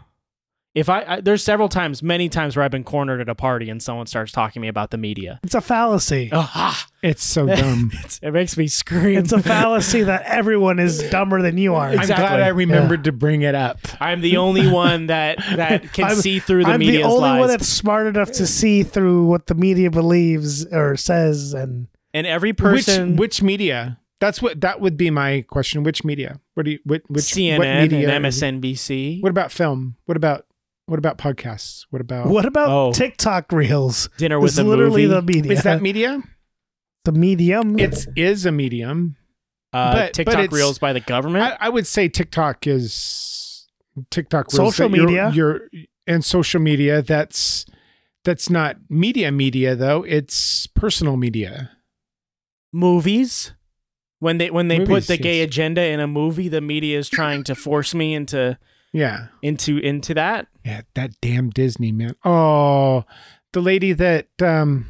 Speaker 3: if I, I there's several times, many times where I've been cornered at a party and someone starts talking to me about the media.
Speaker 1: It's a fallacy.
Speaker 2: Oh.
Speaker 3: Ah,
Speaker 2: it's so dumb.
Speaker 3: it's- it makes me scream.
Speaker 1: It's a fallacy that everyone is dumber than you are.
Speaker 2: I'm glad
Speaker 3: Exactly.
Speaker 2: I remembered to bring it up.
Speaker 3: I'm the only one that that can
Speaker 1: I'm-
Speaker 3: see through the
Speaker 1: I'm the
Speaker 3: media's
Speaker 1: only
Speaker 3: lies.
Speaker 1: one that's smart enough to see through what the media believes or says, and
Speaker 3: and every person,
Speaker 2: Which, which media? That's what that would be my question. Which media? What do you? Which, which
Speaker 3: CNN
Speaker 2: what media?
Speaker 3: and MSNBC,
Speaker 2: What about film? What about what about podcasts? What about
Speaker 1: what about
Speaker 3: Oh.
Speaker 1: TikTok reels?
Speaker 3: dinner with
Speaker 1: It's
Speaker 3: a
Speaker 1: literally
Speaker 3: movie.
Speaker 1: the media.
Speaker 2: is that media?
Speaker 1: the medium?
Speaker 2: It's is a medium.
Speaker 3: uh,
Speaker 2: but- but
Speaker 3: TikTok
Speaker 2: it's-
Speaker 3: reels by the government.
Speaker 2: I, I would say TikTok is TikTok. reels
Speaker 1: Social
Speaker 2: that you're-
Speaker 1: media.
Speaker 2: you're- and social media. That's that's not media media though. It's personal media.
Speaker 3: movies when they when they put
Speaker 2: Movies,
Speaker 3: the gay
Speaker 2: yes.
Speaker 3: agenda in a movie the media is trying to force me into
Speaker 2: Yeah.
Speaker 3: into into that
Speaker 2: Yeah. That damn Disney man. Oh, the lady that um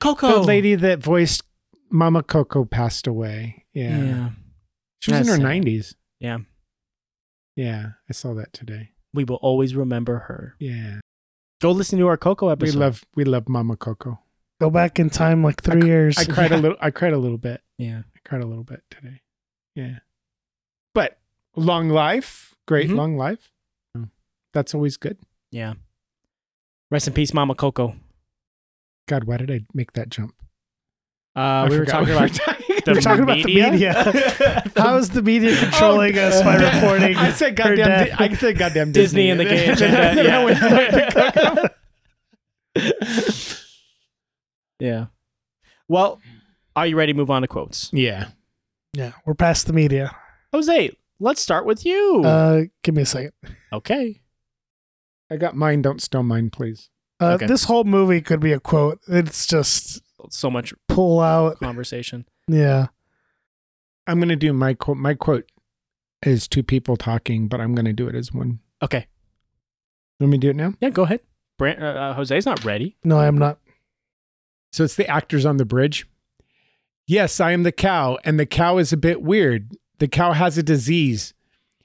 Speaker 3: coco
Speaker 2: the lady that voiced Mama Coco passed away. Yeah.
Speaker 3: yeah,
Speaker 2: She was
Speaker 3: That's
Speaker 2: in her
Speaker 3: sad.
Speaker 2: 90s.
Speaker 3: Yeah.
Speaker 2: Yeah. I saw that today.
Speaker 3: we will always remember her
Speaker 2: Yeah.
Speaker 3: go listen to our coco
Speaker 2: We
Speaker 3: episode
Speaker 2: love we love Mama Coco.
Speaker 1: Go back in time like three
Speaker 2: cr-
Speaker 1: years.
Speaker 2: I cried a
Speaker 3: Yeah.
Speaker 2: little I cried a little bit.
Speaker 3: yeah
Speaker 2: I cried a little bit today. Yeah. But long life, great
Speaker 3: Mhm.
Speaker 2: long life. Mm. That's always good.
Speaker 3: yeah rest in peace mama coco
Speaker 2: God, why did I make that jump?
Speaker 3: uh,
Speaker 2: I
Speaker 3: we were
Speaker 2: forgot
Speaker 3: talking about
Speaker 2: talking
Speaker 3: the
Speaker 1: We're talking about the media. How is the
Speaker 3: Oh,
Speaker 1: media controlling us by
Speaker 2: Oh,
Speaker 1: reporting?
Speaker 2: I said
Speaker 1: her
Speaker 2: goddamn.
Speaker 1: death?
Speaker 2: Di- I said goddamn
Speaker 3: Disney
Speaker 2: Disney,
Speaker 3: and the gay
Speaker 2: Then I went back to
Speaker 3: agenda. Yeah. yeah. Well, are you ready to move on to quotes?
Speaker 2: Yeah.
Speaker 1: yeah, we're past the media.
Speaker 3: Jose, let's start with you.
Speaker 1: Uh, give me a second.
Speaker 3: okay.
Speaker 2: I got mine. Don't stone mine, please.
Speaker 1: Uh,
Speaker 3: Okay.
Speaker 1: This whole movie could be a quote. It's just
Speaker 3: So much
Speaker 1: pull out.
Speaker 3: conversation.
Speaker 1: Yeah.
Speaker 2: I'm going to do my quote. My quote is two people talking, but I'm going to do it as one.
Speaker 3: Okay.
Speaker 2: Let me do it now.
Speaker 3: Yeah, go ahead. Brand, uh, uh, Jose's not ready.
Speaker 1: No, I'm not.
Speaker 2: So it's the actors on the bridge. Yes, I am the cow, and the cow is a bit weird. The cow has a disease.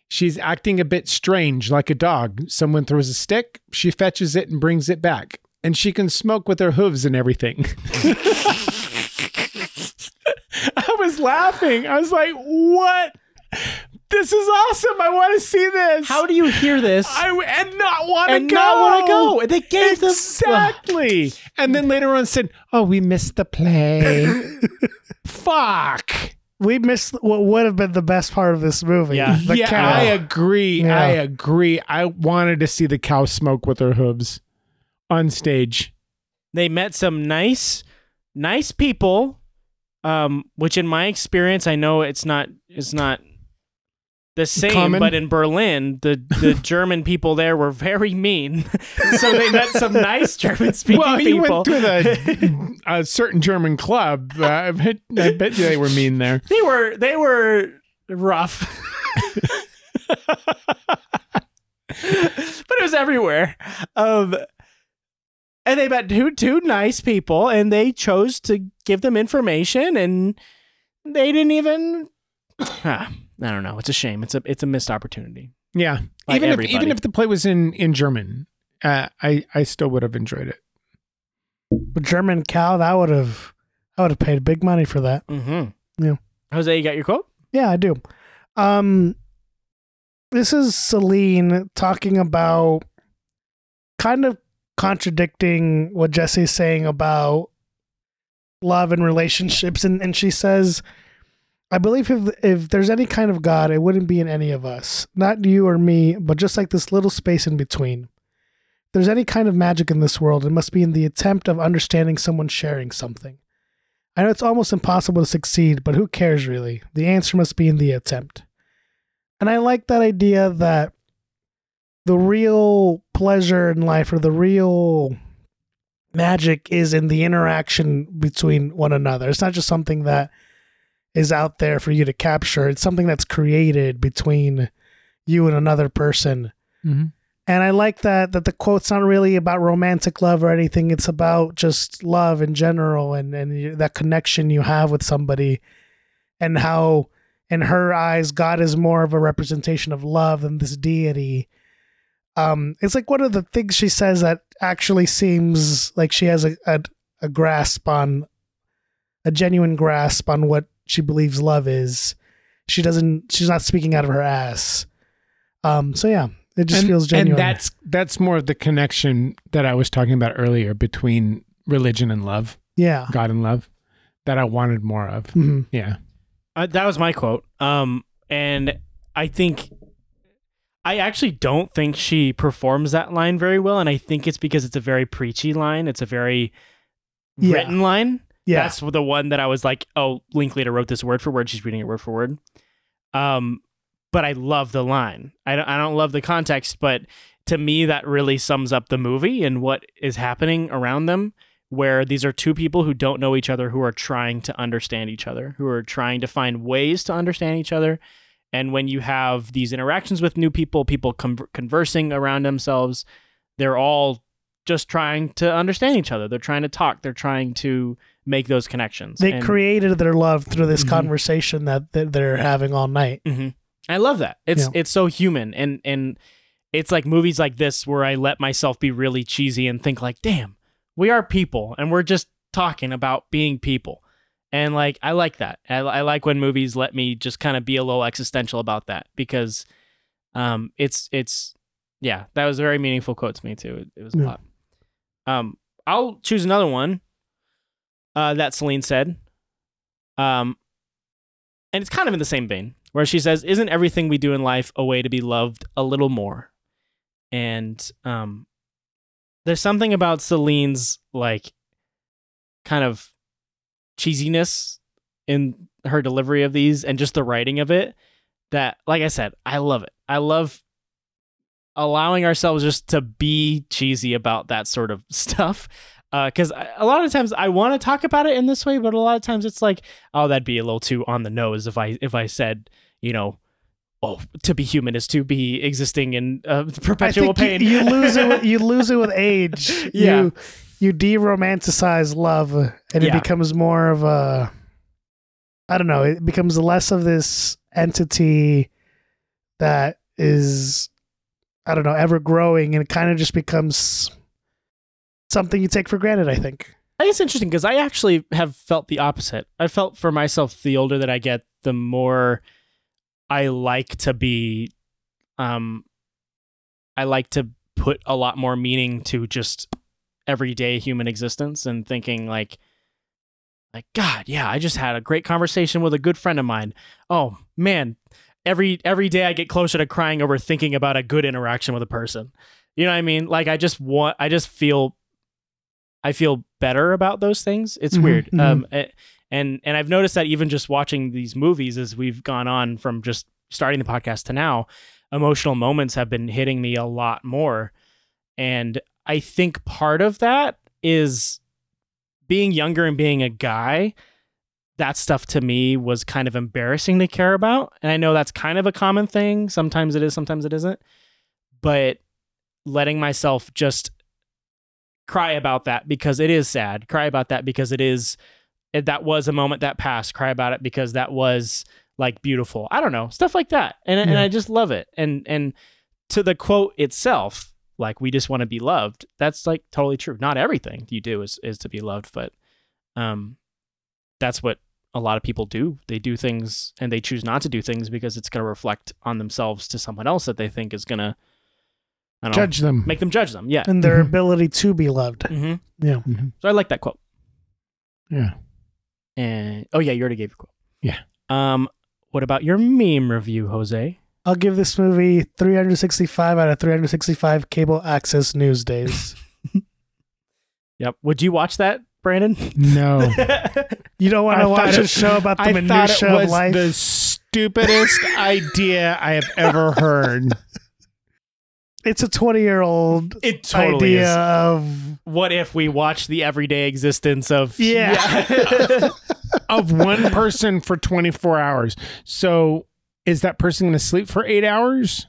Speaker 2: She's acting a bit strange, like a dog. Someone throws a stick, she fetches it and brings it back. And she can smoke with her hooves and everything. I was laughing. I was like, what? This is awesome. I want to see this.
Speaker 3: How do you hear this
Speaker 2: I and not want to go.
Speaker 3: and not want to go? They gave them
Speaker 2: Exactly. And then later on said, "Oh, we missed the play." Fuck.
Speaker 1: We missed what would have been the best part of this movie.
Speaker 3: Yeah.
Speaker 1: The
Speaker 2: yeah,
Speaker 1: cow.
Speaker 2: I agree.
Speaker 1: Yeah.
Speaker 2: I agree. I wanted to see the cow smoke with her hooves on stage.
Speaker 3: They met some nice, nice people. Um, which in my experience, I know it's not it's not the same,
Speaker 2: Common?
Speaker 3: but in Berlin, the the German people there were very mean. so they met some nice German speaking
Speaker 2: well, you
Speaker 3: people.
Speaker 2: went to the a certain German club. Uh, I bet, I bet you they were mean there.
Speaker 3: they were they were rough. but it was everywhere. Um and they met two two nice people and they chose to give them information and they didn't even Ah, I don't know. It's a shame. It's a it's a missed opportunity.
Speaker 2: Yeah,
Speaker 3: Like
Speaker 2: even
Speaker 3: everybody.
Speaker 2: if even if the play was in in German, uh, I I still would have enjoyed it.
Speaker 1: But German cow, that would have I would have paid big money for that.
Speaker 3: Mm-hmm.
Speaker 1: Yeah.
Speaker 3: Jose, you got your quote?
Speaker 1: Yeah, I do. Um this is Celine talking about kind of contradicting what Jesse's saying about love and relationships and, and she says I believe if if there's any kind of God, it wouldn't be in any of us. Not you or me, but just like this little space in between. If there's any kind of magic in this world, it must be in the attempt of understanding someone sharing something. I know it's almost impossible to succeed, but who cares really? The answer must be in the attempt. And I like that idea that the real pleasure in life or the real magic is in the interaction between one another. It's not just something that is out there for you to capture. It's something that's created between you and another person.
Speaker 2: Mhm.
Speaker 1: And I like that that the quote's not really about romantic love or anything. It's about just love in general and and you- that connection you have with somebody, and how in her eyes God is more of a representation of love than this deity. Um, it's like one of the things she says that actually seems like she has a a, a grasp on a genuine grasp on what she believes love is. She doesn't. She's not speaking out of her ass. Um. So yeah, it just
Speaker 2: and,
Speaker 1: feels genuine.
Speaker 2: And that's that's more of the connection that I was talking about earlier between religion and love,
Speaker 1: yeah.
Speaker 2: God and love, that I wanted more of.
Speaker 1: Mhm.
Speaker 2: Yeah.
Speaker 3: Uh, that was my quote. Um, and I think I actually don't think she performs that line very well, and I think it's because it's a very preachy line. It's a very
Speaker 1: Yeah.
Speaker 3: written line.
Speaker 1: Yeah.
Speaker 3: That's the one that I was like, oh, Linklater wrote this word for word. She's reading it word for word. Um, but I love the line. I don't, I don't love the context, but to me, that really sums up the movie and what is happening around them, where these are two people who don't know each other, who are trying to understand each other, who are trying to find ways to understand each other. And when you have these interactions with new people, people con- conversing around themselves, they're all just trying to understand each other. They're trying to talk. They're trying to make those connections.
Speaker 1: They
Speaker 3: And- Mm-hmm.
Speaker 1: created their love through this
Speaker 2: Mhm.
Speaker 1: conversation that that they're having all night.
Speaker 3: hmm I love that. It's
Speaker 1: Yeah.
Speaker 3: it's so human and and it's like movies like this where I let myself be really cheesy and think like, damn, we are people and we're just talking about being people. And like I like that. I, I like when movies let me just kind of be a little existential about that because um it's it's yeah, that was a very meaningful quote to me too. It, it was a
Speaker 1: Yeah.
Speaker 3: lot. Um I'll choose another one uh that Celine said. Um and it's kind of in the same vein where she says isn't everything we do in life a way to be loved a little more and um there's something about celine's like kind of cheesiness in her delivery of these and just the writing of it that like i said i love it i love allowing ourselves just to be cheesy about that sort of stuff because a lot of times i want to talk about it in this way but a lot of times it's like oh that'd be a little too on the nose if i if i said you know oh to be human is to be existing in uh,
Speaker 1: I
Speaker 3: perpetual
Speaker 1: think you,
Speaker 3: pain
Speaker 1: you lose it. With, you lose it with age.
Speaker 3: Yeah.
Speaker 1: You, you de-romanticize love, and
Speaker 3: Yeah.
Speaker 1: it becomes more of a. I don't know. It becomes less of this entity that is, I don't know, ever growing, and it kind of just becomes something you take for granted. I think.
Speaker 3: I think it's interesting because I actually have felt the opposite. I felt for myself the older that I get, the more I like to be um I like to put a lot more meaning to just everyday human existence and thinking like like god, yeah, I just had a great conversation with a good friend of mine. Oh, man, every every day I get closer to crying over thinking about a good interaction with a person. You know what I mean? Like I just want I just feel I feel better about those things. It's
Speaker 2: Mhm,
Speaker 3: weird.
Speaker 1: mhm.
Speaker 3: Um eh, and and I've noticed that even just watching these movies as we've gone on from just starting the podcast to now, emotional moments have been hitting me a lot more. And I think part of that is being younger and being a guy, that stuff to me was kind of embarrassing to care about. And I know that's kind of a common thing. Sometimes it is, sometimes it isn't. But letting myself just cry about that because it is sad, cry about that because it is, it- that was a moment that passed, cry about it because that was like beautiful. I don't know, stuff like that. And, and
Speaker 2: Yeah.
Speaker 3: I just love it. And, and to the quote itself, like we just want to be loved. That's like totally true. Not everything you do is is to be loved, but um that's what a lot of people do. They do things and they choose not to do things because it's going to reflect on themselves to someone else that they think is going to I don't
Speaker 2: Judge them.
Speaker 3: know, Oh. make them judge them. Yeah.
Speaker 1: And their
Speaker 2: Mhm.
Speaker 1: ability to be loved.
Speaker 3: hmm
Speaker 1: Yeah.
Speaker 2: Mhm.
Speaker 3: So I like that quote.
Speaker 2: Yeah.
Speaker 3: And oh yeah, you already gave your quote.
Speaker 2: Yeah.
Speaker 3: Um what about your meme review, Jose?
Speaker 1: I'll give this movie 365 out of 365 cable access news days.
Speaker 3: Yep. Would you watch that, Brandon?
Speaker 2: No.
Speaker 1: You don't want
Speaker 2: I
Speaker 1: to
Speaker 2: thought
Speaker 1: watch
Speaker 2: it-
Speaker 1: a show about the
Speaker 2: I thought it
Speaker 1: minutia of
Speaker 2: was
Speaker 1: life.
Speaker 2: the stupidest idea I have ever heard.
Speaker 1: It's a 20 year old
Speaker 3: It
Speaker 1: idea of
Speaker 3: what if we watch the everyday existence of
Speaker 1: Yeah.
Speaker 2: of one person for 24 hours. So is that person going to sleep for eight hours?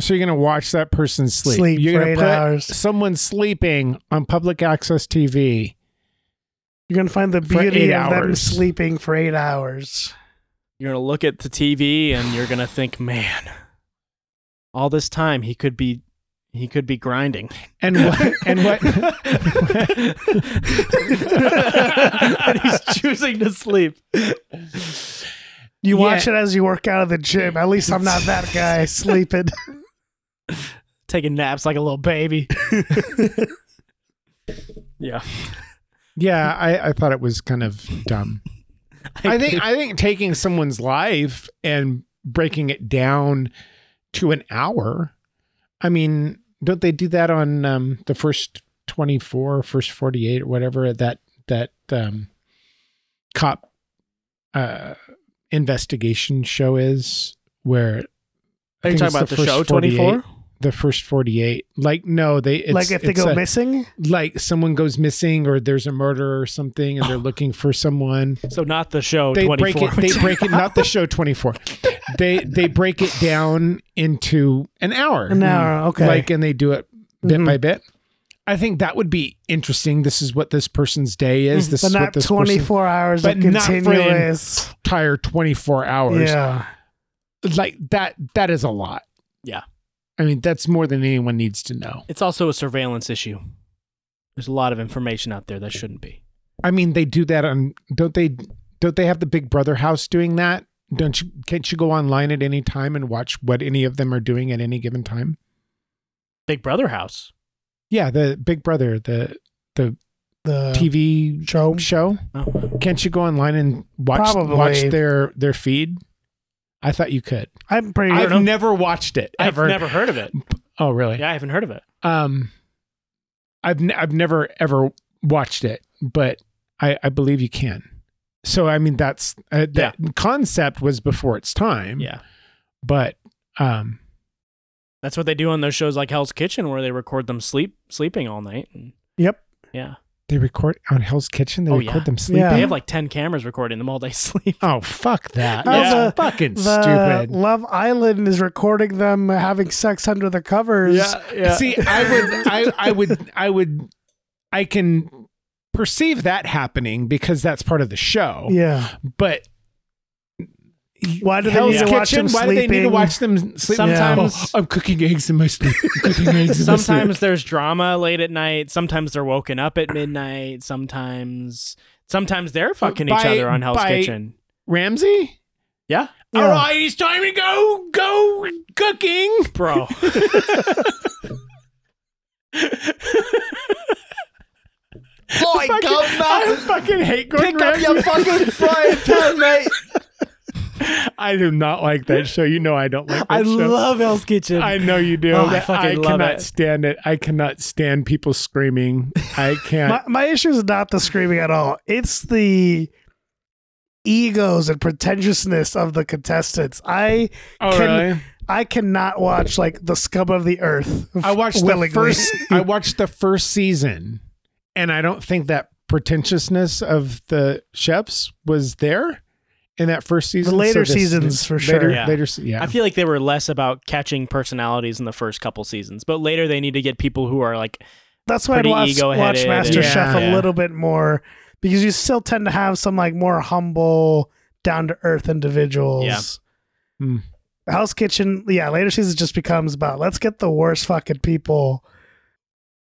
Speaker 2: So you're going to watch that person sleep.
Speaker 1: Sleep
Speaker 2: you're
Speaker 1: for
Speaker 2: gonna
Speaker 1: eight
Speaker 2: put
Speaker 1: hours.
Speaker 2: Someone sleeping on public access TV.
Speaker 1: You're gonna find the
Speaker 2: For
Speaker 1: beauty
Speaker 2: eight
Speaker 1: of them
Speaker 2: hours.
Speaker 1: sleeping for eight hours.
Speaker 3: You're gonna look at the TV and you're gonna think, man, all this time he could be he could be grinding.
Speaker 2: And what? And what?
Speaker 3: and he's choosing to sleep.
Speaker 1: You
Speaker 2: Yeah.
Speaker 1: watch it as you work out of the gym. At least I'm not that guy sleeping.
Speaker 3: Taking naps like a little baby. yeah.
Speaker 2: Yeah, I, I thought it was kind of dumb. I think I think taking someone's life and breaking it down to an hour. I mean, don't they do that on um, the first 24, first 48 or whatever that that um, cop uh, investigation show is where I
Speaker 3: Are you
Speaker 2: think it's
Speaker 3: talking about the,
Speaker 2: first
Speaker 3: show
Speaker 2: 48
Speaker 3: 24?
Speaker 2: The first 48. Like no, they it's,
Speaker 1: like if they
Speaker 2: it's
Speaker 1: go
Speaker 2: a-
Speaker 1: missing,
Speaker 2: like someone goes missing or there's a murder or something and they're looking for someone
Speaker 3: So not the show
Speaker 2: they
Speaker 3: 24.
Speaker 2: break it they break it not the show 24 they they break it down into an hour
Speaker 1: an hour. Okay.
Speaker 2: Mm-hmm. like and they do it bit
Speaker 1: Mhm.
Speaker 2: by bit i think that would be interesting this is what this person's day is this
Speaker 1: Mm-hmm. but
Speaker 2: is what
Speaker 1: not
Speaker 2: this
Speaker 1: 24
Speaker 2: person's
Speaker 1: hours
Speaker 2: but
Speaker 1: of
Speaker 2: not for an
Speaker 1: continuous.
Speaker 2: entire 24 hours
Speaker 1: Yeah.
Speaker 2: like that that is a lot
Speaker 3: Yeah.
Speaker 2: i mean that's more than anyone needs to know
Speaker 3: It's also a surveillance issue. There's a lot of information out there that shouldn't be.
Speaker 2: I mean, they do that on don't they? Don't they have the Big Brother house doing that? Don't you? Can't you go online at any time and watch what any of them are doing at any given time?
Speaker 3: Big Brother house.
Speaker 2: Yeah, the Big Brother, the
Speaker 1: The
Speaker 2: TV
Speaker 1: show.
Speaker 2: show.
Speaker 3: Oh.
Speaker 2: Can't you go online and watch
Speaker 1: Probably.
Speaker 2: watch their their feed? I thought you could.
Speaker 1: I'm pretty.
Speaker 2: I've never watched it
Speaker 3: I've
Speaker 2: ever.
Speaker 3: never heard of it.
Speaker 2: oh, really?
Speaker 3: Yeah, I haven't heard of it.
Speaker 2: Um, I've ne- I've never ever watched it, but I I believe you can. So I mean, that's uh, that concept was before its time.
Speaker 3: Yeah.
Speaker 2: but um
Speaker 3: That's what they do on those shows like Hell's Kitchen where they record them sleep sleeping all night. And
Speaker 1: Yep.
Speaker 3: yeah.
Speaker 2: they record on Hell's Kitchen. They
Speaker 3: Oh,
Speaker 2: record
Speaker 3: yeah.
Speaker 2: them sleeping.
Speaker 1: Yeah.
Speaker 3: They have like 10 cameras recording them all day sleep.
Speaker 2: oh fuck that!
Speaker 1: Oh,
Speaker 2: That's
Speaker 1: the-
Speaker 2: fucking
Speaker 1: The
Speaker 2: stupid.
Speaker 1: Love Island is recording them having sex under the covers.
Speaker 2: See, I would, I, I would, I would, I can perceive that happening because that's part of the show.
Speaker 1: Yeah.
Speaker 2: But
Speaker 1: Why do they
Speaker 2: Hell's
Speaker 1: need to
Speaker 2: Kitchen,
Speaker 1: watch them
Speaker 2: why do
Speaker 1: sleeping?
Speaker 2: they need to watch them sleep?
Speaker 3: Sometimes-
Speaker 2: Oh, I'm cooking eggs in my sleep. I'm cooking eggs in my sleep.
Speaker 3: sometimes there's drama late at night. Sometimes they're woken up at midnight. Sometimes sometimes they're fucking each
Speaker 2: By-
Speaker 3: other on Hell's
Speaker 2: by-
Speaker 3: Kitchen.
Speaker 2: Ramsey.
Speaker 3: Yeah.
Speaker 1: Yeah.
Speaker 2: All right, it's time to go, go cooking.
Speaker 3: Bro.
Speaker 4: Boy,
Speaker 2: Fucking-
Speaker 4: come
Speaker 2: I
Speaker 4: back.
Speaker 2: fucking hate Gordon
Speaker 4: Pick up
Speaker 2: Ramsay.
Speaker 4: your fucking frying pan, mate.
Speaker 2: I do not like that show. You know I don't like that
Speaker 3: I
Speaker 2: show.
Speaker 3: love Hell's Kitchen.
Speaker 2: I know you do.
Speaker 3: Oh, I fucking love
Speaker 2: cannot
Speaker 3: it.
Speaker 2: stand it. I cannot stand people screaming. I can't.
Speaker 1: my, my issue is not the screaming at all. It's the egos and pretentiousness of the contestants. I
Speaker 2: oh,
Speaker 1: can-
Speaker 2: really?
Speaker 1: I cannot watch like the scum of the earth.
Speaker 2: I watched
Speaker 1: willingly.
Speaker 2: the first. I watched the first season, and I don't think that pretentiousness of the chefs was there in that first season.
Speaker 1: later
Speaker 2: this-
Speaker 1: seasons, for
Speaker 2: later,
Speaker 1: sure.
Speaker 3: Yeah.
Speaker 2: Later, se- yeah.
Speaker 3: I feel like they were less about catching personalities in the first couple seasons, but later they need to get people who are like,
Speaker 1: That's why I
Speaker 3: pretty
Speaker 1: watch,
Speaker 3: ego-headed
Speaker 1: watch
Speaker 3: and-
Speaker 1: MasterChef
Speaker 2: Yeah.
Speaker 1: a
Speaker 3: Yeah.
Speaker 1: little bit more because you still tend to have some like more humble, down to earth individuals.
Speaker 3: Yeah.
Speaker 2: Hmm.
Speaker 1: House Kitchen, yeah, later seasons just becomes about let's get the worst fucking people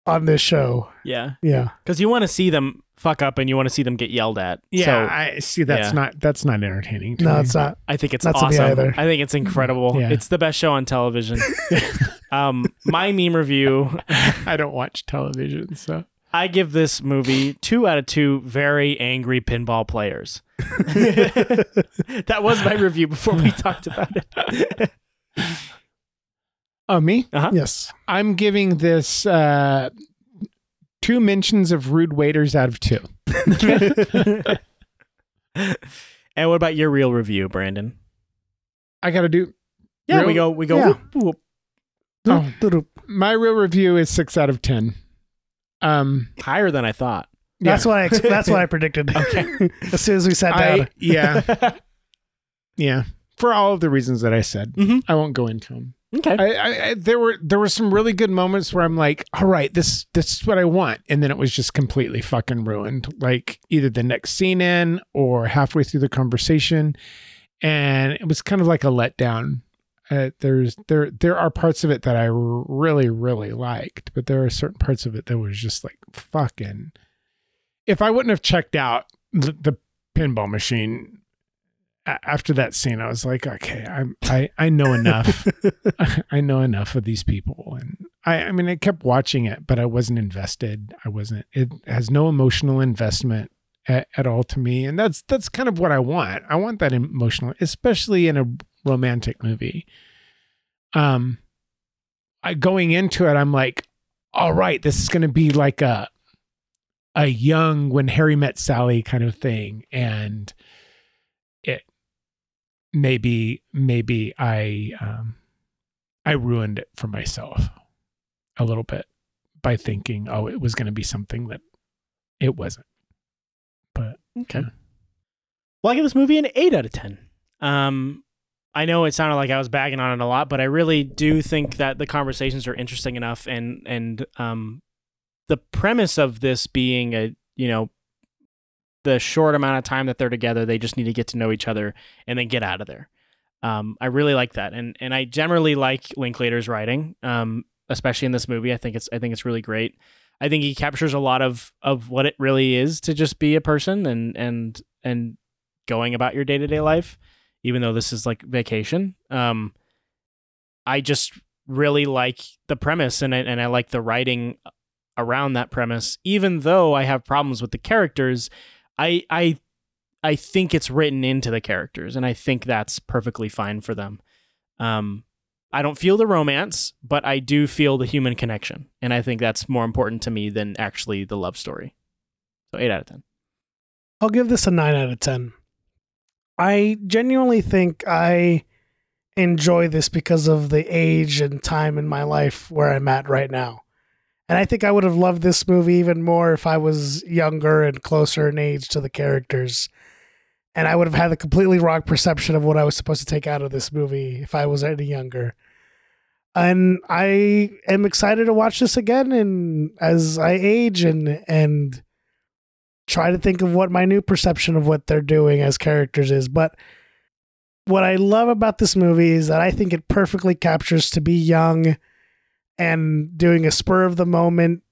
Speaker 1: on this show.
Speaker 3: yeah,
Speaker 1: Yeah.
Speaker 3: because you want to see them fuck up and you want to see them get yelled at.
Speaker 2: yeah,
Speaker 3: so
Speaker 2: I see. That's
Speaker 3: yeah.
Speaker 2: not. That's not entertaining. To
Speaker 1: No,
Speaker 2: me.
Speaker 1: it's not.
Speaker 3: I think it's
Speaker 1: Not to me
Speaker 3: awesome.
Speaker 1: either.
Speaker 3: I think it's incredible.
Speaker 2: Yeah.
Speaker 3: It's the best show on television. um, my meme review,
Speaker 2: I don't watch television, so
Speaker 3: I give this movie two out of two very angry pinball players. that was my review before we talked about it.
Speaker 2: oh me.
Speaker 1: Yes.
Speaker 2: I'm giving this uh, two mentions of rude waiters out of two.
Speaker 3: and what about your real review, Brandon?
Speaker 2: I got to do
Speaker 3: Yeah,
Speaker 2: Real-
Speaker 3: we go, we go.
Speaker 1: Yeah.
Speaker 3: whoop, whoop.
Speaker 2: Oh.
Speaker 1: Doop, doop.
Speaker 2: my real review is six out of ten. Um,
Speaker 3: higher than I thought.
Speaker 1: That's what I. ex- That's what I predicted.
Speaker 3: Okay.
Speaker 1: as soon as we sat down,
Speaker 2: I, yeah. yeah. For all of the reasons that I said,
Speaker 3: Mhm.
Speaker 2: I won't go into them.
Speaker 3: Okay.
Speaker 2: I, I, I there were there were some really good moments where I'm like, all right, this this is what I want, and then it was just completely fucking ruined. Like either the next scene in or halfway through the conversation, and it was kind of like a letdown. Uh, there's there there are parts of it that I really really liked, but there are certain parts of it that was just like fucking. If I wouldn't have checked out the, the pinball machine a- after that scene, I was like, okay, I'm I I know enough. I know enough of these people, and I I mean, I kept watching it, but I wasn't invested. I wasn't. It has no emotional investment at, at all to me, and that's that's kind of what I want. I want that emotional, especially in a romantic movie. Um, I going into it, I'm like, all right, this is going to be like a a young when Harry met Sally kind of thing, and it maybe maybe I um I ruined it for myself a little bit by thinking, oh, it was going to be something that it wasn't. But
Speaker 3: Okay. Well, I give this movie an eight out of ten. Um, I know it sounded like I was bagging on it a lot, but I really do think that the conversations are interesting enough, and and um, the premise of this being a you know, the short amount of time that they're together, they just need to get to know each other and then get out of there. Um, I really like that, and and I generally like Linklater's writing, um, especially in this movie. I think it's I think it's really great. I think he captures a lot of of what it really is to just be a person and and and going about your day to day life, even though this is like vacation. Um, I just really like the premise and I, and I like the writing around that premise. Even though I have problems with the characters, I I I think it's written into the characters, and I think that's perfectly fine for them. Um, I don't feel the romance, but I do feel the human connection, and I think that's more important to me than actually the love story. So eight out of ten.
Speaker 1: I'll give this a 9 out of 10. I genuinely think I enjoy this because of the age and time in my life where I'm at right now. And I think I would have loved this movie even more if I was younger and closer in age to the characters. And I would have had a completely wrong perception of what I was supposed to take out of this movie if I was any younger. And I am excited to watch this again and as I age and and try to think of what my new perception of what they're doing as characters is. But what I love about this movie is that I think it perfectly captures to be young and doing a spur of the moment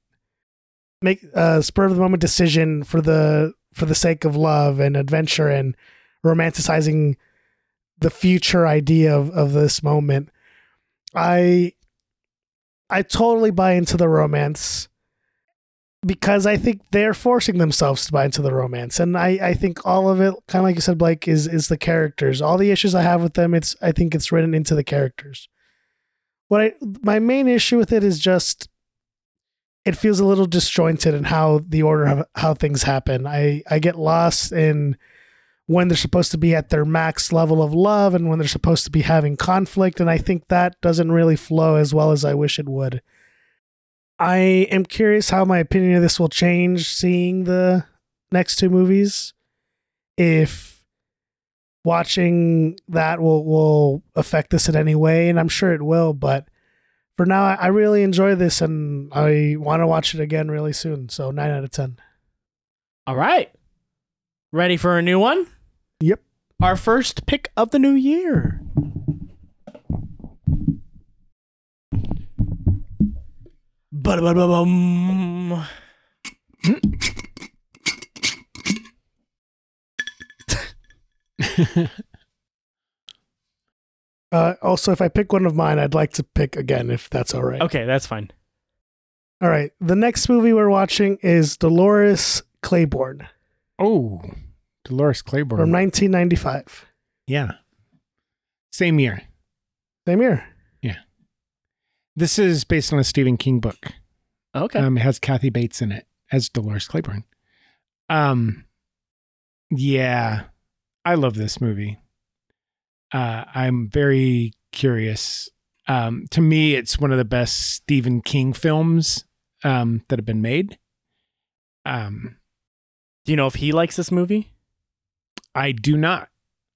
Speaker 1: make a spur of the moment decision for the for the sake of love and adventure and romanticizing the future idea of, of this moment. I I totally buy into the romance because I think they're forcing themselves to buy into the romance, and I, I think all of it, kind of like you said, Blake, is is the characters. All the issues I have with them, it's I think it's written into the characters. What I my main issue with it is just it feels a little disjointed in how the order of how things happen. I I get lost in when they're supposed to be at their max level of love and when they're supposed to be having conflict, and I think that doesn't really flow as well as I wish it would. I am curious how my opinion of this will change seeing the next two movies. If watching that will will affect this in any way, and I'm sure it will, but for now I, I really enjoy this and I want to watch it again really soon. So nine out of ten.
Speaker 3: All right, ready for a new one?
Speaker 1: Yep.
Speaker 3: Our first pick of the new year. Ba-da-ba-ba-bum.
Speaker 1: Uh, also, if I pick one of mine, I'd like to pick again if that's all right.
Speaker 3: Okay, that's fine.
Speaker 1: All right. The next movie we're watching is Dolores Claiborne
Speaker 2: oh, Dolores
Speaker 1: from
Speaker 2: Claiborne.
Speaker 1: 1995.
Speaker 2: yeah. Same year.
Speaker 1: Same year.
Speaker 2: This is based on a Stephen King book.
Speaker 3: Okay.
Speaker 2: Um, it has Kathy Bates in it as Dolores Claiborne. Um, yeah, I love this movie. Uh, I'm very curious. Um, to me, it's one of the best Stephen King films um, that have been made. Um,
Speaker 3: Do you know if he likes this movie?
Speaker 2: I do not.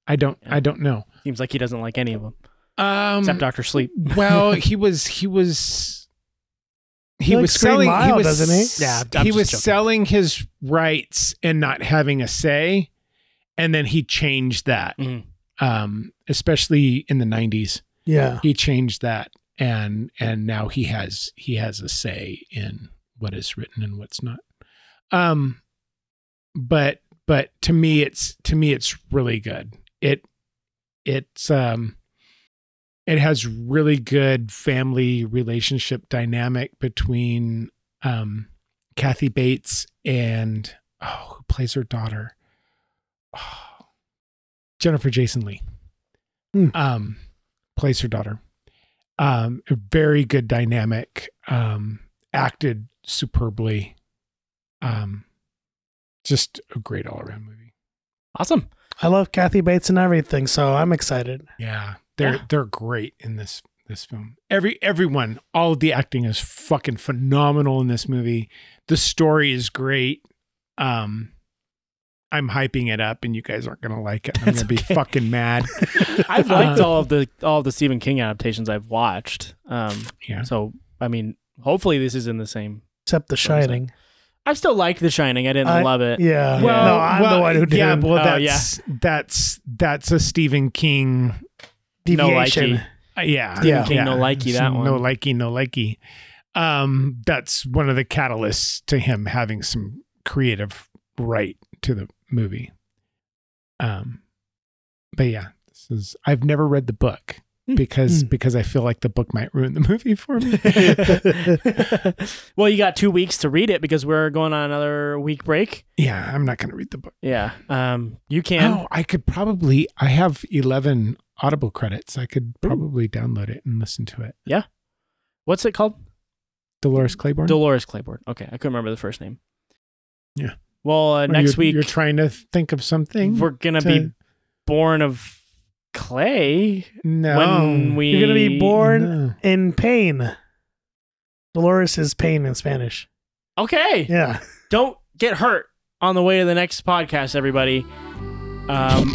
Speaker 2: I don't. I don't know.
Speaker 3: Seems like he doesn't like any of them
Speaker 2: Um,
Speaker 3: except Doctor Sleep.
Speaker 2: well, he was. He was. He,
Speaker 1: likes
Speaker 2: was
Speaker 1: Green
Speaker 2: selling. he
Speaker 1: Mile,
Speaker 2: was,
Speaker 1: doesn't he?
Speaker 3: Yeah, I'm
Speaker 2: he
Speaker 3: just
Speaker 2: was
Speaker 3: joking.
Speaker 2: selling his rights and not having a say, and then he changed that.
Speaker 3: Mhm.
Speaker 2: Um, especially in the '90s,
Speaker 1: Yeah.
Speaker 2: he changed that, and and now he has he has a say in what is written and what's not. Um, but but to me, it's to me, it's really good. It it's um it has really good family relationship dynamic between um Kathy Bates and oh who plays her daughter oh, Jennifer Jason Lee
Speaker 1: Hmm.
Speaker 2: um plays her daughter um a very good dynamic um acted superbly um just a great all around movie
Speaker 3: Awesome.
Speaker 1: I love Kathy Bates and everything, so I'm excited.
Speaker 2: Yeah, they're
Speaker 3: Yeah.
Speaker 2: they're great in this this film. Every everyone, all of the acting is fucking phenomenal in this movie. The story is great. Um, I'm hyping it up, and you guys aren't gonna like it. I'm
Speaker 3: That's
Speaker 2: gonna be
Speaker 3: okay.
Speaker 2: fucking mad.
Speaker 3: I've liked
Speaker 2: Uh,
Speaker 3: all of the all of the Stephen King adaptations I've watched. Um,
Speaker 2: Yeah.
Speaker 3: So I mean, hopefully this is in the same.
Speaker 1: Except The
Speaker 3: What was
Speaker 1: Shining.
Speaker 3: I've still liked The Shining. I didn't
Speaker 1: I-
Speaker 3: love it.
Speaker 1: Oh, Yeah.
Speaker 3: Well,
Speaker 1: no, I'm the one who did
Speaker 2: Yeah, well,
Speaker 3: Oh,
Speaker 2: that's that's that's a Stephen King.
Speaker 3: No
Speaker 1: deviation.
Speaker 3: likey.
Speaker 2: uh, yeah,
Speaker 1: Stephen
Speaker 2: yeah,
Speaker 3: King, no likey, that
Speaker 2: Some No
Speaker 3: one.
Speaker 2: likey, no likey. Um, that's one of the catalysts to him having some creative right to the movie. Um, but yeah, this is. I've never read the book
Speaker 3: Hmm.
Speaker 2: because
Speaker 1: Hmm.
Speaker 2: because I feel like the book might ruin the movie for me.
Speaker 3: well, you got two weeks to read it because we're going on another week break.
Speaker 2: yeah, I'm not going to read the book.
Speaker 3: Yeah. Um, you can.
Speaker 2: Oh, I could probably. I have eleven Audible credits. I could probably download it and listen to it.
Speaker 3: What's it called?
Speaker 2: Dolores Claiborne.
Speaker 3: Dolores Claiborne. Okay, I couldn't remember the first name.
Speaker 2: Yeah.
Speaker 3: Well, uh,
Speaker 2: Or
Speaker 3: next
Speaker 2: you're-
Speaker 3: week
Speaker 2: you're trying to think of something.
Speaker 3: we're gonna be
Speaker 2: to-
Speaker 3: born of clay
Speaker 2: no. Oh.
Speaker 3: when we
Speaker 1: You're gonna be born
Speaker 2: No.
Speaker 1: in pain. Dolores is pain in Spanish.
Speaker 3: Okay.
Speaker 1: Yeah.
Speaker 3: Don't get hurt on the way to the next podcast, everybody. Um,